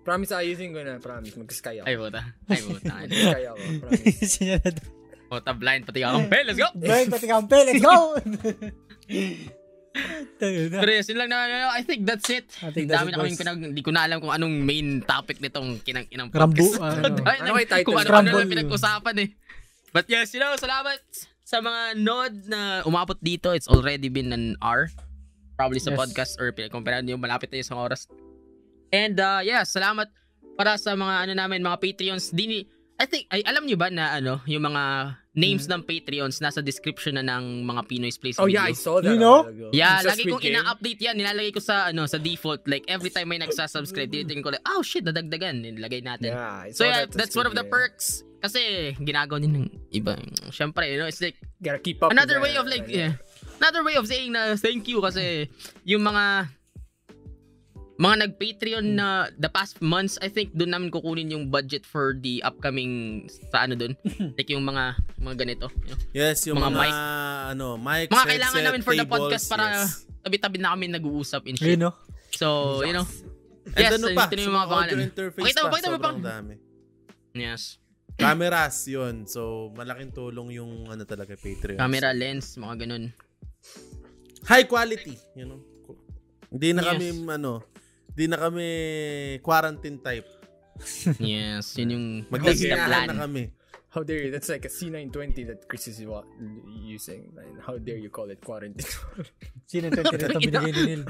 Speaker 2: Promise ayusin ko na. Promise. Mag-sky ako.
Speaker 1: Ay, puta. Ay, puta.
Speaker 2: Mag-sky ako. Promise.
Speaker 3: Siya na doon.
Speaker 1: Puta, blind pati ako. Hey, let's go!
Speaker 3: Brian, pati kampe, let's go! Tayo na.
Speaker 1: Pero yes, yun lang na, I think that's it.
Speaker 3: I think that's
Speaker 1: Dami
Speaker 3: it,
Speaker 1: na kaming
Speaker 3: boys.
Speaker 1: pinag... Hindi ko na alam kung anong main topic nitong kinang inang
Speaker 3: Rambu-
Speaker 1: podcast.
Speaker 3: ano?
Speaker 1: Ay,
Speaker 2: Ano kay title?
Speaker 1: Kung ano-ano
Speaker 3: Scramble.
Speaker 1: lang pinag-usapan eh. But yes, you know, salamat sa mga nod na umabot dito. It's already been an hour. Probably sa
Speaker 3: Yes.
Speaker 1: podcast or pinagkumpara nyo, malapit na yung isang oras. And uh, yeah, salamat para sa mga ano namin, mga Patreons. Dini, I think, ay, alam nyo ba na ano, yung mga names ng Patreons nasa description na ng mga Pinoy's Place
Speaker 2: Hmm. Oh yeah, I
Speaker 1: video.
Speaker 2: saw that.
Speaker 3: You
Speaker 2: a
Speaker 3: know?
Speaker 2: while ago.
Speaker 1: Yeah,
Speaker 2: It's a
Speaker 1: lagi
Speaker 2: Squid
Speaker 1: kong
Speaker 2: Game.
Speaker 1: ina-update yan. Nilalagay ko sa ano sa default. Like every time may nagsasubscribe, tinitingin ko like, oh shit, nadagdagan. Nilagay natin.
Speaker 2: Yeah, I
Speaker 1: so
Speaker 2: saw
Speaker 1: yeah,
Speaker 2: that sa
Speaker 1: that's one of
Speaker 2: Squid
Speaker 1: the
Speaker 2: Game.
Speaker 1: perks. Kasi ginagawa din ng iba. Siyempre, you know, it's like
Speaker 2: Gotta keep up.
Speaker 1: another
Speaker 2: with
Speaker 1: way
Speaker 2: that,
Speaker 1: of like,
Speaker 2: ano.
Speaker 1: yeah, another way of saying na thank you kasi yung mga mga nag-Patreon na the past months, I think doon namin kukunin yung budget for the upcoming sa ano doon. like yung mga mga ganito. You know?
Speaker 5: Yes, yung mga,
Speaker 1: Mga mic.
Speaker 5: ano, mics,
Speaker 1: Mga kailangan
Speaker 5: headset,
Speaker 1: namin for the
Speaker 5: tables,
Speaker 1: podcast para
Speaker 5: yes.
Speaker 1: tabi-tabi na kami nag-uusap in shit.
Speaker 3: Ayun, no?
Speaker 1: So, you know.
Speaker 5: And
Speaker 1: Yes,
Speaker 5: ano
Speaker 1: and ito na
Speaker 5: pa, sa
Speaker 1: yung mga pangalan.
Speaker 5: audio interface
Speaker 1: Pakita mo,
Speaker 5: pa,
Speaker 1: pakita mo
Speaker 5: sobrang
Speaker 1: pa.
Speaker 5: dami.
Speaker 1: Yes.
Speaker 5: Cameras, yun. So, malaking tulong yung ano talaga, Patreon.
Speaker 1: Camera lens, mga ganun.
Speaker 5: High quality, you know. Hindi na
Speaker 1: Yes.
Speaker 5: kami, ano, hindi na kami quarantine type.
Speaker 1: Yes, yun yung that's the
Speaker 5: Magkasiyahan
Speaker 1: plan.
Speaker 5: na kami.
Speaker 2: How dare you? That's like a C920 that Chris is wa- using. Man. How dare you call it quarantine?
Speaker 3: Sino yung 23 ito binigay ni Neil?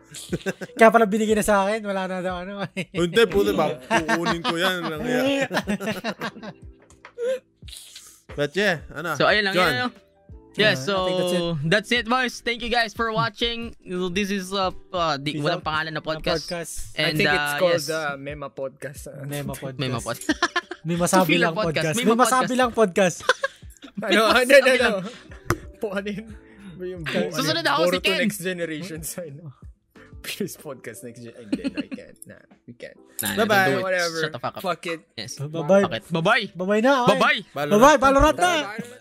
Speaker 3: Kaya pala binigay na sa akin, wala na daw ano.
Speaker 5: Hindi, puto ba? Kukunin ko yan. Lang yan. But yeah, ano.
Speaker 1: So, ayun lang.
Speaker 5: John,
Speaker 1: Yun, ano? Yeah,
Speaker 3: Yeah, I think that's
Speaker 1: so that's it. boys. Thank you guys for watching. This is uh, uh di,
Speaker 3: Peace
Speaker 1: walang
Speaker 3: out.
Speaker 1: pangalan na podcast.
Speaker 3: podcast.
Speaker 2: I
Speaker 1: And
Speaker 2: think
Speaker 1: uh,
Speaker 2: it's called
Speaker 1: yes,
Speaker 2: uh, Mema Podcast. uh,
Speaker 3: Mema podcast.
Speaker 1: may mga pod-
Speaker 3: May masabi
Speaker 1: Feel
Speaker 3: lang
Speaker 1: lang podcast.
Speaker 3: podcast.
Speaker 1: May
Speaker 3: May
Speaker 1: mga
Speaker 3: masabi lang podcast.
Speaker 2: ano?
Speaker 1: Mema,
Speaker 2: Ano?
Speaker 1: sabi
Speaker 2: Ano?
Speaker 1: lang.
Speaker 2: Ano? Po, ano yun? Ba yung bu- ano
Speaker 1: Susunod
Speaker 2: yun?
Speaker 1: ako si
Speaker 2: Boruto
Speaker 1: Ken.
Speaker 2: Next Generation. So, ano? Pilis Podcast Next Gen. And then I can't. Nah, we can't.
Speaker 1: Nah,
Speaker 5: Bye-bye,
Speaker 1: don't do it.
Speaker 2: Whatever.
Speaker 1: Shut the fuck up.
Speaker 2: Fuck it.
Speaker 1: Yes.
Speaker 3: Bye-bye.
Speaker 1: Fuck it. Bye-bye.
Speaker 3: Bye-bye na. okay?
Speaker 1: Bye-bye.
Speaker 5: Valorant.
Speaker 3: Bye-bye. Balorata.
Speaker 2: Bye.